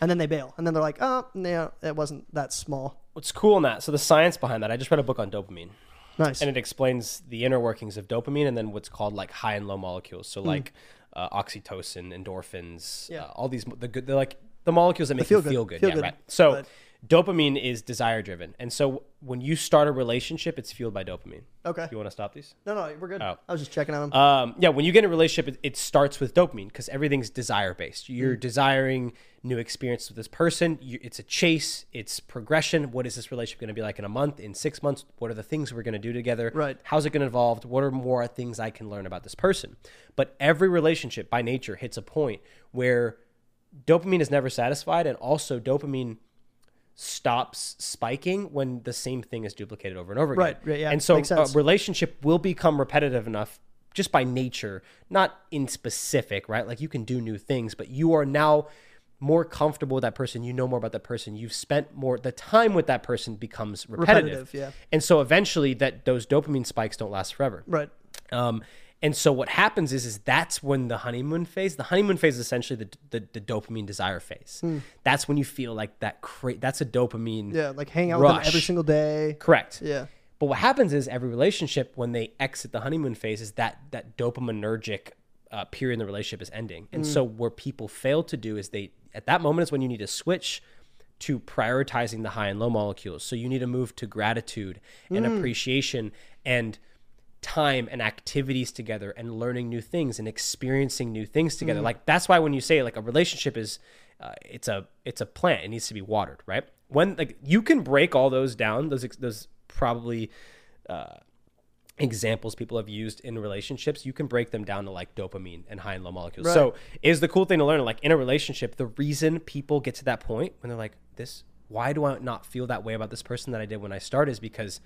S1: And then they bail. And then they're like, "Oh, no, it wasn't that small."
S2: What's cool in that? So the science behind that. I just read a book on dopamine.
S1: Nice.
S2: and it explains the inner workings of dopamine and then what's called like high and low molecules so like uh, oxytocin endorphins
S1: Hmm. Yeah.
S2: uh, all these the good they're like the molecules that make
S1: feel
S2: you
S1: good-
S2: feel good
S1: feel
S2: yeah
S1: good,
S2: right so
S1: but-
S2: dopamine is desire driven and so when you start a relationship it's fueled by dopamine
S1: Okay.
S2: you want to stop these
S1: no, no, we're good.
S2: Oh.
S1: I was just checking on them.
S2: um, yeah, when you get in a relationship, it, it starts with dopamine because everything's desire based.
S1: Mm-hmm.
S2: You're desiring new experience with this person. You, it's a chase. It's progression. What is this relationship going to be like in a month? In six months? What are the things we're going to do together?
S1: Right.
S2: How's it going to evolve? What are more things I can learn about this person? But every relationship, by nature, hits a point where dopamine is never satisfied, and also dopamine stops spiking when the same thing is duplicated over and over again.
S1: Right, right, yeah,
S2: And so
S1: makes
S2: a
S1: sense.
S2: relationship will become repetitive enough just by nature, not in specific, right? Like you can do new things, but you are now more comfortable with that person, you know more about that person, you've spent more the time with that person becomes repetitive.
S1: Repetitive, yeah.
S2: And so eventually that those dopamine spikes don't last forever.
S1: right.
S2: Um, and so what happens is, is that's when the honeymoon phase. The honeymoon phase is essentially the the, the dopamine desire phase. That's when you feel like that. Cra- that's a dopamine.
S1: Hmm. Yeah, like hang out with them
S2: Rush.
S1: every single day.
S2: Correct.
S1: Yeah.
S2: But what happens is every relationship when they exit the honeymoon phase is that that dopaminergic uh, period in the relationship is ending. And so where people fail to do is they at that moment is when you need to switch to prioritizing the high and low molecules. So you need to move to gratitude and appreciation and time and activities together and learning new things and experiencing new things together. Like that's why when you say like a relationship is uh, it's a it's a plant. It needs to be watered, right? When like you can break all those down, those ex- those probably examples people have used in relationships, you can break them down to like dopamine and high and low molecules. So is the cool thing to learn like in a relationship, the reason people get to that point when they're like, this, why do I not feel that way about this person that I did when I started is because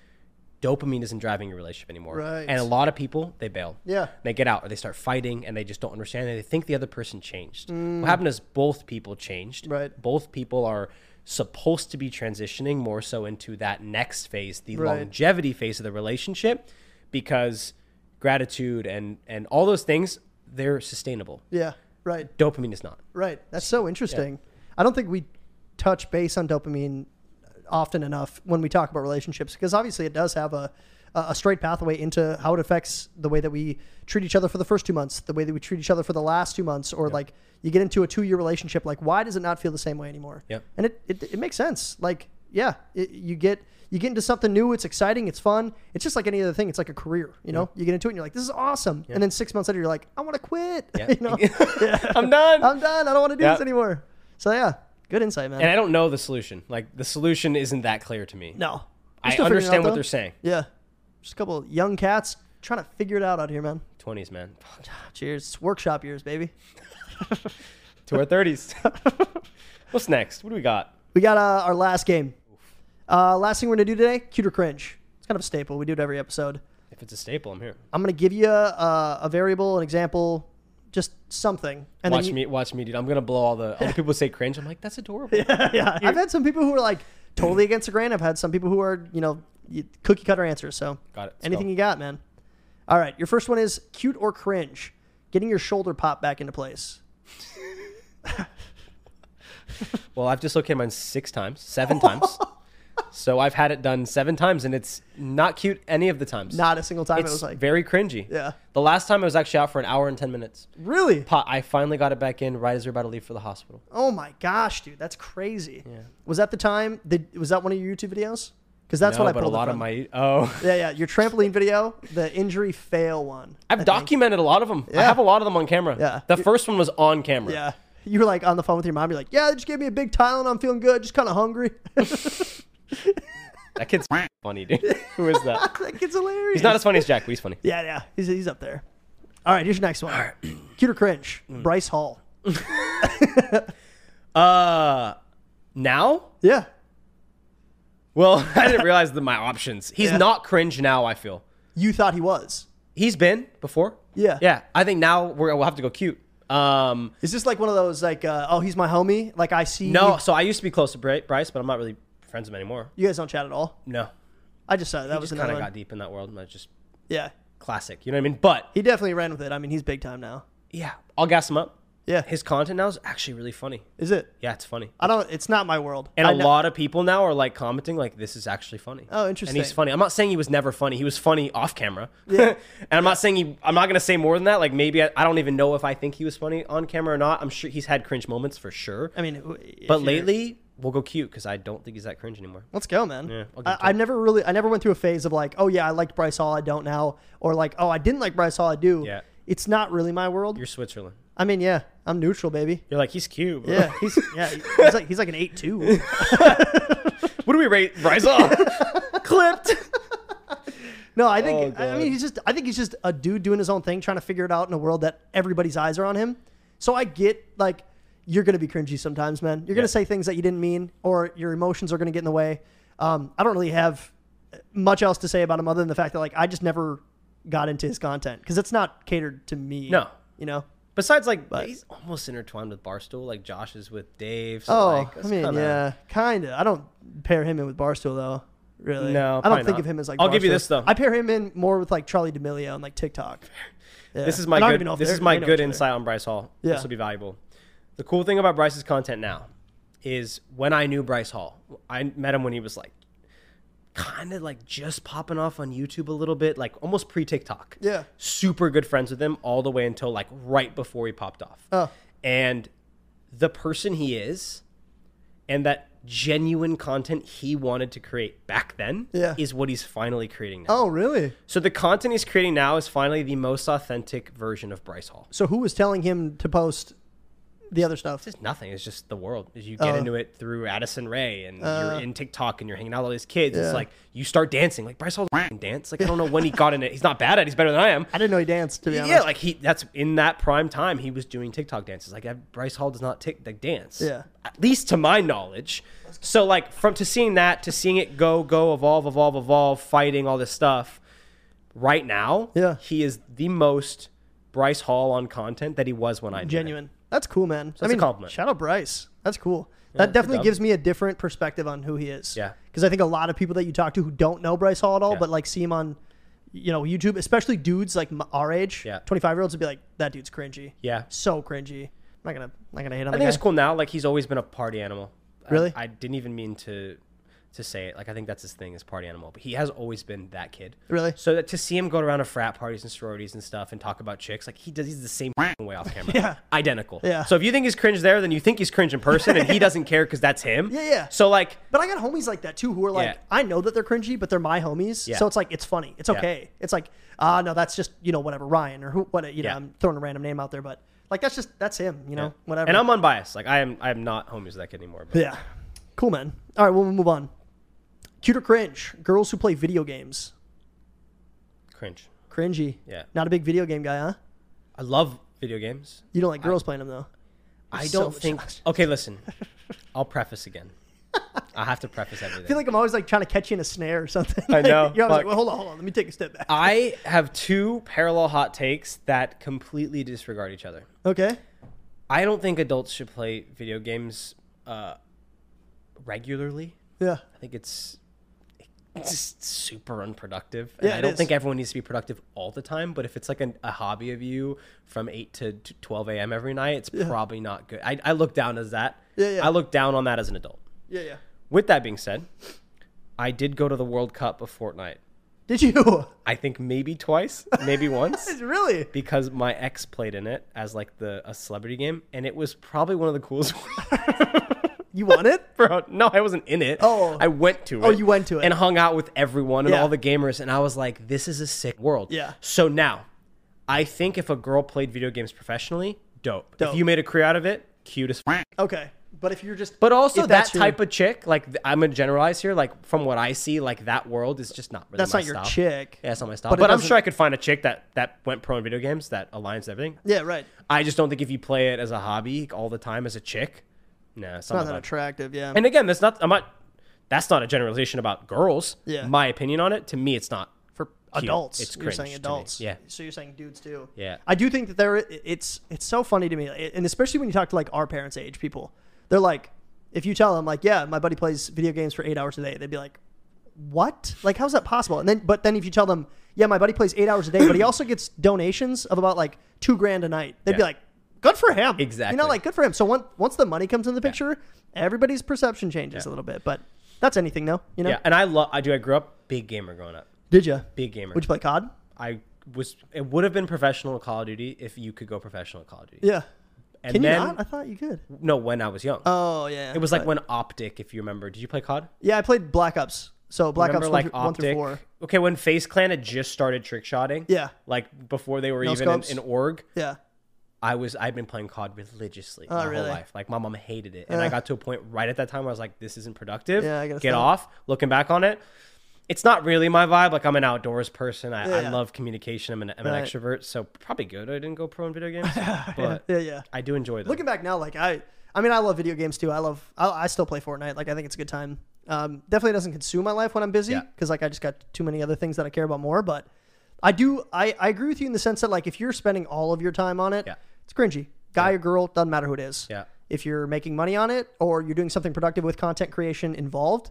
S2: dopamine isn't driving your relationship anymore.
S1: Right.
S2: And a lot of people they bail.
S1: Yeah.
S2: They get out or they start fighting and they just don't understand and they think the other person changed. What happened is both people changed.
S1: Mm. Right.
S2: Both people are supposed to be transitioning more so into that next phase, the
S1: Right.
S2: longevity phase of the relationship, because gratitude and and all those things, they're sustainable.
S1: Yeah. Right.
S2: Dopamine is not.
S1: Right. That's so interesting. I don't think we touch base on dopamine often enough when we talk about relationships because obviously it does have a a a straight pathway into how it affects the way that we treat each other for the first two months, the way that we treat each other for the last two months, or like you get into a two year relationship, like why does it not feel the same way anymore?
S2: Yep.
S1: And it, it, it makes sense. Like, yeah, it, you get you get into something new, it's exciting, it's fun. It's just like any other thing. It's like a career, you know? You get into it and you're like, this is awesome. And then six months later you're like, I wanna quit.
S2: Yeah.
S1: you know? Yeah.
S4: I'm done.
S1: I'm done. I don't want to do this
S4: Yeah.
S1: anymore. So yeah, good insight, man.
S2: And I don't know the solution. Like the solution isn't that clear to me.
S1: no, We're
S2: I
S1: still figuring it
S2: understand
S1: out,
S2: what
S1: though.
S2: they're saying.
S1: Yeah, just a couple young cats trying to figure it out out here, man.
S2: Twenties, man.
S1: Cheers, It's workshop years, baby.
S2: to our thirties. What's next? What do we got?
S1: We got uh, our last game. Uh, last thing we're gonna do today, cute or cringe. It's kind of a staple. We do it every episode.
S2: If it's a staple, I'm here.
S1: I'm gonna give you a, a variable, an example, just something, and
S2: watch
S1: then you,
S2: me, watch me, dude. I'm gonna blow all the, all the people say cringe. I'm like, that's adorable.
S1: yeah, I've had some people who are like totally against the grain. I've had some people who are, you know, y- cookie cutter answers. So
S2: Got it. Let's
S1: Anything
S2: go.
S1: you got, man. All right. Your first one is cute or cringe. Getting your shoulder pop back into place.
S2: Well, I've dislocated mine six times, seven times. So I've had it done seven times, and it's not cute any of the times.
S1: Not a single time.
S2: it's
S1: it was like,
S2: very cringy.
S1: Yeah.
S2: The last time I was actually out for an hour and ten minutes.
S1: really?
S2: Pa- I finally got it back in right as we were about to leave for the hospital.
S1: Oh my gosh, dude, that's crazy. Was that the time? Did, was that one of your YouTube videos? Because that's
S2: No,
S1: what I
S2: but
S1: put
S2: a lot of my oh.
S1: Yeah, yeah. Your trampoline video, the injury fail one. I
S2: I've
S1: think.
S2: documented a lot of them. I have a lot of them on camera.
S1: Yeah.
S2: The first one was on camera.
S1: Yeah. You were like on the phone with your mom. You're like, yeah, they just gave me a big Tylenol. I'm feeling good. Just kind of hungry.
S2: That kid's funny, dude. Who is that?
S1: that kid's hilarious.
S2: He's not as funny as Jack, but he's funny.
S1: Yeah, yeah. He's, he's up there. All right, here's your next one. Cute or cringe?
S2: Mm.
S1: Bryce Hall.
S2: Uh, now?
S1: Yeah.
S2: Well, I didn't realize that my options. He's
S1: Yeah.
S2: not cringe now. I feel
S1: You thought he was.
S2: he's been before.
S1: Yeah.
S2: yeah. I think now we're, we'll have to go cute. Um,
S1: Is this like one of those like, uh, oh, he's my homie? Like I see.
S2: no. So I used to be close to Bri- Bryce, but I'm not really friends with him anymore.
S1: you guys don't chat at all.
S2: No,
S1: I just saw that was
S2: just
S1: another
S2: kind of
S1: one.
S2: got deep in that world, and that's just
S1: Yeah,
S2: classic. You know what I mean? But
S1: he definitely ran with it. I mean, he's big time now.
S2: yeah, I'll gas him up.
S1: Yeah,
S2: His content now is actually really funny.
S1: is it?
S2: Yeah, it's funny.
S1: I don't. It's not my world.
S2: And
S1: I
S2: a
S1: know-
S2: lot of people now are like commenting, like, this is actually funny.
S1: Oh,
S2: And he's
S1: interesting.
S2: funny. I'm not saying he was never funny. He was funny off camera. and I'm not saying he, I'm not going to say more than that. Like, maybe I, I don't even know if I think he was funny on camera or not. I'm sure he's had cringe moments for sure.
S1: I mean, if
S2: but
S1: you're-
S2: lately, we'll go cute because I don't think he's that cringe anymore.
S1: let's go, man.
S2: Yeah, I'll give it to
S1: I, I never really, I never went through a phase of like, oh yeah, I liked Bryce Hall, I don't now, or like, oh, I didn't like Bryce Hall, I do.
S2: Yeah.
S1: It's not really my world.
S2: You're Switzerland.
S1: I mean, yeah, I'm neutral, baby.
S2: You're like, he's cute. bro."
S1: Yeah, he's yeah, he's like he's like an eight two.
S2: what do we rate Bryce off? Clipped.
S1: No, I think
S2: Oh,
S1: I- I mean
S2: God.
S1: he's just I think he's just a dude doing his own thing, trying to figure it out in a world that everybody's eyes are on him. So I get like you're gonna be cringy sometimes, man. You're
S2: Yeah.
S1: gonna say things that you didn't mean, or your emotions are gonna get in the way. Um, I don't really have much else to say about him other than the fact that like I just never got into his content because it's not catered to me.
S2: No.
S1: you know.
S2: Besides, like,
S1: But-
S2: he's almost intertwined with Barstool. Like, Josh is with Dave. So,
S1: Oh,
S2: like, that's
S1: I mean,
S2: kinda-
S1: yeah, kind of. I don't pair him in with Barstool though. Really?
S2: No,
S1: I don't
S2: probably
S1: think
S2: not.
S1: of him as like.
S2: I'll give you
S1: Barstool.
S2: this, though.
S1: I pair him in more with like Charlie D'Amelio and like TikTok. Yeah.
S2: This is
S1: I don't
S2: my
S1: even know
S2: good.
S1: if
S2: This
S1: they're-
S2: is my
S1: they know
S2: good
S1: each other.
S2: insight on Bryce Hall.
S1: Yeah.
S2: This will be valuable. The cool thing about Bryce's content now is when I knew Bryce Hall, I met him when he was like kind of like just popping off on YouTube a little bit, like almost pre TikTok.
S1: Yeah.
S2: Super good friends with him all the way until like right before he popped off.
S1: Oh.
S2: And the person he is and that genuine content he wanted to create back then
S1: Yeah.
S2: is what he's finally creating now.
S1: Oh, really?
S2: So the content he's creating now is finally the most authentic version of Bryce Hall.
S1: So who was telling him to post the other stuff.
S2: It's nothing. It's just the world. Is You get
S1: Oh.
S2: into it through Addison Ray, and
S1: Uh.
S2: you're in TikTok, and you're hanging out with all these kids.
S1: Yeah.
S2: It's like you start dancing. Like Bryce Hall can dance. Like I don't know when he got in it. He's not bad at. it. He's better than I am.
S1: I didn't know he danced. To be honest,
S2: Yeah, like he. That's in that prime time. He was doing TikTok dances. Like I- Bryce Hall does not tick like dance.
S1: Yeah.
S2: at least to my knowledge. So like from to seeing that to seeing it go go evolve evolve evolve fighting all this stuff. Right now,
S1: Yeah.
S2: he is the most Bryce Hall on content that he was when I knew him.
S1: genuine. That's cool, man. I
S2: that's a
S1: mean,
S2: compliment.
S1: shout out Bryce. That's cool.
S2: that's
S1: that
S2: a
S1: definitely
S2: dub.
S1: gives me a different perspective on who he is.
S2: Yeah.
S1: Because I think a lot of people that you talk to who don't know Bryce Hall at all,
S2: Yeah.
S1: but like see him on, you know, YouTube, especially dudes like m- our age,
S2: Yeah.
S1: 25 year olds would be like, that dude's cringy.
S2: Yeah,
S1: So cringy. I'm not gonna, I'm not gonna hate on
S2: I
S1: the
S2: think
S1: guy.
S2: it's cool now. Like he's always been a party animal. I-
S1: Really?
S2: I, didn't even mean to to say it. Like I think that's his thing is party animal. But he has always been that kid.
S1: Really?
S2: So that to see him go around to frat parties and sororities and stuff and talk about chicks, like he does, he's the same way off camera.
S1: Yeah.
S2: Identical.
S1: Yeah.
S2: So if you think he's cringe there, then you think he's cringe in person, and he doesn't care because that's him.
S1: Yeah, yeah.
S2: So like,
S1: But I got homies like that too who are like,
S2: Yeah.
S1: I know that they're cringy, but they're my homies.
S2: Yeah.
S1: So it's like, it's funny. It's okay. It's like, ah, no, that's just, you know, whatever, Ryan or who, what, you know,
S2: Yeah.
S1: I'm throwing a random name out there, but like, that's just, that's him, you know,
S2: yeah.
S1: whatever.
S2: And I'm unbiased. Like I am, I am not homies with that kid anymore. But
S1: Yeah. Cool, man. All right, we'll move on. Cute or cringe? Girls who play video games.
S2: cringe.
S1: Cringy.
S2: Yeah.
S1: Not a big video game guy, huh?
S2: I love video games.
S1: You don't like girls playing them, though.
S2: I
S1: So
S2: don't
S1: much-
S2: think. Okay, listen. I'll preface again. I have to preface
S1: I
S2: everything.
S1: feel like I'm always like trying to catch you in a snare or something.
S2: I know,
S1: You're always like,
S2: fuck.
S1: well, hold on, hold on. Let me take a step back.
S2: I have two parallel hot takes that completely disregard each other.
S1: Okay.
S2: I don't think adults should play video games uh, regularly.
S1: Yeah.
S2: I think it's it's just super unproductive.
S1: Yeah,
S2: And I
S1: it
S2: don't
S1: is.
S2: think everyone needs to be productive all the time, but if it's like an, a hobby of you from 8 to t- 12 a.m. every night, it's probably not good. I, I look down as that.
S1: Yeah, yeah.
S2: I look down on that as an adult.
S1: Yeah, yeah.
S2: With that being said, I did go to the World Cup of Fortnite.
S1: Did you?
S2: I think maybe twice, maybe once
S1: really?
S2: because my ex played in it as like the a celebrity game, and it was probably one of the coolest. ones.
S1: You won it?
S2: Bro, no, I wasn't in it.
S1: Oh.
S2: I went to it.
S1: Oh, you went to it.
S2: and hung out with everyone and
S1: Yeah.
S2: all the gamers, and I was like, this is a sick world.
S1: Yeah.
S2: So now, I think if a girl played video games professionally, dope.
S1: Dope.
S2: If you made a career out of it, cute as. F-
S1: Okay. But if you're just.
S2: but also
S1: If
S2: that
S1: that's your-
S2: type of chick, like th- I'm gonna generalize here, like from what I see, like that world is just not really.
S1: That's
S2: my
S1: not your
S2: style.
S1: chick.
S2: Yeah, that's not my style.
S1: But
S2: But,
S1: it
S2: I'm
S1: doesn't-
S2: sure I could find a chick that that went pro in video games that aligns with everything.
S1: Yeah, right.
S2: I just don't think if you play it as a hobby all the time as a chick, nah, it's not,
S1: Not
S2: that
S1: that attractive, yeah.
S2: And again, that's not I'm not that's not a generalization about girls.
S1: Yeah.
S2: My opinion on it, to me, it's not.
S1: for
S2: Cute.
S1: adults.
S2: It's
S1: you're
S2: cringe
S1: saying
S2: to me.
S1: adults.
S2: Yeah.
S1: So you're saying dudes too.
S2: Yeah.
S1: I do think that there it's it's so funny to me, and especially when you talk to like our parents' age people, they're like, if you tell them like, yeah, my buddy plays video games for eight hours a day, they'd be like, what? Like, how's that possible? And then, but then if you tell them, yeah, my buddy plays eight hours a day, but he also gets donations of about like two grand a night, they'd be
S2: Yeah.
S1: like. Good for him. You
S2: Exactly.
S1: know, like good for him. So once once the money comes in the picture, everybody's perception changes a little bit. But that's anything though. You know?
S2: Yeah. And I love. I do. I grew up big gamer growing up.
S1: Did you?
S2: Big gamer.
S1: Would you play COD?
S2: I was. It would have been professional at Call of Duty if you could go professional at Call of Duty.
S1: Yeah.
S2: And
S1: Can
S2: then
S1: you not? I thought you could.
S2: no, when I was young,
S1: Oh yeah.
S2: it was like when Optic. If you remember, did you play COD?
S1: Yeah, I played Black Ops. So Black
S2: remember
S1: Ops one,
S2: like
S1: through, one through
S2: Optic?
S1: four.
S2: Okay, when Face Clan had just started trick shotting.
S1: Yeah.
S2: Like before they were
S1: No
S2: even in,
S1: scopes?
S2: in org.
S1: Yeah.
S2: I was I've been playing COD religiously my
S1: Oh, really? Uh.
S2: whole life. Like my mom hated it, and I got to a point right at that time where I was like, "This isn't productive.
S1: Yeah, I gotta
S2: get
S1: stop."
S2: off." Looking back on it, it's not really my vibe. Like I'm an outdoors person. I,
S1: Yeah.
S2: I love communication. I'm an, I'm
S1: Right.
S2: an extrovert, so probably good. I didn't go pro in video games, but
S1: Yeah, yeah.
S2: I do enjoy them.
S1: Looking back now, like I, I mean, I love video games too. I love. I, I still play Fortnite. Like I think it's a good time. Um, definitely doesn't consume my life when I'm busy
S2: Yeah.
S1: because like I just got too many other things that I care about more. But I do. I, I agree with you in the sense that like if you're spending all of your time on it,
S2: Yeah.
S1: it's cringy. Guy or girl, doesn't matter who it is.
S2: Yeah.
S1: If you're making money on it or you're doing something productive with content creation involved,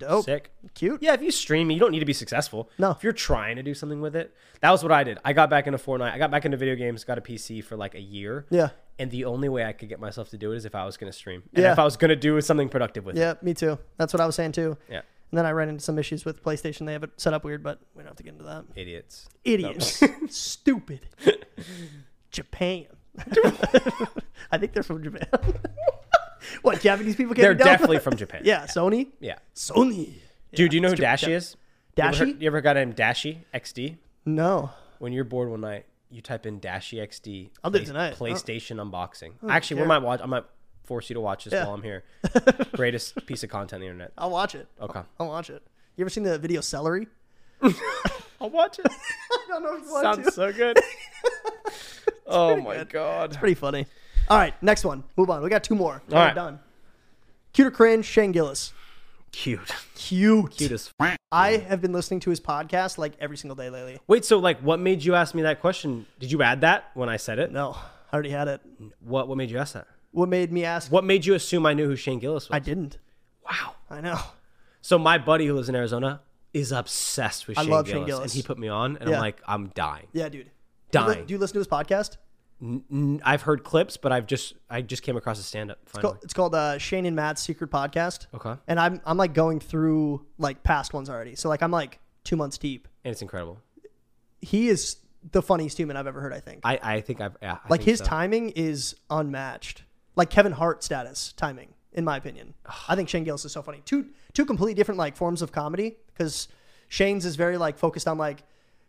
S1: dope,
S2: Mm-hmm. Sick.
S1: cute.
S2: Yeah, if you stream, you don't need to be successful.
S1: No.
S2: If you're trying to do something with it, that was what I did. I got back into Fortnite. I got back into video games, got a PC for like a year.
S1: Yeah.
S2: And the only way I could get myself to do it is if I was going to stream. And
S1: Yeah.
S2: if I was going to do something productive with it.
S1: Yeah, me too. That's what I was saying too.
S2: Yeah.
S1: And then I ran into some issues with PlayStation. They have it set up weird, but we don't have to get into that.
S2: Idiots.
S1: Idiots. Stupid. Japan. I think they're from Japan. what, Japanese people can't
S2: They're
S1: be dumb?
S2: definitely from Japan.
S1: Yeah, Sony?
S2: Yeah.
S1: Sony.
S2: Dude, do you know who Dashi is? You ever
S1: Dashi?
S2: heard- You ever got named Dashi XD?
S1: No.
S2: When you're bored one night, you type in Dash EXD.
S1: I'll do it tonight.
S2: PlayStation unboxing. Actually,
S1: care.
S2: we might watch. I might force you to watch this
S1: Yeah.
S2: while I'm here. Greatest piece of content on the internet.
S1: I'll watch it.
S2: Okay.
S1: I'll, I'll watch it. You ever seen the video celery?
S2: I'll watch it.
S1: I don't know if you want to.
S2: Sounds so good. oh my
S1: good.
S2: god.
S1: Pretty funny. All right, next one. Move on. We got two more. All
S2: right.
S1: done. Cuter cringe, Shane Gillis.
S2: Cute.
S1: Cute.
S2: Cute as. F-
S1: I have been listening to his podcast like every single day lately.
S2: Wait, so like, what made you ask me that question? Did you add that when I said it?
S1: No, I already had it.
S2: What What made you ask that?
S1: What made me ask?
S2: What made you assume I knew who Shane Gillis was?
S1: I didn't.
S2: Wow.
S1: I know.
S2: So my buddy who lives in Arizona is obsessed with
S1: I
S2: Shane,
S1: love Shane
S2: Gillis,
S1: Gillis.
S2: and he put me on, and
S1: Yeah.
S2: I'm like, I'm dying,
S1: Yeah, dude. Do you li-
S2: dying.
S1: Do you listen to his podcast?
S2: N- I've heard clips, but I've just I just came across a stand up
S1: It's
S2: finally.
S1: called, it's called uh, Shane and Matt's Secret Podcast.
S2: Okay.
S1: And I'm I'm like going through like past ones already. So like I'm like two months deep.
S2: and it's incredible.
S1: He is the funniest human I've ever heard. I think.
S2: I I think I've yeah, I
S1: like
S2: think
S1: his
S2: so.
S1: timing is unmatched. Like Kevin Hart status timing, in my opinion. I think Shane Gillis is so funny. Two two completely different like forms of comedy because Shane's is very like focused on like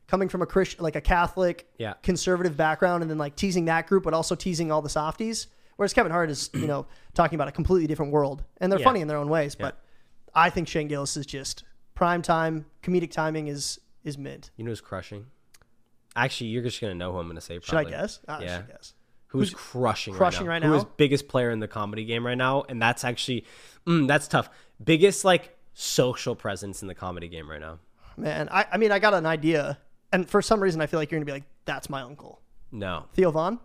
S1: coming from a Christian like a Catholic
S2: Yeah.
S1: conservative background and then like teasing that group but also teasing all the softies. Whereas Kevin Hart is you know talking about a completely different world and they're
S2: Yeah.
S1: funny in their own ways. But I think Shane Gillis is just prime time comedic timing is is mint.
S2: You know who's crushing? Actually, you're just gonna know who I'm gonna say.
S1: Should
S2: Probably.
S1: I guess? Ah, I
S2: yeah.
S1: should guess.
S2: Who's, crushing?
S1: crushing
S2: right
S1: right
S2: now? Who is
S1: now?
S2: biggest player in the comedy game right now? And that's actually mm, that's tough. Biggest like social presence in the comedy game right now.
S1: Man, I, I mean, I got an idea, and for some reason, I feel like you're gonna be like, "That's my uncle,
S2: No,
S1: Theo Vaughn."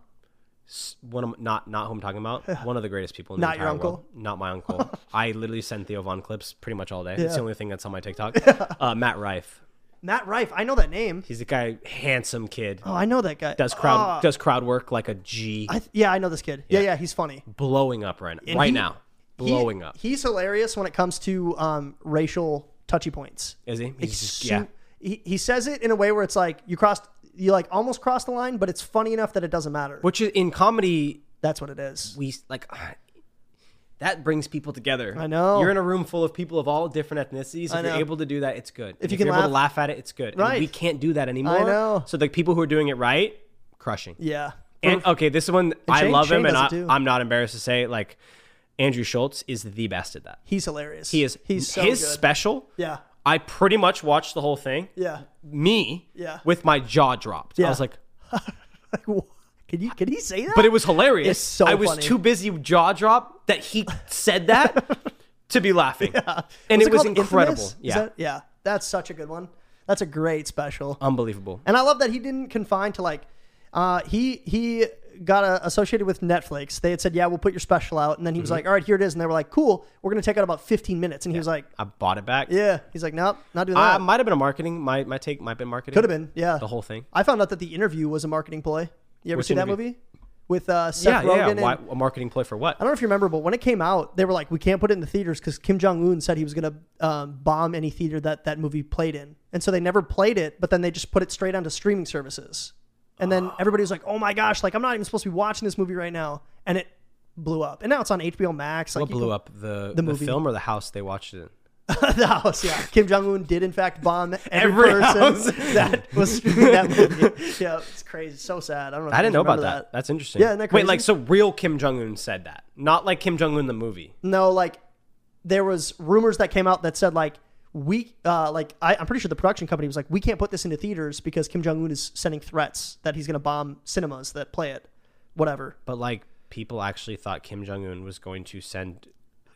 S2: one of m- not not who I'm talking about. One of the greatest people in the
S1: Not
S2: entire
S1: your
S2: world.
S1: uncle?
S2: Not my uncle. I literally send Theo Von clips pretty much all day. It's
S1: Yeah.
S2: the only thing that's on my TikTok. Uh, Matt Rife.
S1: Matt Rife, I know that name.
S2: He's the guy, handsome kid.
S1: Oh, I know that guy.
S2: Does crowd
S1: Ah,
S2: does crowd work like a G.
S1: I th- yeah, I know this kid. Yeah, yeah, he's funny.
S2: blowing up right now.
S1: And
S2: Right
S1: he-
S2: now,
S1: He-
S2: blowing up.
S1: He's hilarious when it comes to um, racial touchy points.
S2: Is he? He's just,
S1: Su-
S2: yeah.
S1: He, he says it in a way where it's like you crossed, you like almost crossed the line, but it's funny enough that it doesn't matter.
S2: Which is in comedy,
S1: That's what it is.
S2: we like ah, that brings people together.
S1: I know.
S2: You're in a room full of people of all different ethnicities. If
S1: I
S2: you're
S1: know.
S2: able to do that, it's good. If,
S1: you
S2: you're
S1: can
S2: able to laugh at it, it's good. And
S1: Right.
S2: we can't do that anymore.
S1: know.
S2: So the people who are doing it right, crushing.
S1: Yeah.
S2: And okay, this one I
S1: Shane-
S2: love
S1: Shane
S2: him, and
S1: does it
S2: I,
S1: too.
S2: I'm not embarrassed to say like Andrew Schultz is the best at that.
S1: he's hilarious.
S2: He is
S1: He's so
S2: his
S1: good.
S2: special.
S1: yeah.
S2: I pretty much watched the whole thing.
S1: Yeah.
S2: Me,
S1: Yeah.
S2: with my jaw dropped. I
S1: Yeah.
S2: was like,
S1: Like, wha- can you can he say that?
S2: but it was hilarious.
S1: It's so
S2: I was
S1: funny.
S2: too busy with jaw drop that he said that to be laughing, and
S1: What's
S2: it was
S1: called?
S2: incredible.
S1: Infamous? Is
S2: Yeah,
S1: that- yeah. That's such a good one. That's a great special.
S2: unbelievable.
S1: And I love that he didn't confine to like, uh, he he got uh, associated with Netflix. They had said, "Yeah, we'll put your special out," and then he
S2: Mm-hmm.
S1: was like, "All right, here it is," and they were like, "Cool, we're gonna take out about 15 minutes," and he was like,
S2: I bought it back.
S1: "Yeah," he's like, "Nope, not doing
S2: I
S1: that."
S2: might have been a marketing. My my take might have been marketing.
S1: Could have been, yeah.
S2: the whole thing.
S1: I found out that the interview was a marketing ploy. You ever
S2: Which
S1: see that
S2: interview?
S1: movie with uh,
S2: Yeah,
S1: Seth
S2: yeah,
S1: Rogen?
S2: yeah.
S1: and-
S2: Why, a marketing play for what?
S1: I don't know if you remember, but when it came out, they were like, "We can't put it in the theaters because Kim Jong Un said he was going to um, bomb any theater that that movie played in," and so they never played it. But then they just put it straight onto streaming services, and
S2: Ah.
S1: then everybody was like, "Oh my gosh! Like I'm not even supposed to be watching this movie right now," and it blew up. And now it's on HBO Max. Like
S2: What
S1: you
S2: blew
S1: can-
S2: up the the,
S1: movie.
S2: film or the house they watched it in?
S1: the house. Yeah, Kim Jong Un did in fact bomb every,
S2: Every
S1: person
S2: house.
S1: that was streaming that movie. Yeah, it's crazy. It's so sad. I don't know. If
S2: I
S1: you
S2: didn't know about
S1: remember
S2: that. That's interesting.
S1: Yeah, isn't that
S2: Wait, like
S1: crazy?
S2: so real Kim Jong Un said that, not like Kim Jong Un the movie.
S1: No, like there was rumors that came out that said like we uh, like I, I'm pretty sure the production company was like we can't put this into theaters because Kim Jong Un is sending threats that he's going to bomb cinemas that play it, whatever.
S2: But like people actually thought Kim Jong Un was going to send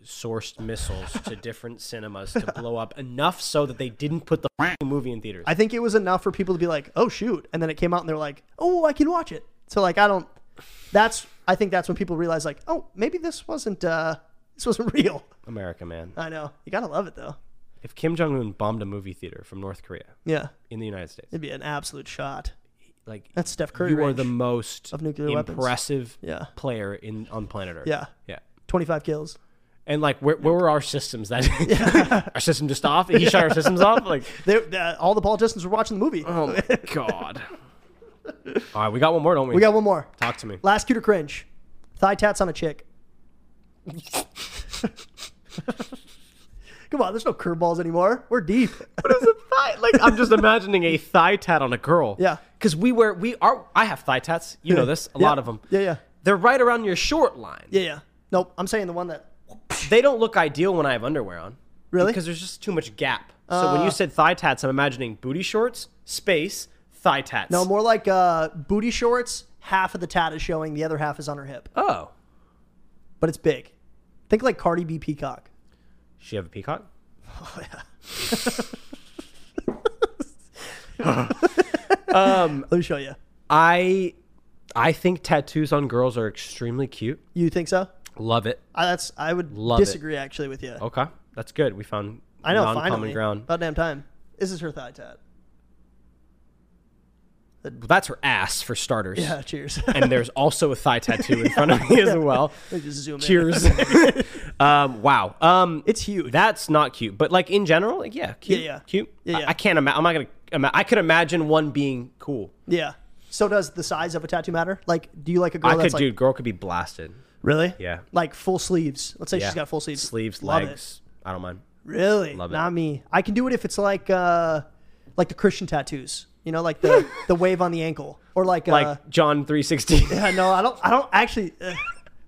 S2: sourced missiles to different cinemas to blow up enough so that they didn't put the f***ing movie in theaters.
S1: I think it was enough for people to be like, oh shoot, and then it came out and they're like, oh I can watch it. So like I don't. That's I think that's when people realize like oh maybe this wasn't uh this wasn't real.
S2: America, man.
S1: I know you gotta love it though.
S2: If Kim Jong Un bombed a movie theater from North Korea
S1: Yeah,
S2: in the United States,
S1: it'd be an absolute shot.
S2: like
S1: That's Steph Curry.
S2: you are
S1: range.
S2: the most
S1: of nuclear weapons.
S2: impressive
S1: Yeah.
S2: player in on planet Earth.
S1: Yeah.
S2: yeah.
S1: 25 kills.
S2: And like, where, where were our systems? That our system just off. He shut our systems off. Like,
S1: They, uh, all the politicians were watching the movie.
S2: Oh my god. All right, we got one more, don't we?
S1: We got one more.
S2: Talk to me.
S1: Last cute or cringe. Thigh tats on a chick. Come on, there's no curveballs anymore. We're deep.
S2: What is a thigh? Like I'm just imagining a thigh tat on a girl.
S1: Yeah.
S2: Because we wear we are I have thigh tats. You know this. A
S1: Yeah.
S2: lot of them.
S1: Yeah, yeah,
S2: They're right around your short line.
S1: yeah, yeah. Nope, I'm saying the one that.
S2: They don't look ideal when I have underwear on.
S1: Really? Ah.
S2: Because there's just too much gap. so when you said thigh tats, I'm imagining booty shorts, space, thigh tats.
S1: No, more like uh, booty shorts. Half of the tat is showing, the other half is on her hip,
S2: Oh.
S1: but it's big. Think like Cardi B peacock.
S2: She have a peacock?
S1: Let me show you.
S2: I I think tattoos on girls are extremely cute.
S1: You think so?
S2: Love it.
S1: I, that's I would
S2: Love it.
S1: disagree actually with you.
S2: Okay. That's good. We found
S1: I know.
S2: non-common
S1: Finally,
S2: ground.
S1: about damn time. This is her thigh tat.
S2: That's her ass for starters.
S1: Yeah, cheers.
S2: and there's also a thigh tattoo in front of me as well.
S1: Let me just zoom in.
S2: Cheers. um, wow. Um,
S1: It's huge.
S2: that's not cute, but like in general, like yeah, cute,
S1: Yeah, yeah.
S2: cute.
S1: Yeah,
S2: I-
S1: yeah.
S2: I, can't imagine. I'm not gonna. Ima- I could imagine one being cool.
S1: Yeah. So does the size of a tattoo matter? Like, do you like a girl
S2: I
S1: that's
S2: could,
S1: like
S2: dude. Girl could be blasted.
S1: really?
S2: Yeah.
S1: Like full sleeves. Let's say
S2: yeah.
S1: she's got full sleeves.
S2: sleeves,
S1: Love it.
S2: legs. I don't mind.
S1: Really?
S2: Love it.
S1: Not me. I can do it if it's like uh like the Christian tattoos. You know, like the the wave on the ankle or like
S2: Like
S1: uh,
S2: John three sixteen.
S1: yeah, no, I don't I don't actually uh,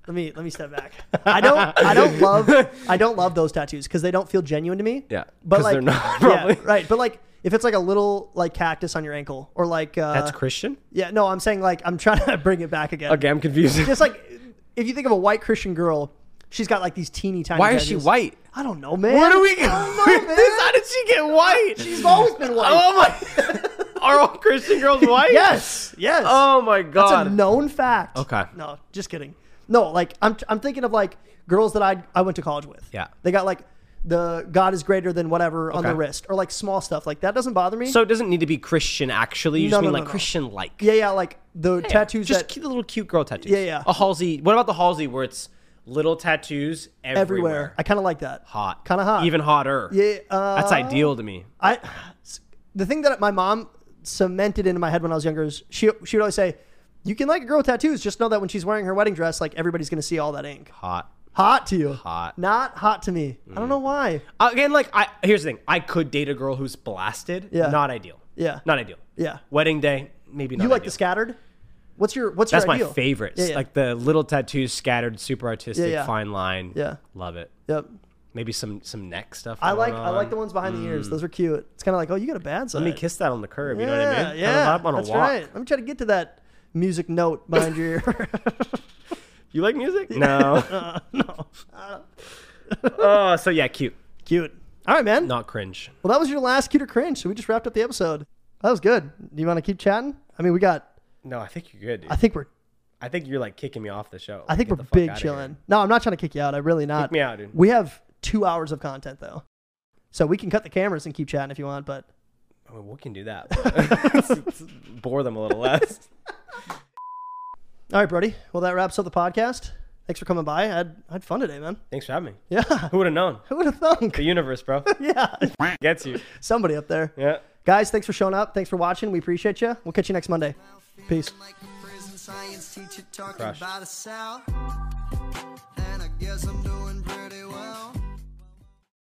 S1: let me let me step back. I don't I don't love I don't love those tattoos cuz they don't feel genuine to me.
S2: Yeah,
S1: But
S2: 'cause
S1: like
S2: they're not,
S1: yeah,
S2: probably.
S1: right, but like if it's like a little like cactus on your ankle or like uh
S2: That's Christian.
S1: Yeah, no, I'm saying like I'm trying to bring it back again.
S2: Okay, I'm confused.
S1: Just like if you think of a white Christian girl, she's got like these teeny tiny.
S2: Why is she
S1: tattoos.
S2: white?
S1: I don't know, man.
S2: Where do we go?
S1: I
S2: with
S1: don't know,
S2: this?
S1: man.
S2: How did she get white?
S1: She's always been white.
S2: Oh my! Are all Christian girls white?
S1: yes, yes.
S2: Oh my
S1: That's
S2: god.
S1: a known fact.
S2: Okay.
S1: No, just kidding. No, like I'm, I'm thinking of like girls that I I went to college with.
S2: Yeah.
S1: They got like the God is greater than whatever on
S2: Okay.
S1: the wrist or like small stuff like that doesn't bother me.
S2: So it doesn't need to be Christian actually. You just
S1: No,
S2: mean
S1: no, no,
S2: like
S1: no.
S2: Christian like.
S1: yeah, yeah, like the tattoos
S2: Just
S1: that
S2: cute little cute girl tattoos.
S1: Yeah, yeah.
S2: A Halsey. What about the Halsey where it's little tattoos everywhere?
S1: everywhere. I kind of like that.
S2: hot.
S1: Kind of hot.
S2: Even hotter.
S1: Yeah, uh,
S2: That's ideal to me.
S1: I the thing that my mom cemented into my head when I was younger is she she would always say, "You can like a girl with tattoos. Just know that when she's wearing her wedding dress, like everybody's gonna see all that ink."
S2: Hot.
S1: Hot to you,
S2: Hot. Mm.
S1: not hot to me. I don't know why.
S2: Again, like I here's the thing. I could date a girl who's blasted.
S1: Yeah.
S2: Not ideal.
S1: Yeah,
S2: Not ideal.
S1: yeah.
S2: Wedding day, maybe not.
S1: You like
S2: ideal.
S1: the scattered? What's your what's
S2: That's
S1: your
S2: my
S1: ideal?
S2: favorites.
S1: Yeah, yeah.
S2: Like the little tattoos scattered, super artistic,
S1: Yeah, yeah.
S2: fine line.
S1: Yeah.
S2: Love it.
S1: Yep.
S2: Maybe some some neck stuff.
S1: I
S2: going
S1: like I like
S2: on.
S1: the ones behind the ears. Those are cute. It's kind of like oh, you got a bad side.
S2: Let me kiss that on the curb.
S1: Yeah,
S2: you know what I mean?
S1: yeah.
S2: Kind of vibe on a
S1: that's
S2: walk.
S1: right. Let me try to get to that music note behind your ear.
S2: You like music? Uh, No.
S1: no,
S2: oh, so yeah, cute.
S1: cute. All right, man.
S2: Not cringe.
S1: Well, that was your last cute or cringe. So we just wrapped up the episode. That was good. Do you want to keep chatting? I mean, we got.
S2: No, I think you're good, dude.
S1: I think we're.
S2: I think you're like kicking me off the show.
S1: I think
S2: Get
S1: we're
S2: the fuck
S1: big
S2: outta
S1: chilling.
S2: here.
S1: No, I'm not trying to kick you out. I really not.
S2: Kick me out, dude.
S1: We have two hours of content though, so we can cut the cameras and keep chatting if you want. But
S2: I mean, we can do that. but- Bore them a little less.
S1: all right, Brody. Well, that wraps up the podcast. Thanks for coming by. I had I had fun today, man.
S2: Thanks for having me.
S1: Yeah.
S2: Who would have known?
S1: Who would have thunk?
S2: The universe, bro.
S1: Yeah.
S2: Gets you.
S1: Somebody up there.
S2: Yeah.
S1: Guys, thanks for showing up. Thanks for watching. We appreciate you. We'll catch you next Monday. Peace.
S3: Like a prison science teacher talking
S2: Crush.
S3: about the South. And I guess I'm doing